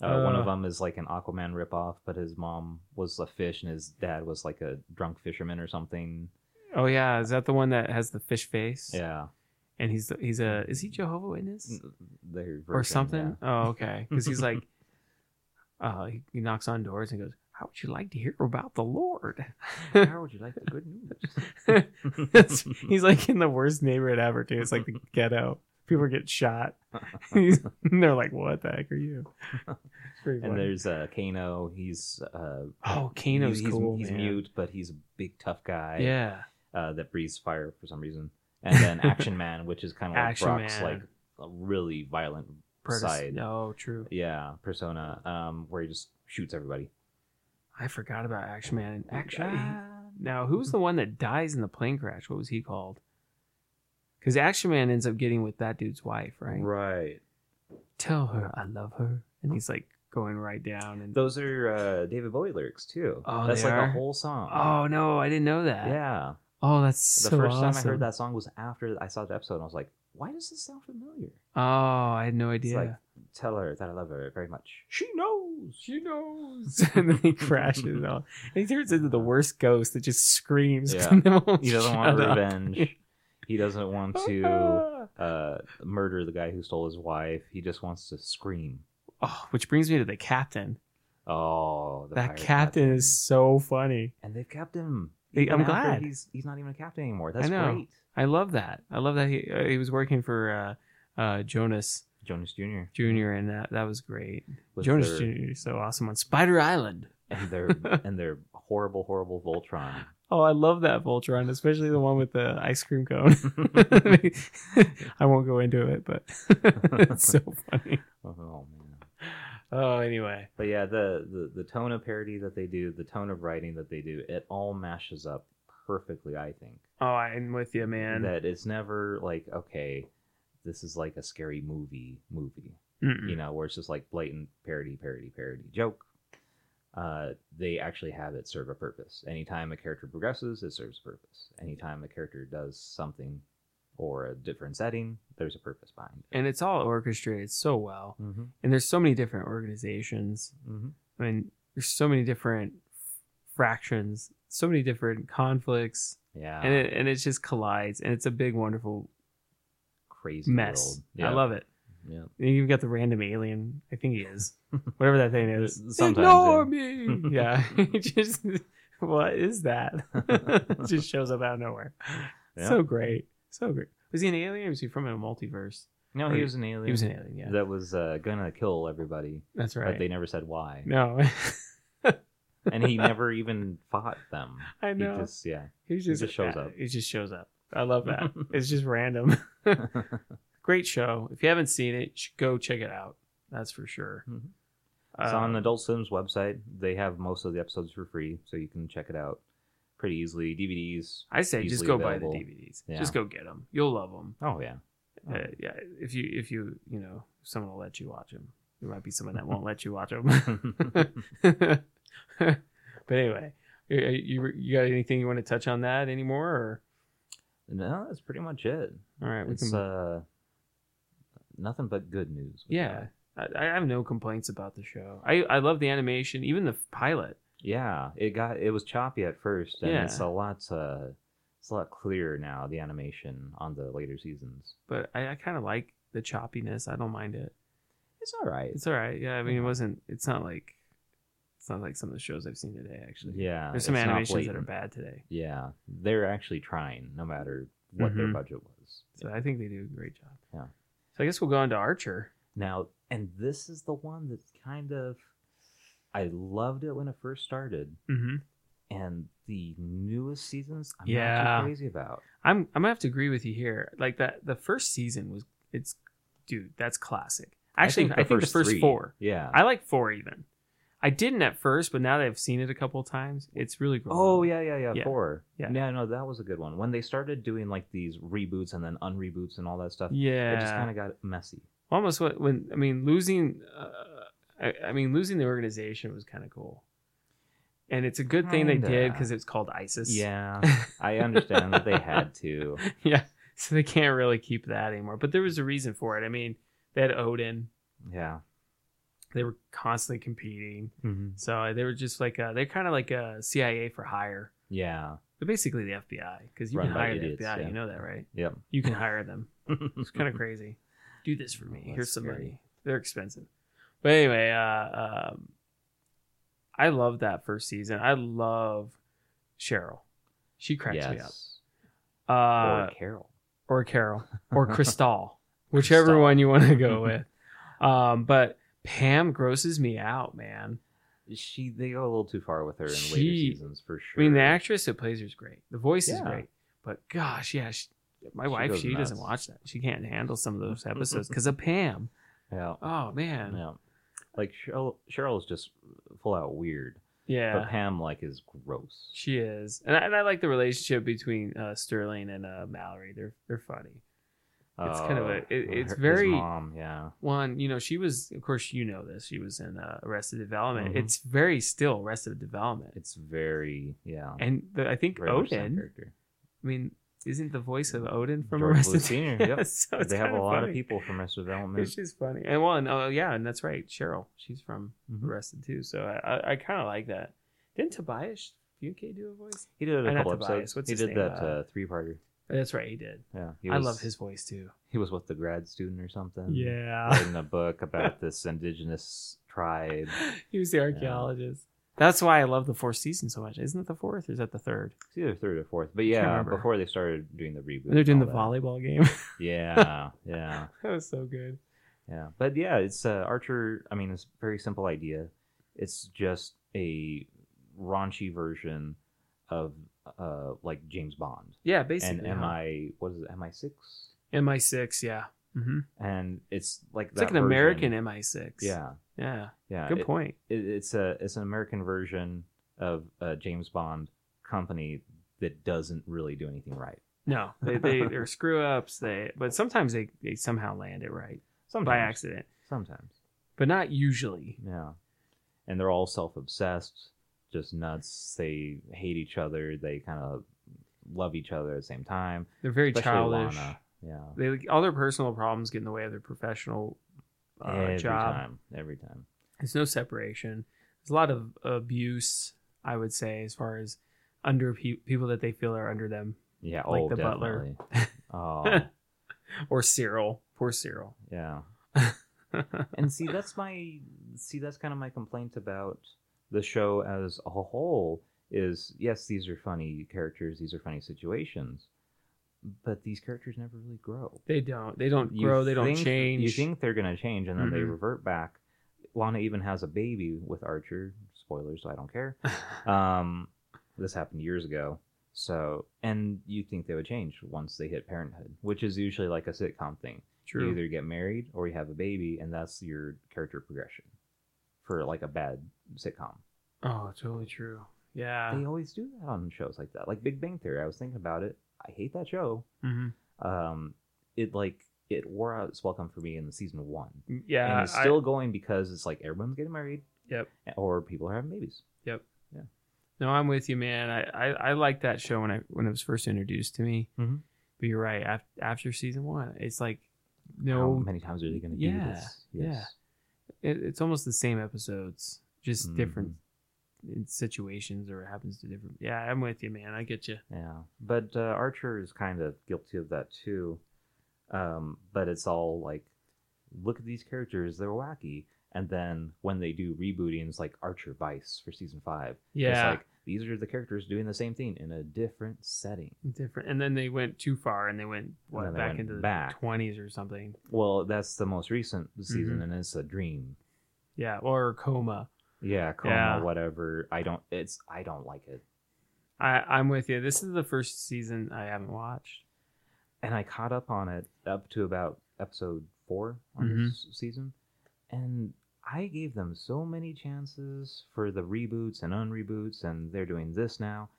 [SPEAKER 2] Yeah. Uh, one
[SPEAKER 1] Uh.
[SPEAKER 2] of them is like an Aquaman ripoff, but his mom was a fish and his dad was like a drunk fisherman or something.
[SPEAKER 1] Oh yeah, is that the one that has the fish face?
[SPEAKER 2] Yeah,
[SPEAKER 1] And he's he's a is he Jehovah Witness
[SPEAKER 2] their
[SPEAKER 1] or
[SPEAKER 2] version,
[SPEAKER 1] something? Oh okay, because he's like, uh, he, he knocks on doors and goes, "How would you like to hear about the Lord?"
[SPEAKER 2] yeah. How would you like the good news?
[SPEAKER 1] That's- he's like in the worst neighborhood ever too. It's like the ghetto. People get shot. He's- and they're like, "What the heck are you?" Pretty
[SPEAKER 2] and
[SPEAKER 1] funny.
[SPEAKER 2] there's uh, Kano. He's uh,
[SPEAKER 1] Oh, Kano's
[SPEAKER 2] he's,
[SPEAKER 1] cool.
[SPEAKER 2] He's
[SPEAKER 1] man.
[SPEAKER 2] mute, but he's a big tough guy.
[SPEAKER 1] Yeah,
[SPEAKER 2] uh, that breathes fire for some reason, and then Action Man, which is kind of like
[SPEAKER 1] Action
[SPEAKER 2] Brock's
[SPEAKER 1] Man.
[SPEAKER 2] like a really violent
[SPEAKER 1] Protus-
[SPEAKER 2] side,
[SPEAKER 1] Oh, true.
[SPEAKER 2] yeah, persona, um, where he just shoots everybody.
[SPEAKER 1] I forgot about Action Man. Action.
[SPEAKER 2] Man.
[SPEAKER 1] Now, who's the one that dies in the plane crash? What was he called? Because Action Man ends up getting with that dude's wife, right?
[SPEAKER 2] right.
[SPEAKER 1] Tell her I love her, and he's like going right down. And
[SPEAKER 2] Those are uh, David Bowie lyrics too.
[SPEAKER 1] Oh,
[SPEAKER 2] that's
[SPEAKER 1] they
[SPEAKER 2] like
[SPEAKER 1] are?
[SPEAKER 2] a whole song.
[SPEAKER 1] oh no, I didn't know that.
[SPEAKER 2] yeah.
[SPEAKER 1] Oh, that's
[SPEAKER 2] The
[SPEAKER 1] so
[SPEAKER 2] first time I
[SPEAKER 1] awesome.
[SPEAKER 2] heard that song was after I saw the episode, and I was like, "Why does this sound familiar?"
[SPEAKER 1] Oh, I had no
[SPEAKER 2] It's
[SPEAKER 1] idea.
[SPEAKER 2] like, "Tell her that I love her very much." She knows.
[SPEAKER 1] she knows, and then he crashes off. And he turns into the worst ghost that just screams.
[SPEAKER 2] Yeah.
[SPEAKER 1] and no one
[SPEAKER 2] He doesn't
[SPEAKER 1] shut
[SPEAKER 2] want
[SPEAKER 1] up. Oh,
[SPEAKER 2] revenge. He doesn't want to. uh, murder the guy who stole his wife. He just wants to scream.
[SPEAKER 1] Oh, which brings me to the captain.
[SPEAKER 2] Oh, the
[SPEAKER 1] that
[SPEAKER 2] pirate
[SPEAKER 1] captain, is so funny.
[SPEAKER 2] and they've kept him.
[SPEAKER 1] They-
[SPEAKER 2] Even
[SPEAKER 1] I'm
[SPEAKER 2] after
[SPEAKER 1] glad.
[SPEAKER 2] he's he's not even a captain anymore. That's
[SPEAKER 1] I know.
[SPEAKER 2] great.
[SPEAKER 1] I love that. I love that he uh, he was working for uh, uh, Jonas
[SPEAKER 2] Jonas Jr.
[SPEAKER 1] Junior, and that that was great.
[SPEAKER 2] was
[SPEAKER 1] Jonas
[SPEAKER 2] their,
[SPEAKER 1] Junior is so awesome on Spider Island.
[SPEAKER 2] and their and their horrible, horrible Voltron.
[SPEAKER 1] Oh, I love that Voltron, especially the one with the ice cream cone. I won't go into it, but it's so funny.
[SPEAKER 2] oh man.
[SPEAKER 1] Oh, anyway,
[SPEAKER 2] But yeah, the, the the tone of parody that they do, the tone of writing that they do, it all mashes up perfectly. I think.
[SPEAKER 1] oh, I'm with you, man.
[SPEAKER 2] that it's never like okay, this is like a scary movie movie.
[SPEAKER 1] Mm-mm. Hmm.
[SPEAKER 2] you know, where it's just like blatant parody, parody, parody joke. uh, they actually have it serve a purpose. Anytime a character progresses, it serves a purpose. Anytime a character does something or a different setting, there's a purpose behind it.
[SPEAKER 1] and it's all orchestrated so well.
[SPEAKER 2] Mm-hmm.
[SPEAKER 1] And there's so many different organizations.
[SPEAKER 2] Mm-hmm.
[SPEAKER 1] I mean, there's so many different fractions, so many different conflicts,
[SPEAKER 2] Yeah,
[SPEAKER 1] and it and it just collides, and it's a big, wonderful
[SPEAKER 2] crazy
[SPEAKER 1] mess.
[SPEAKER 2] World. Yeah.
[SPEAKER 1] I love it.
[SPEAKER 2] Yeah.
[SPEAKER 1] And you've got the random alien. I think he is whatever that thing is.
[SPEAKER 2] Sometimes,
[SPEAKER 1] Ignore
[SPEAKER 2] yeah.
[SPEAKER 1] me. yeah, He just what is that? It just shows up out of nowhere.
[SPEAKER 2] Yeah.
[SPEAKER 1] So great, so great. Was he an alien? or Was he from a multiverse?
[SPEAKER 2] No, he was an alien.
[SPEAKER 1] He was an alien. Yeah,
[SPEAKER 2] that was uh, gonna kill everybody,
[SPEAKER 1] that's right.
[SPEAKER 2] but they never said why,
[SPEAKER 1] no,
[SPEAKER 2] and he never even fought them.
[SPEAKER 1] I
[SPEAKER 2] He
[SPEAKER 1] know.
[SPEAKER 2] just yeah.
[SPEAKER 1] He just, uh,
[SPEAKER 2] just shows up.
[SPEAKER 1] He just shows up. I love that. it's just random. Great show. If you haven't seen it, you should go check it out. That's for sure.
[SPEAKER 2] Mhm. It's on
[SPEAKER 1] Um,
[SPEAKER 2] Adult Swim's website. They have most of the episodes for free, so you can check it out pretty easily. DVDs.
[SPEAKER 1] I say just
[SPEAKER 2] easily
[SPEAKER 1] go
[SPEAKER 2] available.
[SPEAKER 1] buy the DVDs.
[SPEAKER 2] Yeah.
[SPEAKER 1] Just go get them. You'll love them.
[SPEAKER 2] Oh yeah. Oh.
[SPEAKER 1] Uh, yeah, if you if you you know someone will let you watch them. There might be someone that won't let you watch them. but anyway, you, you you got anything you want to touch on that anymore? Or
[SPEAKER 2] no, that's pretty much it.
[SPEAKER 1] all right, we
[SPEAKER 2] It's
[SPEAKER 1] can.
[SPEAKER 2] uh, nothing but good news. with
[SPEAKER 1] yeah,
[SPEAKER 2] that.
[SPEAKER 1] I, I have no complaints about the show. I I love the animation, even the pilot.
[SPEAKER 2] Yeah. It got it was choppy at first, and
[SPEAKER 1] Yeah.
[SPEAKER 2] it's a lot. Uh, it's a lot clearer now. The animation on the later seasons.
[SPEAKER 1] but I, I kind of like the choppiness. I don't mind it.
[SPEAKER 2] It's all right.
[SPEAKER 1] It's all right. Yeah, I mean, it wasn't. It's not like it's not like some of the shows I've seen today. Actually,
[SPEAKER 2] yeah.
[SPEAKER 1] there's some
[SPEAKER 2] it's not
[SPEAKER 1] animations that are
[SPEAKER 2] blatant.
[SPEAKER 1] bad today.
[SPEAKER 2] Yeah, they're actually trying, no matter what their
[SPEAKER 1] Mhm.
[SPEAKER 2] budget was.
[SPEAKER 1] So I think they do a great job.
[SPEAKER 2] Yeah.
[SPEAKER 1] So I guess we'll go on to Archer.
[SPEAKER 2] Now, and this is the one that's kind of I loved it when it first started,
[SPEAKER 1] Mm-hmm.
[SPEAKER 2] and the newest seasons I'm not
[SPEAKER 1] Yeah.
[SPEAKER 2] too crazy about.
[SPEAKER 1] I'm I'm gonna have to agree with you here. Like that, the first season was it's, dude, that's classic. Actually, I think the first,
[SPEAKER 2] three-
[SPEAKER 1] four.
[SPEAKER 2] Yeah.
[SPEAKER 1] I like four even. I didn't at first, but now that I've seen it a couple of times, it's really grown
[SPEAKER 2] Oh
[SPEAKER 1] on me.
[SPEAKER 2] yeah, yeah, yeah,
[SPEAKER 1] Yeah.
[SPEAKER 2] Four.
[SPEAKER 1] Yeah.
[SPEAKER 2] Yeah, no, that was a good one. When they started doing like these reboots and then unreboots and all that stuff,
[SPEAKER 1] yeah.
[SPEAKER 2] it just kind of got messy.
[SPEAKER 1] almost what when I mean losing, uh, I, I mean losing the organization was kind of cool, and it's a good thing they did
[SPEAKER 2] Kinda.
[SPEAKER 1] because it's called ISIS.
[SPEAKER 2] Yeah, I understand that they had to.
[SPEAKER 1] yeah. So they can't really keep that anymore. But there was a reason for it. I mean, they had Odin.
[SPEAKER 2] Yeah.
[SPEAKER 1] They were constantly competing,
[SPEAKER 2] Mm-hmm.
[SPEAKER 1] so uh, they were just like a, they're kind of like uh, a CIA for hire.
[SPEAKER 2] Yeah.
[SPEAKER 1] They're basically the FBI because you
[SPEAKER 2] Run
[SPEAKER 1] can
[SPEAKER 2] by
[SPEAKER 1] hire
[SPEAKER 2] idiots,
[SPEAKER 1] the FBI.
[SPEAKER 2] yeah.
[SPEAKER 1] You know that, right?
[SPEAKER 2] Yep.
[SPEAKER 1] You can hire them. It's kind of crazy. Do this for me.
[SPEAKER 2] That's
[SPEAKER 1] Here's some
[SPEAKER 2] scary.
[SPEAKER 1] money. They're expensive. But anyway, uh, um, I love that first season. I love Cheryl. She cracks me up.
[SPEAKER 2] yes.
[SPEAKER 1] Uh,
[SPEAKER 2] or Carol.
[SPEAKER 1] or, Carol or Crystal, whichever
[SPEAKER 2] Cristal.
[SPEAKER 1] one you want to go with. Um, but Pam grosses me out, man.
[SPEAKER 2] She they go a little too far with her in later
[SPEAKER 1] She-
[SPEAKER 2] seasons for
[SPEAKER 1] I
[SPEAKER 2] sure.
[SPEAKER 1] mean, the actress that plays her is great. The voice is
[SPEAKER 2] Yeah.
[SPEAKER 1] great. But gosh, yeah, she, my
[SPEAKER 2] She
[SPEAKER 1] wife,
[SPEAKER 2] goes
[SPEAKER 1] she doesn't
[SPEAKER 2] nuts.
[SPEAKER 1] watch that. She can't handle some of those episodes because of Pam.
[SPEAKER 2] Yeah.
[SPEAKER 1] Oh man,
[SPEAKER 2] Yeah. Like Cheryl, Cheryl is just full out weird,
[SPEAKER 1] yeah.
[SPEAKER 2] but Pam like is gross.
[SPEAKER 1] She is, and I, and I like the relationship between uh, Sterling and uh, Mallory. They're they're funny. It's kind of a-
[SPEAKER 2] Oh,
[SPEAKER 1] it- it's
[SPEAKER 2] her- his
[SPEAKER 1] very-
[SPEAKER 2] mom, yeah.
[SPEAKER 1] One, you know, she was, of course, you know this. She was in uh, Arrested Development.
[SPEAKER 2] Mhm.
[SPEAKER 1] It's very still Arrested Development,
[SPEAKER 2] It's very yeah.
[SPEAKER 1] and the, I think
[SPEAKER 2] very much that
[SPEAKER 1] Odin.
[SPEAKER 2] character.
[SPEAKER 1] I mean, isn't the voice of Odin from
[SPEAKER 2] George
[SPEAKER 1] Arrested?
[SPEAKER 2] Lucas Sr., yep.
[SPEAKER 1] so it's
[SPEAKER 2] they have a
[SPEAKER 1] kinda
[SPEAKER 2] lot of
[SPEAKER 1] funny.
[SPEAKER 2] people from Arrested Development.
[SPEAKER 1] It's just funny, and well, and oh yeah, and that's right, Cheryl. She's from
[SPEAKER 2] Mhm.
[SPEAKER 1] Arrested too, so I I, I kind of like that. Didn't Tobias Fuke do a voice?
[SPEAKER 2] He did
[SPEAKER 1] Uh,
[SPEAKER 2] a
[SPEAKER 1] not
[SPEAKER 2] couple
[SPEAKER 1] Tobias,
[SPEAKER 2] episodes.
[SPEAKER 1] what's
[SPEAKER 2] he
[SPEAKER 1] his
[SPEAKER 2] did
[SPEAKER 1] name,
[SPEAKER 2] that
[SPEAKER 1] uh,
[SPEAKER 2] uh, three parter.
[SPEAKER 1] That's right, he um, did.
[SPEAKER 2] Yeah, he
[SPEAKER 1] I
[SPEAKER 2] was-
[SPEAKER 1] love his voice too.
[SPEAKER 2] He was what the grad student or something.
[SPEAKER 1] Yeah.
[SPEAKER 2] writing a book about this indigenous tribe.
[SPEAKER 1] he was the archaeologist. That's why I love the fourth season so much. Isn't it the fourth or is that the third?
[SPEAKER 2] It's either third or fourth, but yeah,
[SPEAKER 1] remember.
[SPEAKER 2] before they started doing the reboot,
[SPEAKER 1] They're
[SPEAKER 2] and
[SPEAKER 1] doing
[SPEAKER 2] all
[SPEAKER 1] the
[SPEAKER 2] that.
[SPEAKER 1] volleyball game.
[SPEAKER 2] Yeah, yeah,
[SPEAKER 1] that was so good.
[SPEAKER 2] yeah. But yeah, it's uh, Archer. I mean, it's a very simple idea. It's just a raunchy version of uh, like James Bond
[SPEAKER 1] Yeah, basically.
[SPEAKER 2] and MI. What is it? MI six.
[SPEAKER 1] MI six, yeah. hmm
[SPEAKER 2] And it's like
[SPEAKER 1] It's like an
[SPEAKER 2] that version-
[SPEAKER 1] American MI six.
[SPEAKER 2] Yeah,
[SPEAKER 1] Yeah. Uh,
[SPEAKER 2] yeah.
[SPEAKER 1] Good
[SPEAKER 2] It-
[SPEAKER 1] point.
[SPEAKER 2] it, it's a it's an American version of a James Bond company that doesn't really do anything right.
[SPEAKER 1] No. They they they're screw ups. They but sometimes they, they somehow land it right.
[SPEAKER 2] Sometimes
[SPEAKER 1] By accident.
[SPEAKER 2] Sometimes.
[SPEAKER 1] But not usually.
[SPEAKER 2] Yeah. and they're all self-obsessed, just nuts. They hate each other. They kind of love each other at the same time.
[SPEAKER 1] They're very
[SPEAKER 2] Especially
[SPEAKER 1] childish.
[SPEAKER 2] Lana. Yeah.
[SPEAKER 1] They like, all their personal problems get in the way of their professional uh,
[SPEAKER 2] every
[SPEAKER 1] job.
[SPEAKER 2] time. Every time.
[SPEAKER 1] There's no separation. There's a lot of abuse, I would say, as far as under pe- people that they feel are under them,
[SPEAKER 2] Yeah.
[SPEAKER 1] Like
[SPEAKER 2] oh,
[SPEAKER 1] the butler.
[SPEAKER 2] definitely. oh,
[SPEAKER 1] or Cyril. Poor Cyril.
[SPEAKER 2] yeah. and see that's my see that's kind of my complaint about the show as a whole is yes these are funny characters these are funny situations but these characters never really grow
[SPEAKER 1] they don't. They don't
[SPEAKER 2] You
[SPEAKER 1] grow. They don't
[SPEAKER 2] think-
[SPEAKER 1] change.
[SPEAKER 2] you think they're going to change and then they
[SPEAKER 1] Mhm.
[SPEAKER 2] revert back lana even has a baby with archer spoilers i don't care um this happened years ago so and you think they would change once they hit parenthood which is usually like a sitcom thing you
[SPEAKER 1] True.
[SPEAKER 2] either get married or you have a baby, and that's your character progression for like a bad sitcom.
[SPEAKER 1] Oh, totally true. Yeah.
[SPEAKER 2] they always do that on shows like that, like Big Bang Theory. I was thinking about it. I hate that show.
[SPEAKER 1] hmm
[SPEAKER 2] Um, it like it wore out its welcome for me in season one,
[SPEAKER 1] Yeah.
[SPEAKER 2] and it's
[SPEAKER 1] I-
[SPEAKER 2] still going because it's like everyone's getting married, eh,
[SPEAKER 1] Yep.
[SPEAKER 2] or people are having babies.
[SPEAKER 1] No, I'm with you, man. I, I, I liked that show when I when it was first introduced to me.
[SPEAKER 2] Mhm.
[SPEAKER 1] But you're right. After, after season one, it's like
[SPEAKER 2] How
[SPEAKER 1] no,
[SPEAKER 2] many times are they going to do
[SPEAKER 1] yeah,
[SPEAKER 2] this? Yes.
[SPEAKER 1] it, it's almost the same episodes, just different
[SPEAKER 2] Mhm.
[SPEAKER 1] in situations or it happens to different. Yeah, I'm with you, man. I get you.
[SPEAKER 2] Yeah, but uh, Archer is kind of guilty of that too. Um, but it's all like, look at these characters; they're wacky. And then when they do rebooting, it's like Archer Vice for season five.
[SPEAKER 1] Yeah,
[SPEAKER 2] it's like these are the characters doing the same thing in a different setting.
[SPEAKER 1] different. And then they went too far, and they went
[SPEAKER 2] then
[SPEAKER 1] what,
[SPEAKER 2] they
[SPEAKER 1] back
[SPEAKER 2] went
[SPEAKER 1] into the
[SPEAKER 2] back.
[SPEAKER 1] 20s or something.
[SPEAKER 2] Well, that's the most recent
[SPEAKER 1] Mm-hmm.
[SPEAKER 2] season, and it's a dream.
[SPEAKER 1] Yeah, or coma.
[SPEAKER 2] Yeah, coma,
[SPEAKER 1] Yeah.
[SPEAKER 2] whatever. I don't. It's I don't like it,
[SPEAKER 1] I, I'm with you. This is the first season I haven't watched.
[SPEAKER 2] and I caught up on it up to about episode four on
[SPEAKER 1] Mhm.
[SPEAKER 2] this season, and I gave them so many chances for the reboots and unreboots, and they're doing this now,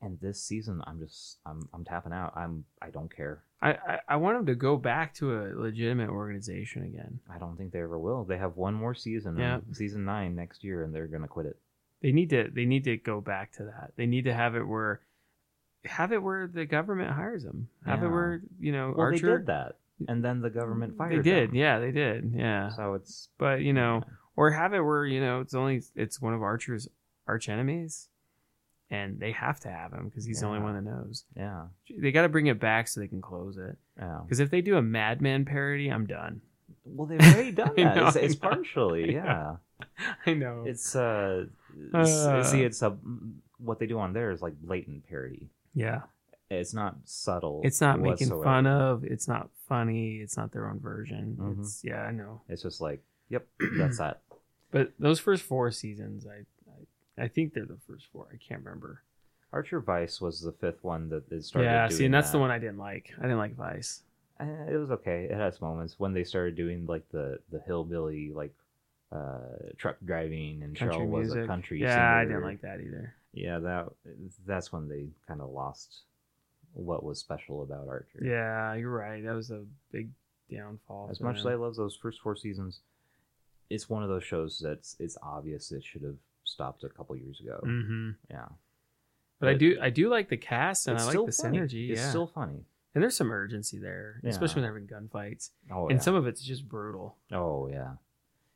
[SPEAKER 2] and this season I'm just I'm I'm tapping out. I'm I don't care.
[SPEAKER 1] I, I, I want them to go back to a legitimate organization again.
[SPEAKER 2] I don't think they ever will. They have one more season,
[SPEAKER 1] Yeah.
[SPEAKER 2] and season nine next year, and they're gonna quit it.
[SPEAKER 1] They need to they need to go back to that. They need to have it where have it where the government hires them. Have it
[SPEAKER 2] Yeah.
[SPEAKER 1] where you know
[SPEAKER 2] Well,
[SPEAKER 1] Archer
[SPEAKER 2] they did that, and then the government fired.
[SPEAKER 1] They did,
[SPEAKER 2] them.
[SPEAKER 1] yeah, they did, yeah.
[SPEAKER 2] So it's
[SPEAKER 1] But you know, or have it where you know it's only it's one of Archer's arch enemies, and they have to have him because he's the only
[SPEAKER 2] Yeah.
[SPEAKER 1] one that knows.
[SPEAKER 2] yeah,
[SPEAKER 1] They got to bring it back so they can close it.
[SPEAKER 2] yeah.
[SPEAKER 1] Because if they do a Madman parody, I'm done.
[SPEAKER 2] Well, they've already done
[SPEAKER 1] I
[SPEAKER 2] that.
[SPEAKER 1] know,
[SPEAKER 2] it's,
[SPEAKER 1] I
[SPEAKER 2] it's
[SPEAKER 1] know.
[SPEAKER 2] partially,
[SPEAKER 1] I know.
[SPEAKER 2] yeah.
[SPEAKER 1] I know.
[SPEAKER 2] It's uh,
[SPEAKER 1] Oh. Uh.
[SPEAKER 2] s- see, it's a what they do on there is like blatant parody.
[SPEAKER 1] yeah.
[SPEAKER 2] It's not subtle.
[SPEAKER 1] It's not making
[SPEAKER 2] whatsoever.
[SPEAKER 1] fun of. It's not funny. It's not their own version.
[SPEAKER 2] Mhm.
[SPEAKER 1] It's yeah, I know.
[SPEAKER 2] It's just like, yep, that's that.
[SPEAKER 1] But those first four seasons, I, I, I think they're the first four. I can't remember.
[SPEAKER 2] Archer Vice was the fifth one that it started.
[SPEAKER 1] yeah, see,
[SPEAKER 2] doing
[SPEAKER 1] and that's the
[SPEAKER 2] that.
[SPEAKER 1] one I didn't like. I didn't like Vice.
[SPEAKER 2] Eh, it was okay. It has moments when they started doing like the the hillbilly like uh truck driving and
[SPEAKER 1] Country
[SPEAKER 2] Cheryl was a
[SPEAKER 1] music.
[SPEAKER 2] country
[SPEAKER 1] yeah, I
[SPEAKER 2] singer.
[SPEAKER 1] didn't like that either.
[SPEAKER 2] yeah that that's when they kind of lost what was special about Archer
[SPEAKER 1] Yeah, you're right. That was a big downfall.
[SPEAKER 2] As
[SPEAKER 1] for
[SPEAKER 2] much as I
[SPEAKER 1] them.
[SPEAKER 2] love those first four seasons, it's one of those shows that's it's obvious it should have stopped a couple years ago.
[SPEAKER 1] Mhm.
[SPEAKER 2] Yeah,
[SPEAKER 1] But I
[SPEAKER 2] But-
[SPEAKER 1] do, I do like the cast, and
[SPEAKER 2] it's
[SPEAKER 1] I
[SPEAKER 2] still
[SPEAKER 1] like the
[SPEAKER 2] funny.
[SPEAKER 1] synergy.
[SPEAKER 2] It's
[SPEAKER 1] yeah,
[SPEAKER 2] still funny.
[SPEAKER 1] and there's some urgency there,
[SPEAKER 2] Yeah.
[SPEAKER 1] especially when they're having gunfights,
[SPEAKER 2] Oh
[SPEAKER 1] and
[SPEAKER 2] yeah.
[SPEAKER 1] some of it's just brutal.
[SPEAKER 2] oh yeah.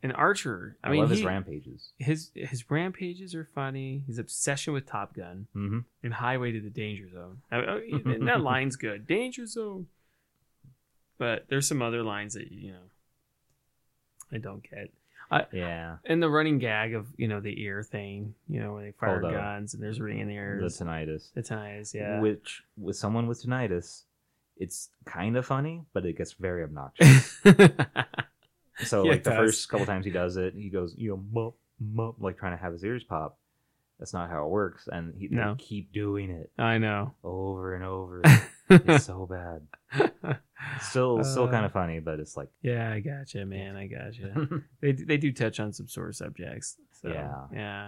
[SPEAKER 1] And Archer, I,
[SPEAKER 2] I,
[SPEAKER 1] mean,
[SPEAKER 2] love
[SPEAKER 1] he-
[SPEAKER 2] his rampages.
[SPEAKER 1] his his rampages are funny. His obsession with Top Gun
[SPEAKER 2] Mm-hmm.
[SPEAKER 1] and Highway to the Danger Zone. I- I- and that line's good, Danger Zone. But there's some other lines that you know I don't get.
[SPEAKER 2] Yeah.
[SPEAKER 1] And the running gag of you know the ear thing, you know when they fire
[SPEAKER 2] Oh, the-
[SPEAKER 1] guns and there's a ring in the
[SPEAKER 2] The
[SPEAKER 1] ears.
[SPEAKER 2] tinnitus,
[SPEAKER 1] The tinnitus, yeah.
[SPEAKER 2] which with someone with tinnitus, it's kind of funny, but it gets very obnoxious. So
[SPEAKER 1] Yeah,
[SPEAKER 2] like
[SPEAKER 1] it
[SPEAKER 2] the
[SPEAKER 1] does.
[SPEAKER 2] first couple times he does it, he goes, you know, mump, mump, like trying to have his ears pop. That's not how it works, and he they
[SPEAKER 1] No.
[SPEAKER 2] keep doing it
[SPEAKER 1] I know.
[SPEAKER 2] over and over. it's so bad. Still, still
[SPEAKER 1] Uh,
[SPEAKER 2] kind of funny, but it's like,
[SPEAKER 1] Yeah, I gotcha, man. I gotcha. they they do touch on some sore subjects. So, yeah, yeah.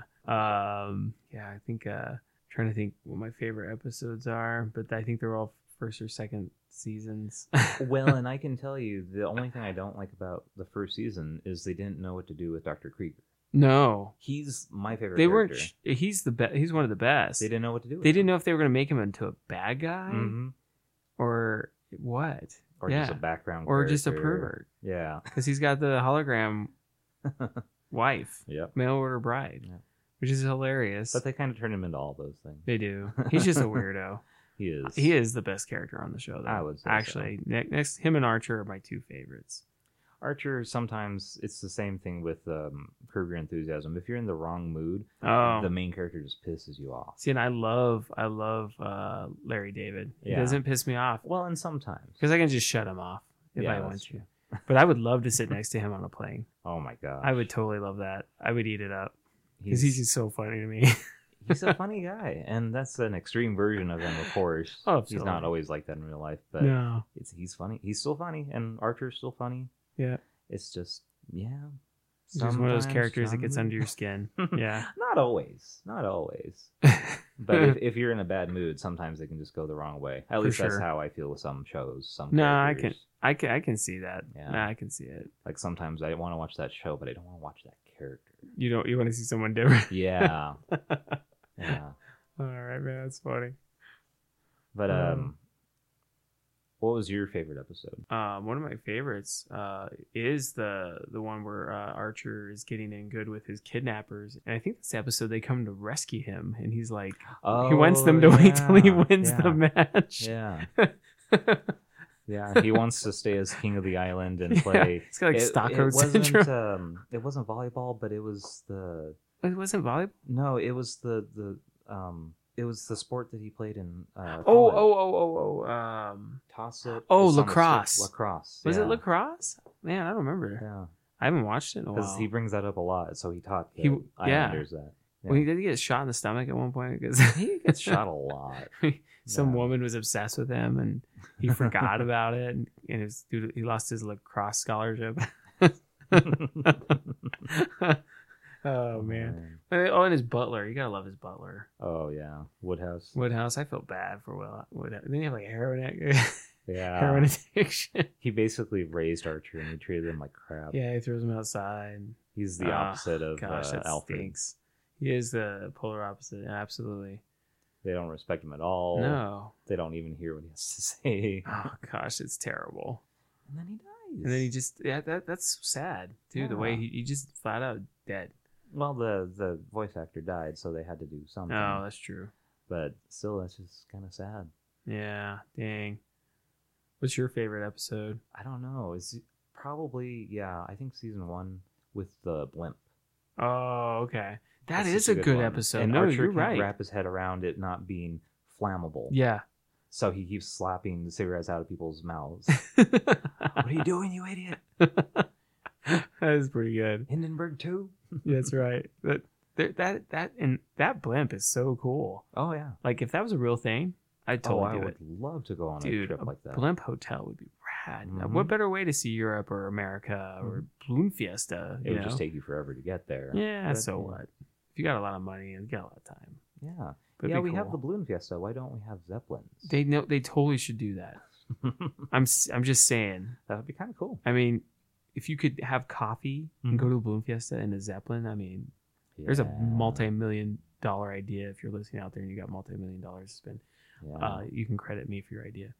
[SPEAKER 1] Um, yeah, I think uh, trying to think what my favorite episodes are, but I think they're all first or second seasons.
[SPEAKER 2] well, and I can tell you the only thing I don't like about the first season is they didn't know what to do with Doctor Krieger.
[SPEAKER 1] No,
[SPEAKER 2] He's my favorite.
[SPEAKER 1] they
[SPEAKER 2] character.
[SPEAKER 1] weren't. sh- He's the best. He's one of the best.
[SPEAKER 2] They didn't know what to do. With
[SPEAKER 1] They didn't know if they were going to make him into a bad guy
[SPEAKER 2] hmm
[SPEAKER 1] or what,
[SPEAKER 2] Or just a
[SPEAKER 1] Yeah.
[SPEAKER 2] background.
[SPEAKER 1] or just a
[SPEAKER 2] character.
[SPEAKER 1] pervert
[SPEAKER 2] Yeah.
[SPEAKER 1] because he's got the hologram wife,
[SPEAKER 2] Yep.
[SPEAKER 1] mail order bride,
[SPEAKER 2] Yeah.
[SPEAKER 1] which is hilarious.
[SPEAKER 2] But they kind of turned him into all those things.
[SPEAKER 1] They do. He's just a weirdo.
[SPEAKER 2] He is.
[SPEAKER 1] he is the best character on the show. Though.
[SPEAKER 2] I would say so.
[SPEAKER 1] actually ne- next him and Archer are my two favorites.
[SPEAKER 2] Archer. Sometimes it's the same thing with um, Curb Your Enthusiasm. If you're in the wrong mood,
[SPEAKER 1] Oh,
[SPEAKER 2] the main character just pisses you off.
[SPEAKER 1] see, and I love I love uh, Larry David. He
[SPEAKER 2] Yeah.
[SPEAKER 1] doesn't piss me off
[SPEAKER 2] Well, and sometimes.
[SPEAKER 1] because I can just shut him off if
[SPEAKER 2] Yeah,
[SPEAKER 1] I
[SPEAKER 2] that's
[SPEAKER 1] want to. But I would love to sit next to him on a plane.
[SPEAKER 2] Oh my god.
[SPEAKER 1] I would totally love that. I would eat it up because
[SPEAKER 2] He's
[SPEAKER 1] he's just so funny to me.
[SPEAKER 2] he's a funny guy, and that's an extreme version of him, of course.
[SPEAKER 1] Oh,
[SPEAKER 2] he's
[SPEAKER 1] absolutely.
[SPEAKER 2] not always like that in real life, but
[SPEAKER 1] no,
[SPEAKER 2] it's he's funny. He's still funny, and Archer's still funny.
[SPEAKER 1] Yeah.
[SPEAKER 2] It's just yeah.
[SPEAKER 1] he's just one of those
[SPEAKER 2] Sometimes,
[SPEAKER 1] characters that gets
[SPEAKER 2] some-
[SPEAKER 1] under your skin. Yeah.
[SPEAKER 2] Not always. Not always. But if, if you're in a bad mood, sometimes they can just go the wrong way.
[SPEAKER 1] For
[SPEAKER 2] At least that's
[SPEAKER 1] sure.
[SPEAKER 2] how I feel with some shows. Some
[SPEAKER 1] No, I
[SPEAKER 2] characters.
[SPEAKER 1] I can I can see that.
[SPEAKER 2] Yeah.
[SPEAKER 1] Nah, I can see it.
[SPEAKER 2] like sometimes I want to watch that show, but I don't want to watch that character.
[SPEAKER 1] You don't you want to see someone different.
[SPEAKER 2] Yeah. yeah.
[SPEAKER 1] All right, man, that's funny.
[SPEAKER 2] But um,
[SPEAKER 1] Um,
[SPEAKER 2] what was your favorite episode?
[SPEAKER 1] Um, one of my favorites uh, is the the one where uh, Archer is getting in good with his kidnappers, and I think this episode they come to rescue him, and he's like,
[SPEAKER 2] Oh,
[SPEAKER 1] he wants them to wait till he
[SPEAKER 2] yeah,
[SPEAKER 1] wins
[SPEAKER 2] yeah,
[SPEAKER 1] the match.
[SPEAKER 2] Yeah. Yeah, he wants to stay as king of the island and play.
[SPEAKER 1] it's got like
[SPEAKER 2] It-
[SPEAKER 1] Stockholm
[SPEAKER 2] it
[SPEAKER 1] syndrome.
[SPEAKER 2] wasn't, um, it wasn't volleyball, but it was the
[SPEAKER 1] it wasn't volleyball.
[SPEAKER 2] no, it was the the um, it was the sport that he played in. Uh,
[SPEAKER 1] Oh, oh, oh, oh, oh. Um,
[SPEAKER 2] toss it.
[SPEAKER 1] oh,
[SPEAKER 2] it's on the stick.
[SPEAKER 1] lacrosse.
[SPEAKER 2] Lacrosse.
[SPEAKER 1] was
[SPEAKER 2] yeah.
[SPEAKER 1] it lacrosse? Man, I don't remember.
[SPEAKER 2] Yeah,
[SPEAKER 1] I haven't watched it in a
[SPEAKER 2] because
[SPEAKER 1] while.
[SPEAKER 2] he brings that up a lot, so he taught the
[SPEAKER 1] He- yeah.
[SPEAKER 2] Islanders that. Yeah.
[SPEAKER 1] Well, he did get shot in the stomach at one point because
[SPEAKER 2] he gets shot a lot.
[SPEAKER 1] some
[SPEAKER 2] Yeah.
[SPEAKER 1] woman was obsessed with him and he forgot about it and, and it was due to, he lost his lacrosse scholarship oh man And- oh and his butler you gotta love his butler
[SPEAKER 2] Oh yeah, Woodhouse.
[SPEAKER 1] woodhouse i felt bad for Will, woodhouse didn't he have like a heroin, ac-
[SPEAKER 2] Yeah,
[SPEAKER 1] heroin addiction
[SPEAKER 2] he basically raised Archer and he treated him like crap.
[SPEAKER 1] yeah he throws him outside
[SPEAKER 2] He's the
[SPEAKER 1] Ah,
[SPEAKER 2] opposite of
[SPEAKER 1] gosh
[SPEAKER 2] uh,
[SPEAKER 1] that
[SPEAKER 2] Alfred.
[SPEAKER 1] stinks he is the polar opposite absolutely
[SPEAKER 2] They don't respect him at all.
[SPEAKER 1] no
[SPEAKER 2] They don't even hear what he has to say.
[SPEAKER 1] oh gosh it's terrible
[SPEAKER 2] And then he dies.
[SPEAKER 1] and then he just yeah that, that's sad too the way
[SPEAKER 2] Yeah.
[SPEAKER 1] he, he just flat out dead
[SPEAKER 2] well, the the voice actor died, so they had to do something.
[SPEAKER 1] oh that's true
[SPEAKER 2] But still, that's just kind of sad.
[SPEAKER 1] Yeah, dang. What's your favorite episode?
[SPEAKER 2] I don't know. It's probably yeah. I think season one with the blimp.
[SPEAKER 1] Oh, okay. That
[SPEAKER 2] That's
[SPEAKER 1] is
[SPEAKER 2] such
[SPEAKER 1] a good
[SPEAKER 2] one.
[SPEAKER 1] episode.
[SPEAKER 2] And
[SPEAKER 1] No,
[SPEAKER 2] Archer
[SPEAKER 1] you're
[SPEAKER 2] can't
[SPEAKER 1] right.
[SPEAKER 2] Wrap his head around it not being flammable.
[SPEAKER 1] Yeah.
[SPEAKER 2] So he keeps slapping the cigarettes out of people's mouths. what
[SPEAKER 1] that
[SPEAKER 2] are you doing, you idiot?
[SPEAKER 1] is pretty good.
[SPEAKER 2] Hindenburg too?
[SPEAKER 1] That's right. That there- that that and that blimp is so cool.
[SPEAKER 2] Oh yeah.
[SPEAKER 1] Like if that was a real thing, I'd
[SPEAKER 2] Oh,
[SPEAKER 1] totally
[SPEAKER 2] I
[SPEAKER 1] do
[SPEAKER 2] would
[SPEAKER 1] it.
[SPEAKER 2] love to go on a
[SPEAKER 1] Dude,
[SPEAKER 2] trip like that.
[SPEAKER 1] Blimp hotel would be rad. Now,
[SPEAKER 2] Mhm.
[SPEAKER 1] What better way to see Europe or America or Bloom Fiesta?
[SPEAKER 2] Mm-hmm. It
[SPEAKER 1] you
[SPEAKER 2] would
[SPEAKER 1] know?
[SPEAKER 2] just take you forever to get there.
[SPEAKER 1] yeah.
[SPEAKER 2] But,
[SPEAKER 1] so what? If you got a lot of money and you got a lot of time,
[SPEAKER 2] Yeah.
[SPEAKER 1] but it'd
[SPEAKER 2] yeah,
[SPEAKER 1] be
[SPEAKER 2] we have the
[SPEAKER 1] cool.
[SPEAKER 2] balloon fiesta. Why don't we have zeppelins?
[SPEAKER 1] They know they totally should do that.
[SPEAKER 2] that
[SPEAKER 1] I'm s- I'm just saying.
[SPEAKER 2] would be kind of cool.
[SPEAKER 1] I mean, if you could have coffee and
[SPEAKER 2] Mhm.
[SPEAKER 1] go to a balloon fiesta and a zeppelin, I mean, there's a
[SPEAKER 2] Yeah,
[SPEAKER 1] multi-million dollar idea. If you're listening out there and you got multi-million dollars to spend,
[SPEAKER 2] Yeah.
[SPEAKER 1] uh, you can credit me for your idea.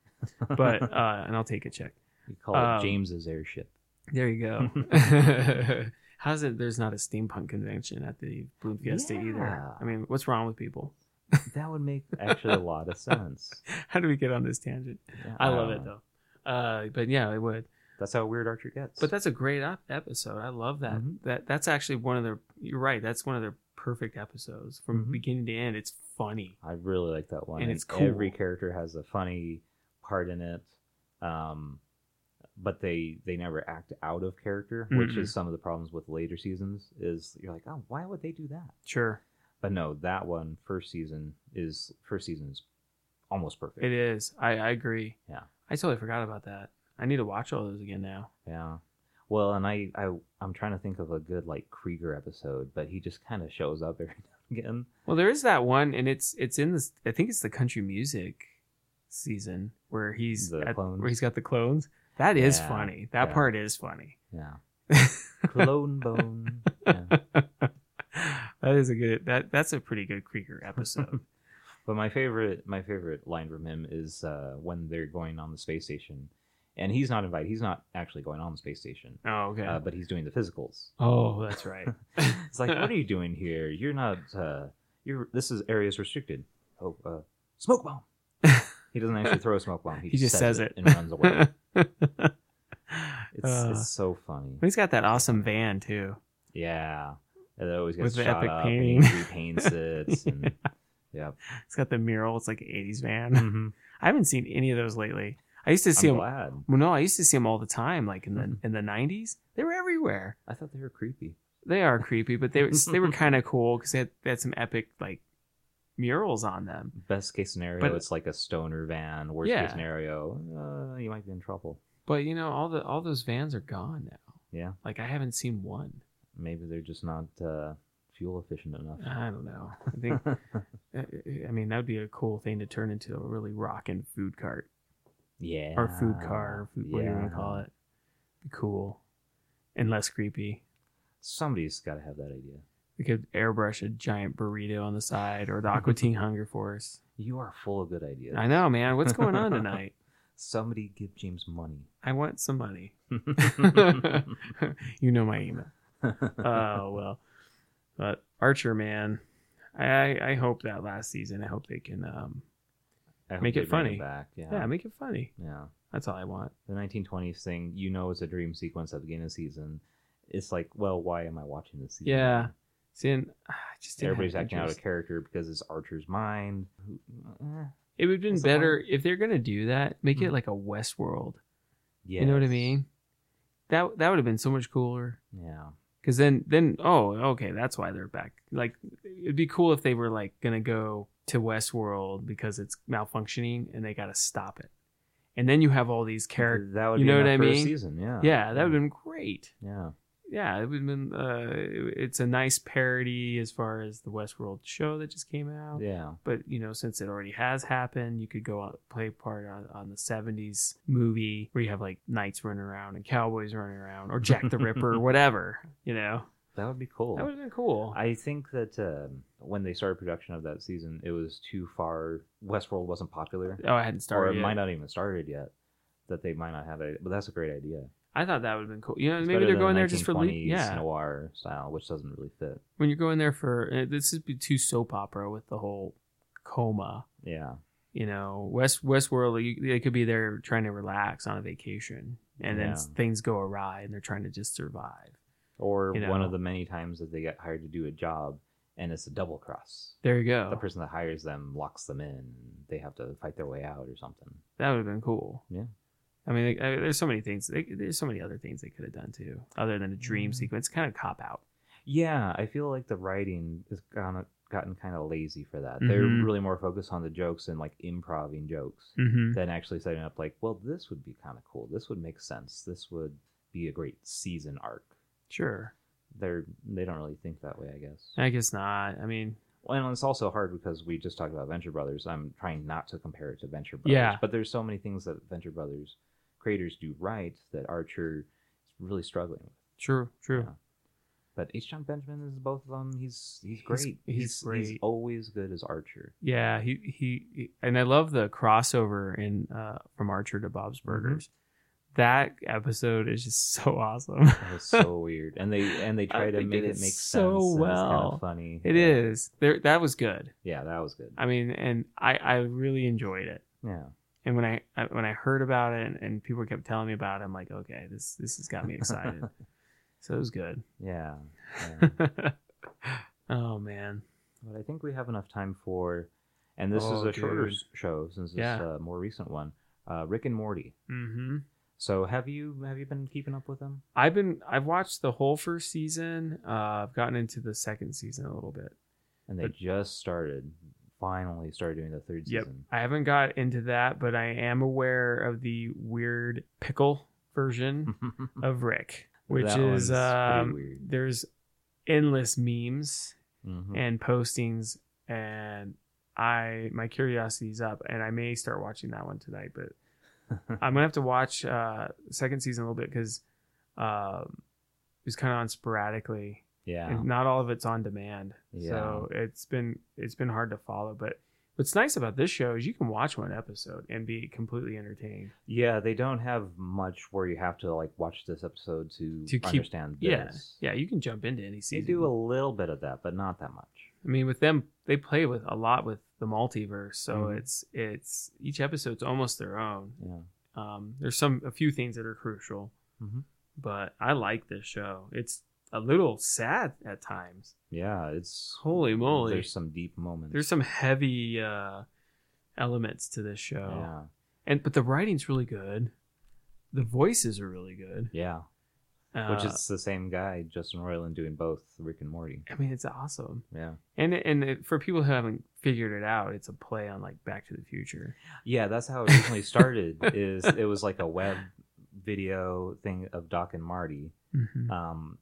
[SPEAKER 1] But uh, and I'll take a check.
[SPEAKER 2] you call it
[SPEAKER 1] um,
[SPEAKER 2] James's airship.
[SPEAKER 1] There you go. How's it? There's not a steampunk convention at the balloon fiesta either.
[SPEAKER 2] Yeah.
[SPEAKER 1] I mean, what's wrong with people?
[SPEAKER 2] That would make actually a lot of sense.
[SPEAKER 1] How do we get on this tangent?
[SPEAKER 2] Yeah,
[SPEAKER 1] I love
[SPEAKER 2] don't
[SPEAKER 1] it
[SPEAKER 2] know.
[SPEAKER 1] though. Uh, but yeah, it would.
[SPEAKER 2] That's how weird Archer gets.
[SPEAKER 1] But that's a great op- episode. I love that.
[SPEAKER 2] Mhm.
[SPEAKER 1] That that's actually one of their. You're right. That's one of their perfect episodes from
[SPEAKER 2] Mhm.
[SPEAKER 1] beginning to end. It's funny.
[SPEAKER 2] I really like that one.
[SPEAKER 1] And it's cool.
[SPEAKER 2] Every character has a funny part in it, um, but they they never act out of character, which
[SPEAKER 1] Mm-hmm.
[SPEAKER 2] is some of the problems with later seasons. Is you're like, oh, why would they do that?
[SPEAKER 1] Sure,
[SPEAKER 2] But no, that one first season is first season is almost perfect.
[SPEAKER 1] it is. I I agree.
[SPEAKER 2] Yeah.
[SPEAKER 1] I totally forgot about that. I need to watch all those again now.
[SPEAKER 2] Yeah. Well, and I, I I'm trying to think of a good like Krieger episode, but he just kind of shows up every now and again.
[SPEAKER 1] Well, there is that one, and it's it's in this. I think it's the country music season where he's
[SPEAKER 2] The
[SPEAKER 1] at,
[SPEAKER 2] clones?
[SPEAKER 1] where he's got the clones. That is
[SPEAKER 2] Yeah,
[SPEAKER 1] funny. That
[SPEAKER 2] yeah.
[SPEAKER 1] part is funny.
[SPEAKER 2] Yeah. Clone Bone. Yeah.
[SPEAKER 1] That is a good that that's a pretty good Krieger episode.
[SPEAKER 2] But my favorite, my favorite line from him is uh, when they're going on the space station, and he's not invited. He's not actually going on the space station,
[SPEAKER 1] oh, okay.
[SPEAKER 2] uh, but he's doing the physicals.
[SPEAKER 1] oh, that's right.
[SPEAKER 2] It's like, what are you doing here? You're not. Uh, you're. This is areas restricted. Oh, uh, smoke bomb. He doesn't actually throw a smoke bomb. He,
[SPEAKER 1] He just says it.
[SPEAKER 2] and runs away. It's,
[SPEAKER 1] Uh,
[SPEAKER 2] it's so funny.
[SPEAKER 1] He's got that awesome van too.
[SPEAKER 2] Yeah, and it always
[SPEAKER 1] With
[SPEAKER 2] gets
[SPEAKER 1] the
[SPEAKER 2] shot
[SPEAKER 1] epic
[SPEAKER 2] up and he repaints it. And, yeah.
[SPEAKER 1] It's got the mural. It's like an '80s van.
[SPEAKER 2] Mm-hmm.
[SPEAKER 1] I haven't seen any of those lately. I used to see um,
[SPEAKER 2] I'm
[SPEAKER 1] them.
[SPEAKER 2] glad.
[SPEAKER 1] Well, no, I used to see them all the time, like in the
[SPEAKER 2] Mhm.
[SPEAKER 1] in the '90s. They were everywhere.
[SPEAKER 2] I thought they were creepy.
[SPEAKER 1] They are creepy, but they were they were kind of cool because they had, they had some epic like murals on them.
[SPEAKER 2] Best case scenario,
[SPEAKER 1] But-
[SPEAKER 2] it's like a stoner van. Worst
[SPEAKER 1] Yeah.
[SPEAKER 2] case scenario, uh, you might be in trouble.
[SPEAKER 1] But you know, all the all those vans are gone now.
[SPEAKER 2] Yeah.
[SPEAKER 1] Like I haven't seen one.
[SPEAKER 2] Maybe they're just not uh, fuel efficient enough.
[SPEAKER 1] I don't know. I think I I mean that would be a cool thing to turn into a really rockin' food cart
[SPEAKER 2] yeah.
[SPEAKER 1] or food car, or food, whatever you want to call it. Be cool and less creepy.
[SPEAKER 2] Somebody's got to have that idea.
[SPEAKER 1] We could airbrush a giant burrito on the side or the Aqua Teen Hunger Force.
[SPEAKER 2] You are full of good ideas.
[SPEAKER 1] I know, man. What's going on tonight?
[SPEAKER 2] Somebody give James money.
[SPEAKER 1] I want some money. you know my email. Oh well, but Archer, man, I I, I hope that last season. I hope they can um
[SPEAKER 2] I hope
[SPEAKER 1] make
[SPEAKER 2] they
[SPEAKER 1] it
[SPEAKER 2] bring
[SPEAKER 1] funny.
[SPEAKER 2] back. Yeah.
[SPEAKER 1] yeah make it funny.
[SPEAKER 2] yeah.
[SPEAKER 1] That's all I want.
[SPEAKER 2] The 1920s thing, you know, it's a dream sequence at the beginning of the season. It's like, well, why am I watching this season?
[SPEAKER 1] Yeah. See, and ah, I just didn't have
[SPEAKER 2] Everybody's acting out
[SPEAKER 1] interest.
[SPEAKER 2] of character because it's Archer's mind. Who- eh,
[SPEAKER 1] It would have been
[SPEAKER 2] That's the point.
[SPEAKER 1] better if they're gonna do that. Make it
[SPEAKER 2] Mhm.
[SPEAKER 1] like a Westworld. You know what I
[SPEAKER 2] yes.
[SPEAKER 1] mean? That that would have been so much cooler.
[SPEAKER 2] Yeah.
[SPEAKER 1] Cause then then oh okay that's why they're back. Like it'd be cool if they were like gonna go to Westworld because it's malfunctioning and they gotta stop it. And then you have all these characters.
[SPEAKER 2] That would
[SPEAKER 1] you
[SPEAKER 2] be
[SPEAKER 1] know what
[SPEAKER 2] enough
[SPEAKER 1] I
[SPEAKER 2] for a
[SPEAKER 1] mean?
[SPEAKER 2] season. Yeah.
[SPEAKER 1] Yeah, that would have been great.
[SPEAKER 2] Yeah.
[SPEAKER 1] Yeah, it would have been. Uh, it- it's a nice parody as far as the Westworld show that just came out.
[SPEAKER 2] Yeah.
[SPEAKER 1] but you know since it already has happened you could go out play part on, on the 70s movie where you have like knights running around and cowboys running around or jack the ripper or whatever you know
[SPEAKER 2] That would be cool.
[SPEAKER 1] that would have been cool
[SPEAKER 2] I think that um, when they started production of that season, it was too far. Westworld wasn't popular,
[SPEAKER 1] oh i hadn't
[SPEAKER 2] or it
[SPEAKER 1] started yet.
[SPEAKER 2] might not even started yet. That they might not have it, but that's a great idea.
[SPEAKER 1] i thought that would have been cool you know
[SPEAKER 2] It's
[SPEAKER 1] maybe
[SPEAKER 2] better
[SPEAKER 1] they're
[SPEAKER 2] than
[SPEAKER 1] going there just for le-
[SPEAKER 2] 1920s
[SPEAKER 1] yeah
[SPEAKER 2] noir style, which doesn't really fit.
[SPEAKER 1] when you're going there for uh, this would be too soap opera with the whole coma
[SPEAKER 2] Yeah,
[SPEAKER 1] you know west westworld you, they could be there trying to relax on a vacation and then
[SPEAKER 2] Yeah.
[SPEAKER 1] s- things go awry and they're trying to just survive
[SPEAKER 2] or
[SPEAKER 1] You
[SPEAKER 2] one
[SPEAKER 1] know.
[SPEAKER 2] of the many times that they get hired to do a job, and it's a double cross.
[SPEAKER 1] there you go
[SPEAKER 2] The person that hires them locks them in. and They have to fight their way out or something.
[SPEAKER 1] That would have been cool.
[SPEAKER 2] Yeah.
[SPEAKER 1] I mean, I, there's so many things. They, there's so many other things they could have done too, other than a dream
[SPEAKER 2] Mm.
[SPEAKER 1] sequence. Kind of cop out.
[SPEAKER 2] Yeah, I feel like the writing has gone, gotten kind of lazy for that. They're
[SPEAKER 1] Mhm.
[SPEAKER 2] really more focused on the jokes and like improving jokes.
[SPEAKER 1] Mm-hmm.
[SPEAKER 2] than actually setting up like, well, this would be kind of cool. This would make sense. This would be a great season arc.
[SPEAKER 1] Sure.
[SPEAKER 2] They're they don't really think that way, I guess.
[SPEAKER 1] I guess not. I mean,
[SPEAKER 2] Well, and it's also hard because we just talked about Venture Brothers. I'm trying not to compare it to Venture Brothers,
[SPEAKER 1] Yeah.
[SPEAKER 2] but there's so many things that Venture Brothers creators do right that Archer is really struggling with.
[SPEAKER 1] true, true.
[SPEAKER 2] Yeah. But H. John Benjamin is both of them. He's he's great.
[SPEAKER 1] he's great.
[SPEAKER 2] always good as Archer.
[SPEAKER 1] Yeah. he, he he and I love the crossover in uh from Archer to Bob's
[SPEAKER 2] Mm-hmm.
[SPEAKER 1] Burgers. That episode is just so awesome.
[SPEAKER 2] That was so weird, and they and they try
[SPEAKER 1] I
[SPEAKER 2] to
[SPEAKER 1] think it
[SPEAKER 2] make it,
[SPEAKER 1] is
[SPEAKER 2] make
[SPEAKER 1] so
[SPEAKER 2] sense. and it's kind
[SPEAKER 1] well.
[SPEAKER 2] of funny.
[SPEAKER 1] It
[SPEAKER 2] Yeah.
[SPEAKER 1] is. There that was good.
[SPEAKER 2] Yeah, that was good.
[SPEAKER 1] I mean, and I I really enjoyed it.
[SPEAKER 2] Yeah.
[SPEAKER 1] And when I I- when I heard about it and, and people kept telling me about it, I'm like, okay, this this has got me excited. so it was good.
[SPEAKER 2] Yeah. yeah.
[SPEAKER 1] oh man.
[SPEAKER 2] but I think we have enough time for, and this is
[SPEAKER 1] Oh,
[SPEAKER 2] a shorter
[SPEAKER 1] dude.
[SPEAKER 2] s- show since it's
[SPEAKER 1] Yeah.
[SPEAKER 2] a more recent one. Uh, Rick and Morty. Mm-hmm.
[SPEAKER 1] hmm
[SPEAKER 2] So have you have you been keeping up with them?
[SPEAKER 1] I've been I've watched the whole first season. Uh, I've gotten into the second season a little bit.
[SPEAKER 2] And they
[SPEAKER 1] But-
[SPEAKER 2] just started, finally started doing the third
[SPEAKER 1] Yep.
[SPEAKER 2] season.
[SPEAKER 1] I haven't got into that, but I am aware of the weird pickle version
[SPEAKER 2] Mm-hmm.
[SPEAKER 1] of Rick, which
[SPEAKER 2] That
[SPEAKER 1] is
[SPEAKER 2] one's pretty
[SPEAKER 1] um,
[SPEAKER 2] weird.
[SPEAKER 1] there's endless memes
[SPEAKER 2] Mhm.
[SPEAKER 1] and postings and i my curiosity's up and i may start watching that one tonight but i'm gonna have to watch uh second season a little bit because um it was kind of on sporadically
[SPEAKER 2] Yeah.
[SPEAKER 1] and not all of it's on demand. So it's been it's been hard to follow. But what's nice about this show is you can watch one episode and be completely entertained.
[SPEAKER 2] Yeah, they don't have much where you have to like watch this episode to,
[SPEAKER 1] To keep-
[SPEAKER 2] understand
[SPEAKER 1] yeah,
[SPEAKER 2] this.
[SPEAKER 1] Yeah, you can jump into any
[SPEAKER 2] They
[SPEAKER 1] season.
[SPEAKER 2] do a little bit of that, but not that much.
[SPEAKER 1] I mean, with them, they play with a lot with the multiverse. So
[SPEAKER 2] Mhm.
[SPEAKER 1] it's it's each episode's almost their own.
[SPEAKER 2] Yeah.
[SPEAKER 1] Um, there's some a few things that are crucial,
[SPEAKER 2] Mhm.
[SPEAKER 1] but I like this show. It's a little sad at times.
[SPEAKER 2] Yeah, it's
[SPEAKER 1] Holy moly!
[SPEAKER 2] Mm, There's some deep moments.
[SPEAKER 1] there's some heavy uh elements to this show
[SPEAKER 2] yeah,
[SPEAKER 1] and but the writing's really good the voices are really good
[SPEAKER 2] yeah.
[SPEAKER 1] uh,
[SPEAKER 2] Which is the same guy, Justin Roiland, doing both Rick and Morty.
[SPEAKER 1] i mean it's awesome
[SPEAKER 2] Yeah,
[SPEAKER 1] and and it, for people who haven't figured it out it's a play on like back to the future
[SPEAKER 2] yeah. That's how it originally started. is it was like a web video thing of Doc and Marty, um,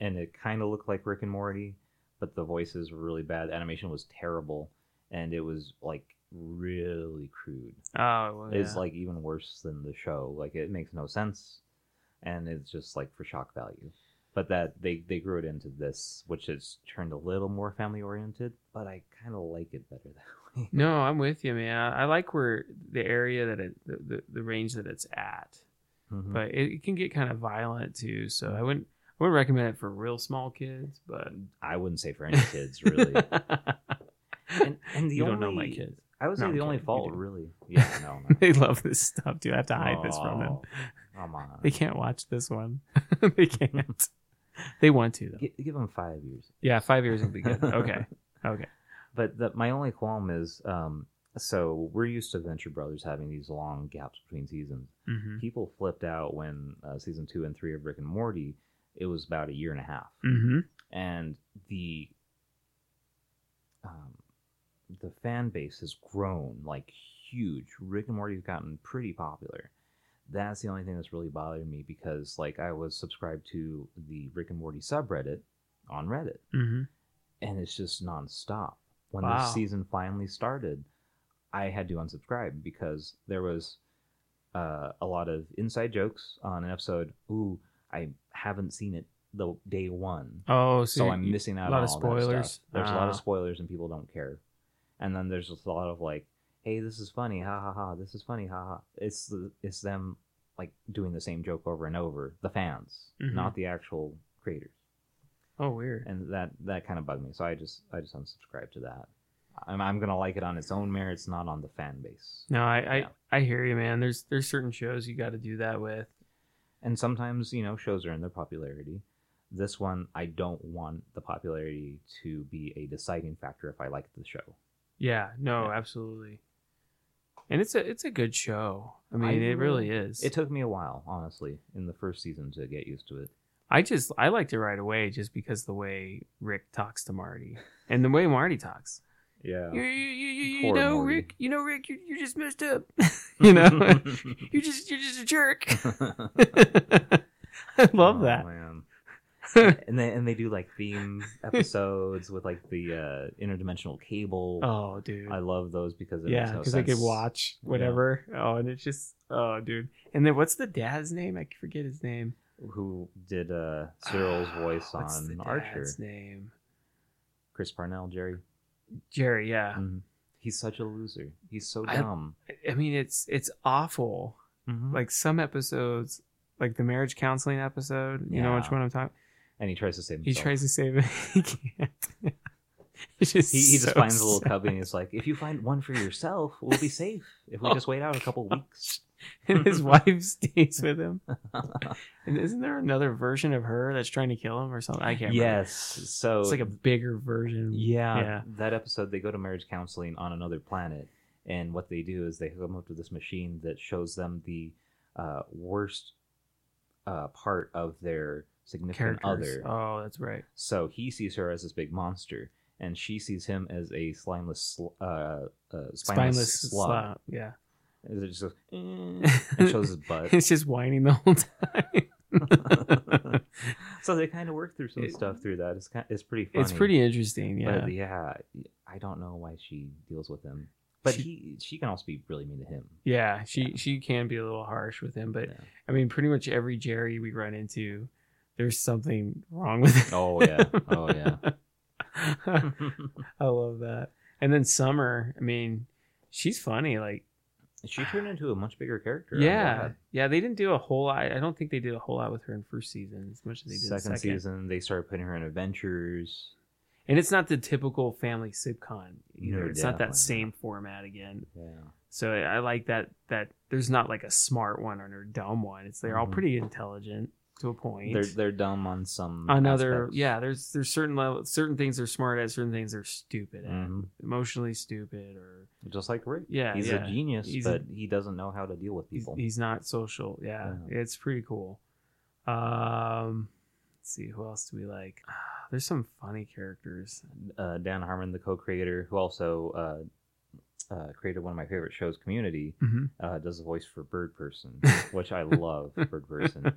[SPEAKER 2] and it kind of looked like Rick and Morty, but the voices were really bad. Animation was terrible, and it was like really crude.
[SPEAKER 1] oh well,
[SPEAKER 2] It's
[SPEAKER 1] yeah.
[SPEAKER 2] like even worse than the show. Like it makes no sense, and it's just like for shock value. But that they they grew it into this, which is turned a little more family oriented. But I kind of like it better that way.
[SPEAKER 1] no i'm with you man i, I like where the area that it the, the, the range that it's at
[SPEAKER 2] Mhm.
[SPEAKER 1] but it, it can get kind of violent too so i wouldn't i wouldn't recommend it for real small kids but
[SPEAKER 2] I wouldn't say for any kids really. and, and the
[SPEAKER 1] you
[SPEAKER 2] only
[SPEAKER 1] don't know my kids
[SPEAKER 2] I would say
[SPEAKER 1] No, I'm
[SPEAKER 2] the only
[SPEAKER 1] kidding. You
[SPEAKER 2] fault
[SPEAKER 1] do.
[SPEAKER 2] really. Yeah, no. no.
[SPEAKER 1] they love this stuff, dude. I have to hide this from them.
[SPEAKER 2] Oh, Come on.
[SPEAKER 1] They can't watch this one. they can't. They want to though.
[SPEAKER 2] Gi- give them five years.
[SPEAKER 1] Yeah, five years will be good. Okay. Okay.
[SPEAKER 2] But the, my only qualm is, um, so we're used to Venture Brothers having these long gaps between seasons.
[SPEAKER 1] Mm-hmm.
[SPEAKER 2] people flipped out when uh, season two and three of Rick and Morty. It was about a year and a half,
[SPEAKER 1] Mm-hmm.
[SPEAKER 2] and the um, the fan base has grown like huge. Rick and Morty's gotten pretty popular. That's the only thing that's really bothered me because like I was subscribed to the Rick and Morty subreddit on Reddit,
[SPEAKER 1] Mm-hmm.
[SPEAKER 2] and it's just nonstop. When
[SPEAKER 1] Wow.
[SPEAKER 2] this season finally started, I had to unsubscribe because there was uh, a lot of inside jokes on an episode. Ooh, I haven't seen it the day one,
[SPEAKER 1] Oh, so,
[SPEAKER 2] so,
[SPEAKER 1] you-
[SPEAKER 2] I'm missing out
[SPEAKER 1] lot
[SPEAKER 2] on
[SPEAKER 1] of
[SPEAKER 2] all that stuff.
[SPEAKER 1] spoilers?
[SPEAKER 2] There's a lot of
[SPEAKER 1] Ah.
[SPEAKER 2] spoilers, and people don't care. And then there's just a lot of like, "Hey, this is funny, ha ha ha! This is funny, ha ha!" It's the, it's them like doing the same joke over and over. The fans,
[SPEAKER 1] Mhm.
[SPEAKER 2] not the actual creators
[SPEAKER 1] Oh, weird.
[SPEAKER 2] and that that kind of bugged me. So I just I just unsubscribed to that. I'm I'm gonna like it on its own merits, not on the fan base.
[SPEAKER 1] No, I,
[SPEAKER 2] Yeah.
[SPEAKER 1] I I hear you, man. There's there's certain shows you got to do that with.
[SPEAKER 2] And sometimes you know shows are in their popularity. This one I don't want the popularity to be a deciding factor if I like the show.
[SPEAKER 1] Yeah. No,
[SPEAKER 2] Yeah.
[SPEAKER 1] absolutely. And it's a it's a good show. I mean, it
[SPEAKER 2] really-
[SPEAKER 1] really is.
[SPEAKER 2] It took me a while, honestly, in the first season to get used to it.
[SPEAKER 1] I just I liked it right away, just because the way Rick talks to Marty and the way Marty talks.
[SPEAKER 2] Yeah.
[SPEAKER 1] you, you, you, you
[SPEAKER 2] Poor
[SPEAKER 1] know,
[SPEAKER 2] Morty.
[SPEAKER 1] Rick, you know, Rick, you, you just messed up. you know, you just, you're just a jerk. I love that.
[SPEAKER 2] Oh, Man. and they and they do like theme episodes with like the uh, interdimensional cable.
[SPEAKER 1] oh, dude.
[SPEAKER 2] I love those because it
[SPEAKER 1] yeah,
[SPEAKER 2] makes no
[SPEAKER 1] because I could
[SPEAKER 2] sense.
[SPEAKER 1] watch whatever. Oh, and it's just, oh, dude. And then what's the dad's name? I forget his name.
[SPEAKER 2] who did uh, Cyril's voice
[SPEAKER 1] Ah, What's the
[SPEAKER 2] on
[SPEAKER 1] dad's
[SPEAKER 2] Archer.
[SPEAKER 1] name?
[SPEAKER 2] Chris Parnell, Jerry.
[SPEAKER 1] Jerry, yeah.
[SPEAKER 2] Mhm. He's such a loser. He's so
[SPEAKER 1] I-
[SPEAKER 2] dumb.
[SPEAKER 1] I mean, it's it's awful.
[SPEAKER 2] Mhm.
[SPEAKER 1] Like some episodes, like the marriage counseling episode, you know
[SPEAKER 2] Yeah.
[SPEAKER 1] which one I'm talking
[SPEAKER 2] and he tries to save
[SPEAKER 1] He
[SPEAKER 2] himself.
[SPEAKER 1] tries to save it. he can't. It's just
[SPEAKER 2] He, he just
[SPEAKER 1] so
[SPEAKER 2] finds a little
[SPEAKER 1] sad.
[SPEAKER 2] cubby and he's like, "If you find one for yourself, we'll be safe. If we
[SPEAKER 1] Oh,
[SPEAKER 2] just wait out a couple weeks."
[SPEAKER 1] and his wife stays with him. And isn't there another version of her that's trying to kill him or something? I can't. remember.
[SPEAKER 2] yes. So
[SPEAKER 1] it's like a bigger version.
[SPEAKER 2] yeah,
[SPEAKER 1] yeah.
[SPEAKER 2] That episode, they go to marriage counseling on another planet, and what they do is they come up to this machine that shows them the uh, worst uh, part of their significant
[SPEAKER 1] characters.
[SPEAKER 2] other.
[SPEAKER 1] Oh, that's right.
[SPEAKER 2] So he sees her as this big monster, and she sees him as a slimeless, sl- uh, uh, spineless,
[SPEAKER 1] Spineless
[SPEAKER 2] slug.
[SPEAKER 1] slug. Yeah.
[SPEAKER 2] And it just goes, "Eh," and shows his butt.
[SPEAKER 1] it's just whining the whole time.
[SPEAKER 2] so they kind of work through some
[SPEAKER 1] It-
[SPEAKER 2] stuff through that. It's kind, it's pretty funny.
[SPEAKER 1] it's pretty interesting. Yeah.
[SPEAKER 2] But yeah, I don't know why she deals with him, but
[SPEAKER 1] She-
[SPEAKER 2] he she can also be really mean to him.
[SPEAKER 1] yeah. She she can be a little harsh with him, but
[SPEAKER 2] Yeah.
[SPEAKER 1] I mean, pretty much every Jerry we run into, there's something wrong with it.
[SPEAKER 2] Oh yeah. Oh yeah.
[SPEAKER 1] I love that. And then Summer, I mean, she's funny. Like,
[SPEAKER 2] she turned into a much bigger character. I'm
[SPEAKER 1] yeah,
[SPEAKER 2] glad.
[SPEAKER 1] yeah, they didn't do a whole lot. I don't think they did a whole lot with her in first season as much as they did
[SPEAKER 2] Second,
[SPEAKER 1] second.
[SPEAKER 2] season, they started putting her in adventures.
[SPEAKER 1] And it's not the typical family sitcom either.
[SPEAKER 2] No,
[SPEAKER 1] it's not
[SPEAKER 2] definitely
[SPEAKER 1] that
[SPEAKER 2] not.
[SPEAKER 1] same format again.
[SPEAKER 2] Yeah.
[SPEAKER 1] So I like that that there's not like a smart one or a dumb one. It's they're all
[SPEAKER 2] Mhm.
[SPEAKER 1] pretty intelligent to a point.
[SPEAKER 2] They're they're dumb on some.
[SPEAKER 1] on other
[SPEAKER 2] aspects.
[SPEAKER 1] yeah, there's there's certain level certain things they're smart at, certain things they're stupid at.
[SPEAKER 2] Mhm.
[SPEAKER 1] Emotionally stupid or
[SPEAKER 2] Just like Rick.
[SPEAKER 1] yeah,
[SPEAKER 2] he's
[SPEAKER 1] yeah.
[SPEAKER 2] a genius,
[SPEAKER 1] He's a-
[SPEAKER 2] but he doesn't know how to deal with
[SPEAKER 1] He's,
[SPEAKER 2] people.
[SPEAKER 1] he's not social. Yeah, It's pretty cool. Um let's see, who else do we like? There's some funny characters.
[SPEAKER 2] uh, Dan Harmon, the co-creator, who also uh, uh, created one of my favorite shows, Community,
[SPEAKER 1] Mm-hmm.
[SPEAKER 2] uh, does the voice for Bird Person, which I love. Bird Person.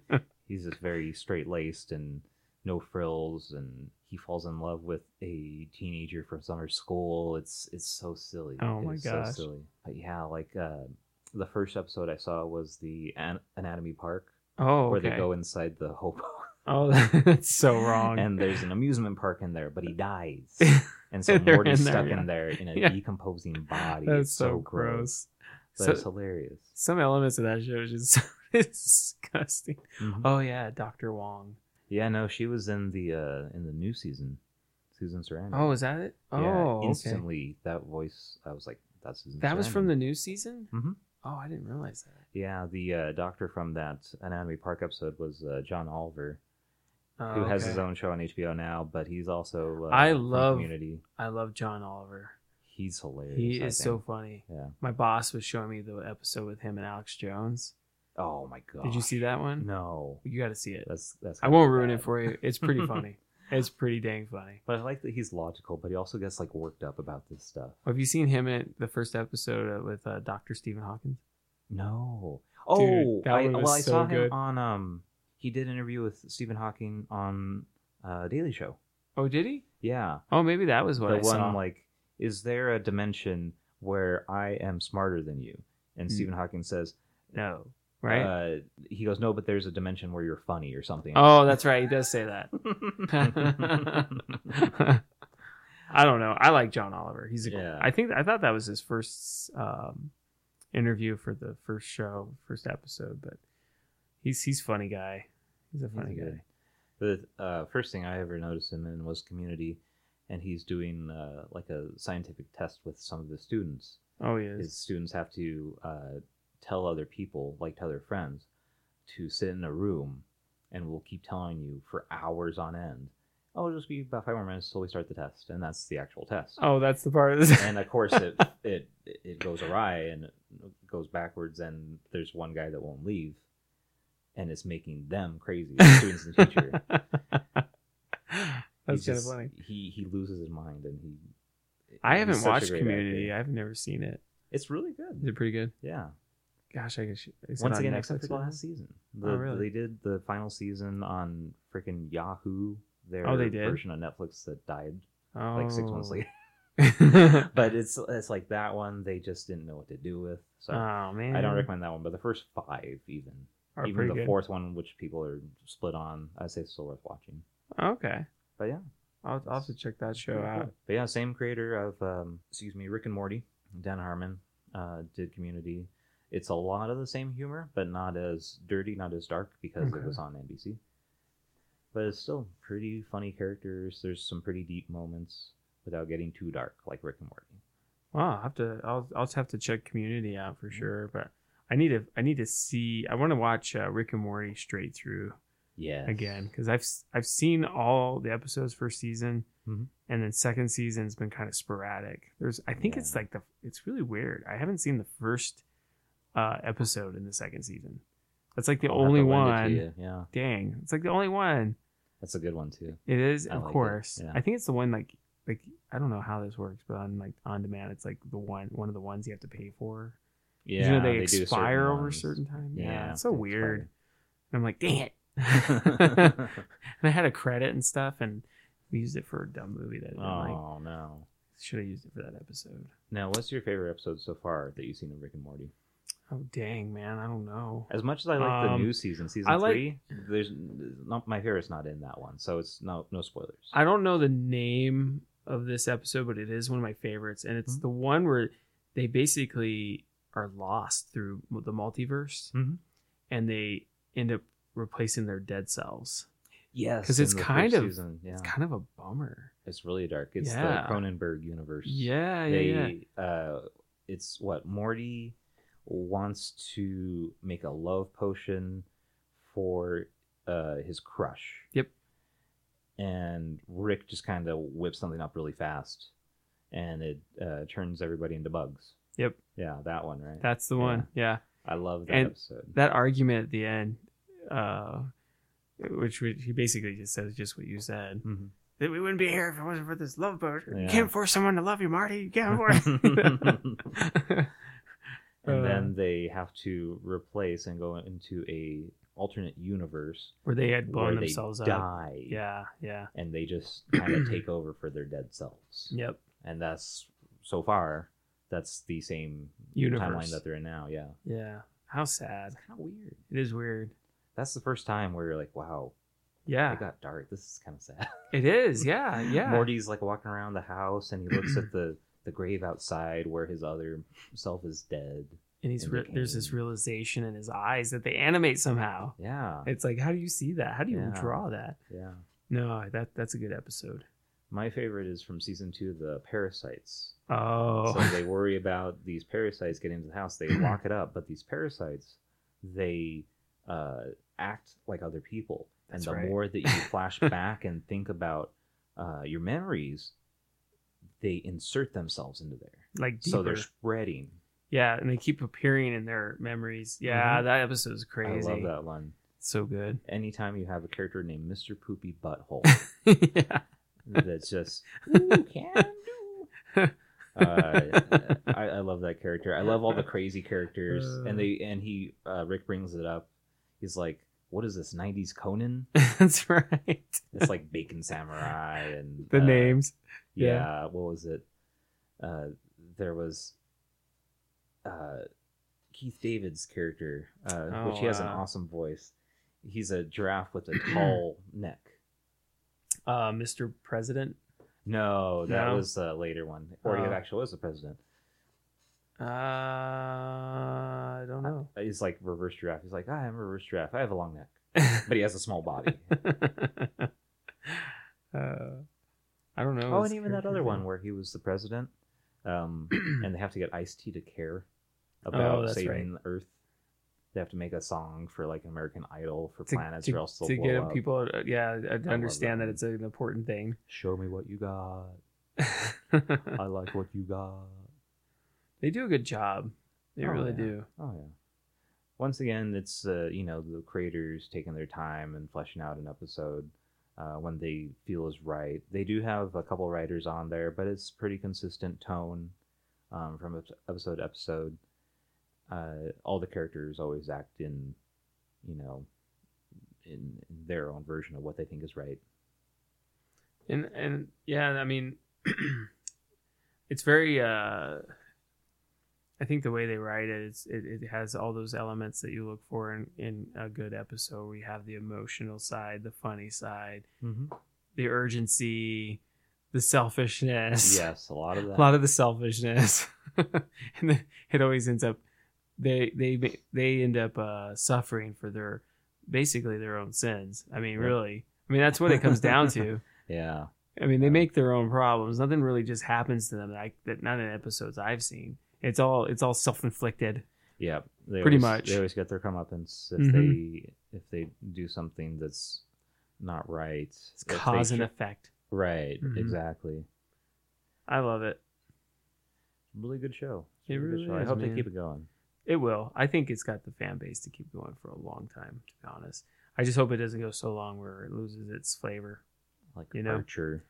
[SPEAKER 2] He's just very straight laced and no frills, and he falls in love with a teenager from summer school. It's it's so silly.
[SPEAKER 1] Oh
[SPEAKER 2] It
[SPEAKER 1] my
[SPEAKER 2] is
[SPEAKER 1] gosh.
[SPEAKER 2] So silly. But yeah, like uh, the first episode I saw was the An- Anatomy Park,
[SPEAKER 1] Oh,
[SPEAKER 2] where
[SPEAKER 1] okay.
[SPEAKER 2] they go inside the hobo.
[SPEAKER 1] oh, that's so wrong.
[SPEAKER 2] And there's an amusement park in there, but he dies. And so
[SPEAKER 1] They're in
[SPEAKER 2] Morty's
[SPEAKER 1] there,
[SPEAKER 2] stuck
[SPEAKER 1] yeah.
[SPEAKER 2] in there in a
[SPEAKER 1] Yeah.
[SPEAKER 2] decomposing body.
[SPEAKER 1] that's
[SPEAKER 2] it's so, gross. But
[SPEAKER 1] So-
[SPEAKER 2] it's hilarious.
[SPEAKER 1] some elements of that show is just so disgusting.
[SPEAKER 2] Mhm.
[SPEAKER 1] Oh yeah, Doctor Wong.
[SPEAKER 2] Yeah, no, she was in the uh in the new season. Susan Sarandon.
[SPEAKER 1] Oh, is that it?
[SPEAKER 2] Yeah,
[SPEAKER 1] oh, okay.
[SPEAKER 2] instantly that voice I was like, that's Susan
[SPEAKER 1] That was from the
[SPEAKER 2] Sarandon.
[SPEAKER 1] new season.
[SPEAKER 2] Mhm.
[SPEAKER 1] Oh, I didn't realize that.
[SPEAKER 2] Yeah, the uh, doctor from that Anatomy Park episode was uh, John Oliver,
[SPEAKER 1] Oh,
[SPEAKER 2] who has
[SPEAKER 1] okay.
[SPEAKER 2] his own show on HBO now, but he's also uh,
[SPEAKER 1] I
[SPEAKER 2] from
[SPEAKER 1] love-
[SPEAKER 2] Community.
[SPEAKER 1] I love John Oliver.
[SPEAKER 2] He's hilarious.
[SPEAKER 1] He
[SPEAKER 2] I
[SPEAKER 1] is so
[SPEAKER 2] think.
[SPEAKER 1] funny.
[SPEAKER 2] Yeah.
[SPEAKER 1] My boss was showing me the episode with him and Alex Jones.
[SPEAKER 2] Oh my god.
[SPEAKER 1] Did you see that one?
[SPEAKER 2] No.
[SPEAKER 1] You got to see it.
[SPEAKER 2] That's that's.
[SPEAKER 1] I
[SPEAKER 2] gonna
[SPEAKER 1] won't
[SPEAKER 2] be
[SPEAKER 1] ruin
[SPEAKER 2] bad.
[SPEAKER 1] it for you. It's pretty funny. it's pretty dang funny.
[SPEAKER 2] But I like that he's logical, but he also gets like worked up about this stuff.
[SPEAKER 1] Have you seen him in the first episode uh, with uh, Doctor Stephen Hawkins?
[SPEAKER 2] No.
[SPEAKER 1] Dude,
[SPEAKER 2] Oh,
[SPEAKER 1] that
[SPEAKER 2] I,
[SPEAKER 1] one was
[SPEAKER 2] well, I
[SPEAKER 1] so
[SPEAKER 2] saw
[SPEAKER 1] good.
[SPEAKER 2] him on. Um, he did an interview with Stephen Hawking on uh, Daily Show.
[SPEAKER 1] Oh, did he?
[SPEAKER 2] Yeah,
[SPEAKER 1] Oh, maybe that was what
[SPEAKER 2] the
[SPEAKER 1] I
[SPEAKER 2] one
[SPEAKER 1] saw.
[SPEAKER 2] like, is there a dimension where I am smarter than you? And
[SPEAKER 1] Mm.
[SPEAKER 2] Stephen Hawking says,
[SPEAKER 1] no, right?
[SPEAKER 2] Uh, he goes, no, but there's a dimension where you're funny or something.
[SPEAKER 1] Oh, that's right. He does say that. I don't know. I like John Oliver. He's a. I
[SPEAKER 2] Yeah.
[SPEAKER 1] think I thought that was his first um, interview for the first show, first episode. But he's he's a funny guy. He's a funny
[SPEAKER 2] He's
[SPEAKER 1] guy.
[SPEAKER 2] good. The uh, first thing I ever noticed him in was Community, and he's doing uh, like a scientific test with some of the students.
[SPEAKER 1] Oh, he is.
[SPEAKER 2] His students have to uh, tell other people, like to other friends, to sit in a room, and we'll keep telling you for hours on end. Oh, it'll just be about five more minutes till we start the test, and that's the actual test.
[SPEAKER 1] Oh, that's the part of this.
[SPEAKER 2] And of course, it, it it goes awry and it goes backwards, and there's one guy that won't leave, and it's making them crazy, the students and teacher.
[SPEAKER 1] that's
[SPEAKER 2] He
[SPEAKER 1] kind of
[SPEAKER 2] just-
[SPEAKER 1] funny.
[SPEAKER 2] He he loses his mind and he.
[SPEAKER 1] I
[SPEAKER 2] he's
[SPEAKER 1] haven't
[SPEAKER 2] such a
[SPEAKER 1] watched
[SPEAKER 2] great
[SPEAKER 1] Community.
[SPEAKER 2] actor.
[SPEAKER 1] I've never seen it.
[SPEAKER 2] It's really
[SPEAKER 1] Is
[SPEAKER 2] good.
[SPEAKER 1] it pretty good?
[SPEAKER 2] Yeah.
[SPEAKER 1] Gosh, I guess. is it on
[SPEAKER 2] Once again, except
[SPEAKER 1] Netflix
[SPEAKER 2] for the
[SPEAKER 1] right now?
[SPEAKER 2] last season. The,
[SPEAKER 1] Oh, really?
[SPEAKER 2] They did the final season on freaking Yahoo. Their
[SPEAKER 1] Oh, they did?
[SPEAKER 2] version of Netflix that died
[SPEAKER 1] Oh.
[SPEAKER 2] like six months later.
[SPEAKER 1] oh
[SPEAKER 2] But it's it's like that one. They just didn't know what to do with. So
[SPEAKER 1] Oh, man,
[SPEAKER 2] I don't recommend that one. But the first five, even
[SPEAKER 1] Ah, Are
[SPEAKER 2] even
[SPEAKER 1] pretty
[SPEAKER 2] the
[SPEAKER 1] good.
[SPEAKER 2] fourth one, which people are split on, I say it's still worth watching.
[SPEAKER 1] Okay,
[SPEAKER 2] But yeah,
[SPEAKER 1] I'll, I'll have to check that show
[SPEAKER 2] Pretty cool.
[SPEAKER 1] out.
[SPEAKER 2] But yeah, same creator of um, excuse me, Rick and Morty, Dan Harmon, uh, did Community. It's a lot of the same humor, but not as dirty, not as dark because
[SPEAKER 1] Okay.
[SPEAKER 2] it was on NBC. But it's still pretty funny characters. There's some pretty deep moments without getting too dark, like Rick and Morty.
[SPEAKER 1] Wow, I'll have to. I'll I'll just have to check Community out
[SPEAKER 2] Mm-hmm.
[SPEAKER 1] for sure. But I need to. I need to see. I want to watch uh, Rick and Morty straight through
[SPEAKER 2] Yeah.
[SPEAKER 1] again because I've s- I've seen all the episodes first season,
[SPEAKER 2] Mhm.
[SPEAKER 1] and then second season's been kind of sporadic. There's I think it's
[SPEAKER 2] Yeah.
[SPEAKER 1] like the it's really weird. I haven't seen the first uh, episode in the second season. That's like the
[SPEAKER 2] I'll have to
[SPEAKER 1] only
[SPEAKER 2] lend it to
[SPEAKER 1] one.
[SPEAKER 2] you. Yeah,
[SPEAKER 1] Dang, it's like the only one.
[SPEAKER 2] that's a good one too.
[SPEAKER 1] It is,
[SPEAKER 2] I
[SPEAKER 1] of
[SPEAKER 2] like it,
[SPEAKER 1] course.
[SPEAKER 2] yeah.
[SPEAKER 1] I think it's the one like like I don't know how this works, but on like on demand, it's like the one one of the ones you have to pay for. 'Cause,
[SPEAKER 2] Yeah,
[SPEAKER 1] you know they,
[SPEAKER 2] do
[SPEAKER 1] expire over a
[SPEAKER 2] ones.
[SPEAKER 1] certain time. Yeah,
[SPEAKER 2] Yeah,
[SPEAKER 1] it's so
[SPEAKER 2] they
[SPEAKER 1] weird.
[SPEAKER 2] expire.
[SPEAKER 1] And I'm like, dang it. and I had a credit and stuff, and we used it for a dumb movie that I didn't like
[SPEAKER 2] oh no.
[SPEAKER 1] should have used it for that episode.
[SPEAKER 2] Now, what's your favorite episode so far that you've seen of Rick and Morty?
[SPEAKER 1] Oh dang, man, I don't know.
[SPEAKER 2] As much as I like
[SPEAKER 1] Um,
[SPEAKER 2] the new season, season
[SPEAKER 1] I like-
[SPEAKER 2] three, there's not my favorite's not in that one, so it's no no spoilers.
[SPEAKER 1] I don't know the name of this episode, but it is one of my favorites, and it's
[SPEAKER 2] Mhm.
[SPEAKER 1] the one where they basically are lost through the multiverse,
[SPEAKER 2] Mhm.
[SPEAKER 1] and they end up replacing their dead selves.
[SPEAKER 2] yes,
[SPEAKER 1] 'cause it's
[SPEAKER 2] in the
[SPEAKER 1] kind
[SPEAKER 2] first
[SPEAKER 1] of-
[SPEAKER 2] season, yeah,
[SPEAKER 1] It's kind of a bummer.
[SPEAKER 2] it's really dark. It's
[SPEAKER 1] Yeah.
[SPEAKER 2] the Cronenberg universe.
[SPEAKER 1] Yeah, yeah,
[SPEAKER 2] they
[SPEAKER 1] yeah.
[SPEAKER 2] uh it's what morty wants to make a love potion for uh his crush
[SPEAKER 1] Yep.
[SPEAKER 2] and rick just kind of whips something up really fast and it uh, turns everybody into bugs
[SPEAKER 1] Yep.
[SPEAKER 2] yeah that one right
[SPEAKER 1] That's the one. yeah.
[SPEAKER 2] i love that
[SPEAKER 1] and-
[SPEAKER 2] episode
[SPEAKER 1] that argument at the end, uh, which we- he basically just says just what you said.
[SPEAKER 2] Mhm.
[SPEAKER 1] That we wouldn't be here if it wasn't for this love boat. You
[SPEAKER 2] Yeah.
[SPEAKER 1] can't force someone to love you, Marty. You can't force.
[SPEAKER 2] and
[SPEAKER 1] Uh,
[SPEAKER 2] then they have to replace and go into a alternate universe
[SPEAKER 1] where they had blown
[SPEAKER 2] where they
[SPEAKER 1] themselves up.
[SPEAKER 2] die
[SPEAKER 1] Yeah, yeah,
[SPEAKER 2] and they just kind of take over for their dead selves.
[SPEAKER 1] yep.
[SPEAKER 2] And that's so far, that's the same
[SPEAKER 1] Universe.
[SPEAKER 2] timeline that they're in now. Yeah,
[SPEAKER 1] Yeah. How sad.
[SPEAKER 2] it's kind of weird.
[SPEAKER 1] It is weird.
[SPEAKER 2] That's the first time where you're like, wow,
[SPEAKER 1] Yeah,
[SPEAKER 2] it got dark. This is kind of sad.
[SPEAKER 1] it is. Yeah, yeah.
[SPEAKER 2] Morty's like walking around the house and he looks at the the grave outside where his other self is dead.
[SPEAKER 1] and he's
[SPEAKER 2] in
[SPEAKER 1] re-
[SPEAKER 2] the
[SPEAKER 1] there's this
[SPEAKER 2] cave.
[SPEAKER 1] realization in his eyes that they animate somehow.
[SPEAKER 2] Yeah,
[SPEAKER 1] It's like, how do you see that? How do you
[SPEAKER 2] Yeah.
[SPEAKER 1] draw that?
[SPEAKER 2] yeah.
[SPEAKER 1] No, that that's a good episode.
[SPEAKER 2] My favorite is from season two, the parasites.
[SPEAKER 1] Oh,
[SPEAKER 2] So they worry about these parasites getting into the house. They lock it up, but these parasites, they uh, act like other people.
[SPEAKER 1] That's
[SPEAKER 2] and the
[SPEAKER 1] right.
[SPEAKER 2] more that you flash back and think about uh, your memories, they insert themselves into there.
[SPEAKER 1] like deeper.
[SPEAKER 2] So they're spreading.
[SPEAKER 1] Yeah, and they keep appearing in their memories. Yeah,
[SPEAKER 2] Mhm.
[SPEAKER 1] that episode is crazy.
[SPEAKER 2] I love that one.
[SPEAKER 1] So good.
[SPEAKER 2] Anytime you have a character named Mr. Poopy Butthole,
[SPEAKER 1] yeah.
[SPEAKER 2] that's just "Ooh, can do. uh, I, I love that character. I love all the crazy characters, and they and he uh, Rick brings it up. He's like, "What is this '90s Conan?"
[SPEAKER 1] That's right.
[SPEAKER 2] It's like Bacon Samurai and
[SPEAKER 1] The
[SPEAKER 2] uh,
[SPEAKER 1] names.
[SPEAKER 2] Yeah,
[SPEAKER 1] yeah.
[SPEAKER 2] what was it? Uh, there was uh, Keith David's character, uh,
[SPEAKER 1] Oh,
[SPEAKER 2] which he has an
[SPEAKER 1] uh,
[SPEAKER 2] awesome voice. He's a giraffe with a tall neck.
[SPEAKER 1] Uh, Mr. President.
[SPEAKER 2] No, that
[SPEAKER 1] No?
[SPEAKER 2] was a later one. Or he
[SPEAKER 1] Oh.
[SPEAKER 2] actually was the president.
[SPEAKER 1] Uh, I don't know.
[SPEAKER 2] Uh, He's like reverse giraffe. He's like, "Ah, I'm a reverse giraffe. I have a long neck. but he has a small body.
[SPEAKER 1] uh, I don't know.
[SPEAKER 2] oh,
[SPEAKER 1] this
[SPEAKER 2] and even that
[SPEAKER 1] character
[SPEAKER 2] other
[SPEAKER 1] thing.
[SPEAKER 2] one where he was the president, um, and they have to get Ice T to care about
[SPEAKER 1] Oh, that's
[SPEAKER 2] saving Earth. They have to make a song for like American Idol for
[SPEAKER 1] To,
[SPEAKER 2] planets,
[SPEAKER 1] to,
[SPEAKER 2] or else they'll
[SPEAKER 1] to
[SPEAKER 2] blow
[SPEAKER 1] get
[SPEAKER 2] up.
[SPEAKER 1] people, uh, yeah, uh, to
[SPEAKER 2] that
[SPEAKER 1] understand that.
[SPEAKER 2] one.
[SPEAKER 1] it's an important thing.
[SPEAKER 2] Show me what you got. I like what you got.
[SPEAKER 1] they do a good job. They
[SPEAKER 2] Oh,
[SPEAKER 1] really
[SPEAKER 2] yeah.
[SPEAKER 1] do.
[SPEAKER 2] Oh yeah. Once again, it's uh, you know the creators taking their time and fleshing out an episode uh, when they feel is right. They do have a couple writers on there, but it's pretty consistent tone um, from ep- episode to episode. Uh, all the characters always act in, you know, in, in their own version of what they think is right.
[SPEAKER 1] and and yeah i mean it's very uh i think the way they write it it's it, it has all those elements that you look for in in a good episode where you have the emotional side the funny side
[SPEAKER 2] Mm-hmm.
[SPEAKER 1] the urgency the selfishness
[SPEAKER 2] Yes, a lot of that.
[SPEAKER 1] a lot of the selfishness and then it always ends up they they ma- they end up uh suffering for their basically their own sins i mean
[SPEAKER 2] Yeah.
[SPEAKER 1] really i mean that's what it comes down to
[SPEAKER 2] yeah,
[SPEAKER 1] I mean, they
[SPEAKER 2] Yeah.
[SPEAKER 1] make their own problems. Nothing really just happens to them. Like that, not in episodes I've seen. It's all it's all self inflicted.
[SPEAKER 2] yeah. They
[SPEAKER 1] Pretty
[SPEAKER 2] always-
[SPEAKER 1] much.
[SPEAKER 2] They always get their comeuppance if
[SPEAKER 1] Mhm.
[SPEAKER 2] they if they do something that's not right.
[SPEAKER 1] It's
[SPEAKER 2] if they
[SPEAKER 1] cause and
[SPEAKER 2] tr-
[SPEAKER 1] effect.
[SPEAKER 2] Right,
[SPEAKER 1] Mhm.
[SPEAKER 2] exactly.
[SPEAKER 1] I love it.
[SPEAKER 2] Really good show. It's a
[SPEAKER 1] It
[SPEAKER 2] really good
[SPEAKER 1] really
[SPEAKER 2] show.
[SPEAKER 1] is,
[SPEAKER 2] I hope
[SPEAKER 1] man.
[SPEAKER 2] they keep it going.
[SPEAKER 1] It will. I think it's got the fan base to keep going for a long time. To be honest, I just hope it doesn't go so long where it loses its flavor.
[SPEAKER 2] Like
[SPEAKER 1] You know?
[SPEAKER 2] Archer.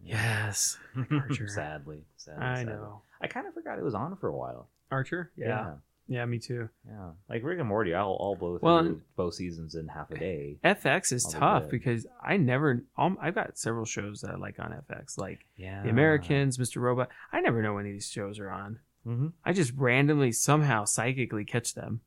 [SPEAKER 1] Yes, Archer.
[SPEAKER 2] sadly, sadly.
[SPEAKER 1] I
[SPEAKER 2] sadly.
[SPEAKER 1] know.
[SPEAKER 2] I kind of forgot it was on for a while.
[SPEAKER 1] Archer. Yeah. yeah, me too.
[SPEAKER 2] Yeah. Like Rick and Morty, I'll, I'll blow through
[SPEAKER 1] Well,
[SPEAKER 2] both seasons in half a day.
[SPEAKER 1] FX is
[SPEAKER 2] I'll be
[SPEAKER 1] tough
[SPEAKER 2] good.
[SPEAKER 1] because I never. Um, I've got several shows that I like on FX, like
[SPEAKER 2] Yeah.
[SPEAKER 1] The Americans, Mr. Robot. I never know when these shows are on.
[SPEAKER 2] Mm-hmm.
[SPEAKER 1] I just randomly somehow psychically catch them.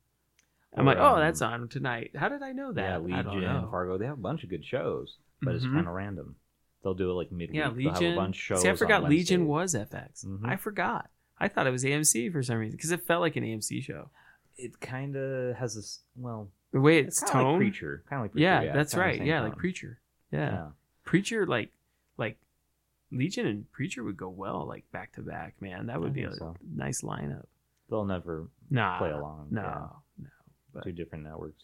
[SPEAKER 1] I'm like,
[SPEAKER 2] Or,
[SPEAKER 1] oh,
[SPEAKER 2] um,
[SPEAKER 1] that's on tonight. How did I know that?
[SPEAKER 2] Yeah,
[SPEAKER 1] I don't
[SPEAKER 2] Legion,
[SPEAKER 1] know.
[SPEAKER 2] Fargo. They have a bunch of good shows, but it's
[SPEAKER 1] Mhm.
[SPEAKER 2] kind of random. They'll do it like midweek.
[SPEAKER 1] yeah,
[SPEAKER 2] They'll have a
[SPEAKER 1] Legion.
[SPEAKER 2] bunch of shows
[SPEAKER 1] See, I
[SPEAKER 2] on
[SPEAKER 1] forgot Legion
[SPEAKER 2] Wednesdays.
[SPEAKER 1] was FX.
[SPEAKER 2] Mhm.
[SPEAKER 1] I forgot. I thought it was AMC for some reason because it felt like an AMC show.
[SPEAKER 2] It kind of has this. Well,
[SPEAKER 1] The way it's,
[SPEAKER 2] kinda
[SPEAKER 1] tone.
[SPEAKER 2] Like Preacher. Kind of like Preacher.
[SPEAKER 1] yeah,
[SPEAKER 2] it's
[SPEAKER 1] that's
[SPEAKER 2] kinda the
[SPEAKER 1] right.
[SPEAKER 2] same
[SPEAKER 1] Yeah, like
[SPEAKER 2] tone.
[SPEAKER 1] Preacher. Yeah. Preacher, like, like Legion and Preacher would go well, like back to back. Man, that would
[SPEAKER 2] I
[SPEAKER 1] be a
[SPEAKER 2] think so.
[SPEAKER 1] nice lineup.
[SPEAKER 2] They'll never
[SPEAKER 1] Nah,
[SPEAKER 2] play along.
[SPEAKER 1] Ah, no,
[SPEAKER 2] yeah.
[SPEAKER 1] no. but-
[SPEAKER 2] two different networks.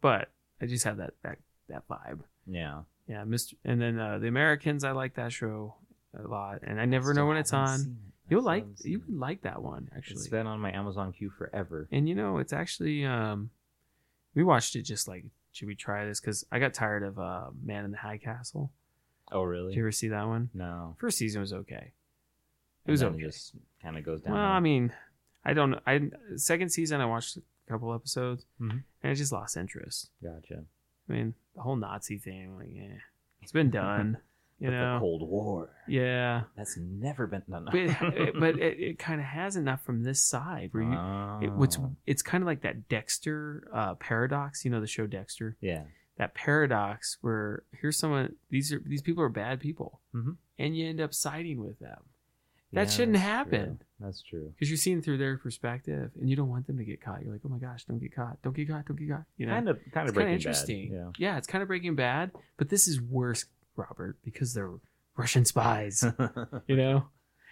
[SPEAKER 1] But I just have that that that vibe.
[SPEAKER 2] Yeah.
[SPEAKER 1] Yeah, Mr. And then uh, the Americans, I like that show a lot, and I never know when it's on. You'll like you would like that one
[SPEAKER 2] It's
[SPEAKER 1] actually.
[SPEAKER 2] been on my Amazon queue forever.
[SPEAKER 1] And you know, it's actually um, we watched it just like, should we try this? Because I got tired of uh, Man in the High Castle.
[SPEAKER 2] Oh
[SPEAKER 1] Did
[SPEAKER 2] really?
[SPEAKER 1] you ever see that one?
[SPEAKER 2] No.
[SPEAKER 1] First season was okay. It
[SPEAKER 2] And
[SPEAKER 1] was
[SPEAKER 2] then
[SPEAKER 1] okay.
[SPEAKER 2] Just kind of goes down.
[SPEAKER 1] Well, I mean, I don't. I second season I watched a couple episodes,
[SPEAKER 2] Mhm.
[SPEAKER 1] and I just lost interest.
[SPEAKER 2] gotcha.
[SPEAKER 1] I mean, the whole Nazi thing, like, yeah, it's been done. you
[SPEAKER 2] But the
[SPEAKER 1] know,
[SPEAKER 2] Cold War.
[SPEAKER 1] yeah.
[SPEAKER 2] That's never been done.
[SPEAKER 1] But it, it- but it, it kind of has enough from this side where you. It, what's
[SPEAKER 2] Oh.
[SPEAKER 1] it's kind of like that Dexter uh, paradox, you know the show Dexter.
[SPEAKER 2] yeah.
[SPEAKER 1] That paradox where here's someone these are these people are bad people,
[SPEAKER 2] Mhm.
[SPEAKER 1] and you end up siding with them That
[SPEAKER 2] Yeah,
[SPEAKER 1] shouldn't
[SPEAKER 2] that's true.
[SPEAKER 1] happen.
[SPEAKER 2] That's true.
[SPEAKER 1] because you're seeing through their perspective, and you don't want them to get caught. You're like, oh my gosh, don't get caught, don't get caught, don't get caught. You know,
[SPEAKER 2] Kind of, kind
[SPEAKER 1] it's
[SPEAKER 2] of
[SPEAKER 1] kind
[SPEAKER 2] breaking
[SPEAKER 1] of interesting.
[SPEAKER 2] Bad. Yeah.
[SPEAKER 1] yeah, it's kind of Breaking Bad, but this is worse, Robert, because they're Russian spies. you know,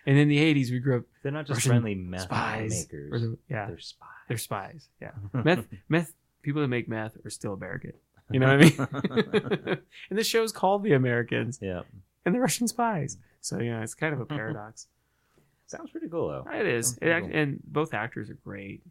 [SPEAKER 1] and in the '80s we grew up
[SPEAKER 2] They're not just
[SPEAKER 1] Russian
[SPEAKER 2] friendly meth
[SPEAKER 1] spies.
[SPEAKER 2] makers.
[SPEAKER 1] or the- yeah,
[SPEAKER 2] They're spies.
[SPEAKER 1] they're spies. Yeah. meth meth people that make meth are still American. You know what I mean? and the show's called The Americans
[SPEAKER 2] yeah.
[SPEAKER 1] and the Russian spies. So you know, it's kind of a paradox.
[SPEAKER 2] Sounds pretty cool though.
[SPEAKER 1] it is.
[SPEAKER 2] Sounds
[SPEAKER 1] It act-
[SPEAKER 2] cool.
[SPEAKER 1] and both actors are great.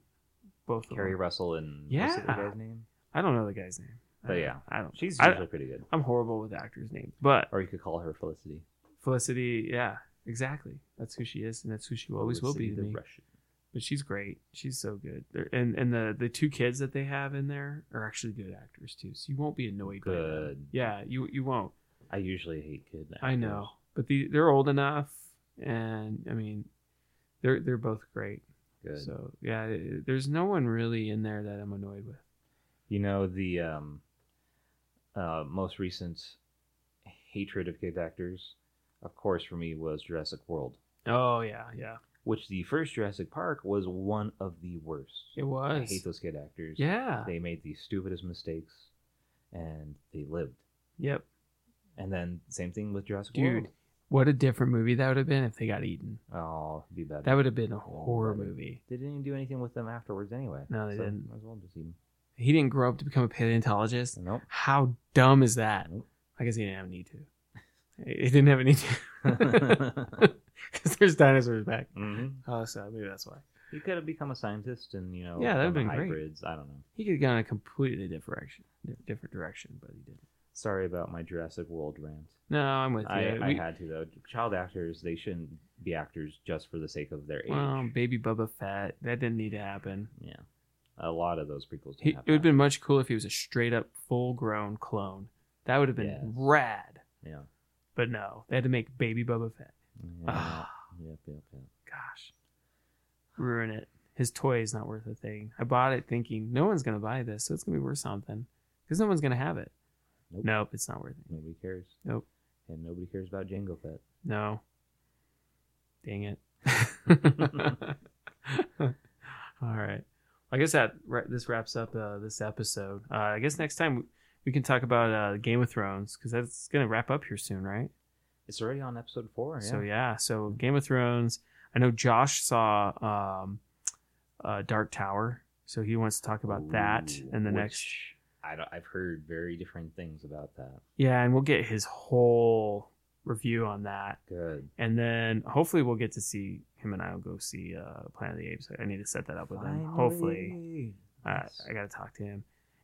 [SPEAKER 1] Both of
[SPEAKER 2] Carrie
[SPEAKER 1] them.
[SPEAKER 2] Russell and
[SPEAKER 1] Yeah.
[SPEAKER 2] what's the other guy's name?
[SPEAKER 1] I don't know the guy's name. I
[SPEAKER 2] But
[SPEAKER 1] don't-
[SPEAKER 2] yeah.
[SPEAKER 1] I don't.
[SPEAKER 2] She's
[SPEAKER 1] I-
[SPEAKER 2] usually pretty good.
[SPEAKER 1] I'm horrible with actors' names, but
[SPEAKER 2] Or you could call her Felicity.
[SPEAKER 1] Felicity, yeah, exactly. That's who she is, and that's who she always will be
[SPEAKER 2] Felicity
[SPEAKER 1] to
[SPEAKER 2] the
[SPEAKER 1] me.
[SPEAKER 2] Russian.
[SPEAKER 1] But she's great. She's so good. They're, and and the the two kids that they have in there are actually good actors too. So you won't be annoyed. by them.
[SPEAKER 2] Good.
[SPEAKER 1] Yeah, you you won't.
[SPEAKER 2] I usually hate kid.
[SPEAKER 1] I know, but the, they're old enough, and I mean, they're they're both great.
[SPEAKER 2] actors. Good.
[SPEAKER 1] So yeah, it- there's no one really in there that I'm annoyed with.
[SPEAKER 2] You know the um, uh, most recent hatred of kid actors, of course, for me was Jurassic World,
[SPEAKER 1] Oh yeah, yeah,
[SPEAKER 2] which the first Jurassic Park was one of the worst.
[SPEAKER 1] it
[SPEAKER 2] I
[SPEAKER 1] was.
[SPEAKER 2] hate those kid actors.
[SPEAKER 1] Yeah.
[SPEAKER 2] They made the stupidest mistakes, and they lived.
[SPEAKER 1] Yep.
[SPEAKER 2] And then same thing with Jurassic
[SPEAKER 1] Dude.
[SPEAKER 2] World.
[SPEAKER 1] What a different movie that would have been if they got eaten.
[SPEAKER 2] Oh, it'd be better.
[SPEAKER 1] That would have been a horror
[SPEAKER 2] Better.
[SPEAKER 1] movie.
[SPEAKER 2] They didn't even do anything with them afterwards anyway.
[SPEAKER 1] No, they didn't.
[SPEAKER 2] Might as well just eat them.
[SPEAKER 1] He didn't grow up to become a paleontologist.
[SPEAKER 2] Nope.
[SPEAKER 1] How dumb is that?
[SPEAKER 2] Nope.
[SPEAKER 1] I guess he didn't have a need to. He he didn't have a need to. Because there's dinosaurs back.
[SPEAKER 2] Mhm.
[SPEAKER 1] Oh, so maybe that's why.
[SPEAKER 2] He could have become a scientist and, you know,
[SPEAKER 1] Yeah, that would've
[SPEAKER 2] become
[SPEAKER 1] been great.
[SPEAKER 2] hybrids. I don't know.
[SPEAKER 1] He could have gone a completely different direction, different direction, but he didn't.
[SPEAKER 2] Sorry about my Jurassic World rant.
[SPEAKER 1] No, I'm with you.
[SPEAKER 2] I, I
[SPEAKER 1] We-
[SPEAKER 2] had to though. Child actors, they shouldn't be actors just for the sake of their age.
[SPEAKER 1] well, baby Bubba Fett, that didn't need to happen.
[SPEAKER 2] yeah, a lot of those prequels.
[SPEAKER 1] He,
[SPEAKER 2] didn't
[SPEAKER 1] it
[SPEAKER 2] have
[SPEAKER 1] would have
[SPEAKER 2] that.
[SPEAKER 1] been much cooler if he was a straight up full grown clone. That would have been
[SPEAKER 2] Yes.
[SPEAKER 1] rad.
[SPEAKER 2] yeah.
[SPEAKER 1] But no, they had to make baby Bubba Fett.
[SPEAKER 2] yeah. yep, yep, yep.
[SPEAKER 1] Gosh, ruin it. His toy is not worth a thing. I bought it thinking no one's gonna buy this, so it's gonna be worth something because no one's gonna have it.
[SPEAKER 2] Nope.
[SPEAKER 1] Nope, it's not worth it.
[SPEAKER 2] Nobody cares.
[SPEAKER 1] Nope.
[SPEAKER 2] And nobody cares about Jango Fett.
[SPEAKER 1] No. Dang it. All right. I guess that wra- this wraps up uh, this episode. Uh, I guess next time we can talk about uh, Game of Thrones because that's going to wrap up here soon, right?
[SPEAKER 2] It's already on episode four. Oh, Yeah.
[SPEAKER 1] So yeah, so Game of Thrones. I know Josh saw um, uh, Dark Tower, so he wants to talk about that
[SPEAKER 2] Ooh,
[SPEAKER 1] in the
[SPEAKER 2] which
[SPEAKER 1] next.
[SPEAKER 2] I don't, I've heard very different things about that.
[SPEAKER 1] Yeah, and we'll get his whole review on that.
[SPEAKER 2] Good.
[SPEAKER 1] and then hopefully we'll get to see him and I'll go see uh, Planet of the Apes. I need to set that up with him. Hopefully,
[SPEAKER 2] Finally.
[SPEAKER 1] I,
[SPEAKER 2] Yes.
[SPEAKER 1] I got to talk to him,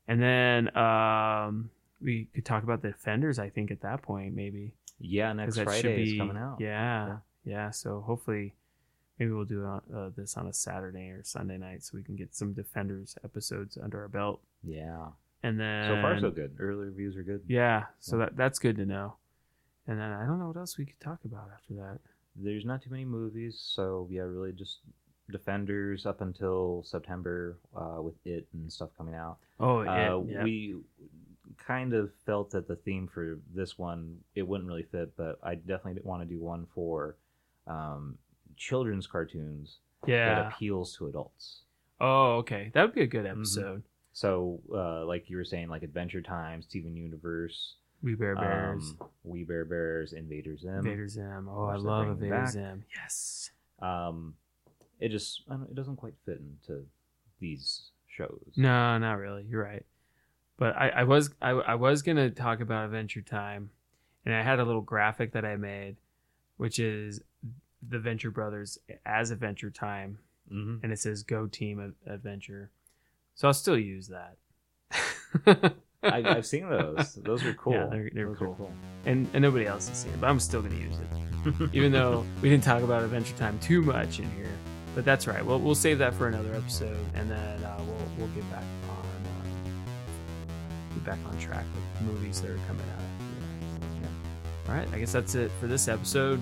[SPEAKER 1] and then um, we could talk about the Defenders. I think at that point maybe
[SPEAKER 2] yeah,
[SPEAKER 1] 'Cause
[SPEAKER 2] next Friday is coming out.
[SPEAKER 1] Yeah, yeah,
[SPEAKER 2] Yeah.
[SPEAKER 1] So hopefully, maybe we'll do it on, uh, this on a Saturday or Sunday night so we can get some Defenders episodes under our belt,
[SPEAKER 2] Yeah.
[SPEAKER 1] and then
[SPEAKER 2] So far, so good. Early reviews are good.
[SPEAKER 1] Yeah, so
[SPEAKER 2] Yeah.
[SPEAKER 1] that that's good to know. And then I don't know what else we could talk about after that.
[SPEAKER 2] there's not too many movies, so yeah, really just Defenders up until September uh, with it and stuff coming out.
[SPEAKER 1] Oh,
[SPEAKER 2] Uh,
[SPEAKER 1] it, yeah.
[SPEAKER 2] We kind of felt that the theme for this one it wouldn't really fit, but I definitely didn't want to do one for um, children's cartoons
[SPEAKER 1] yeah.
[SPEAKER 2] that appeals to adults.
[SPEAKER 1] Oh, okay. That would be a good
[SPEAKER 2] Mm-hmm.
[SPEAKER 1] episode.
[SPEAKER 2] So, uh, like you were saying, like Adventure Time, Steven Universe,
[SPEAKER 1] We Bear Bears,
[SPEAKER 2] um, We Bear Bears, Invader Zim.
[SPEAKER 1] Invader Zim. Oh, I
[SPEAKER 2] Which they're
[SPEAKER 1] love
[SPEAKER 2] bringing
[SPEAKER 1] Invader
[SPEAKER 2] back.
[SPEAKER 1] Zim. Yes.
[SPEAKER 2] Um, it just I don't, it doesn't quite fit into these shows.
[SPEAKER 1] No, not really. You're right. But I, I was I, I was gonna talk about Adventure Time, and I had a little graphic that I made, which is the Venture Brothers as Adventure Time,
[SPEAKER 2] Mhm.
[SPEAKER 1] and it says Go Team Ad- Adventure. So I'll still use that.
[SPEAKER 2] I, I've seen those. Those are cool.
[SPEAKER 1] they're- they're
[SPEAKER 2] Those are
[SPEAKER 1] cool. and, and nobody else has seen it, but I'm still gonna use it, even though we didn't talk about Adventure Time too much in here. But that's right. We'll, we'll save that for another episode, and then uh, we'll we'll get back on uh, get back on track with movies that are coming out.
[SPEAKER 2] Yeah.
[SPEAKER 1] All right, I guess that's it for this episode.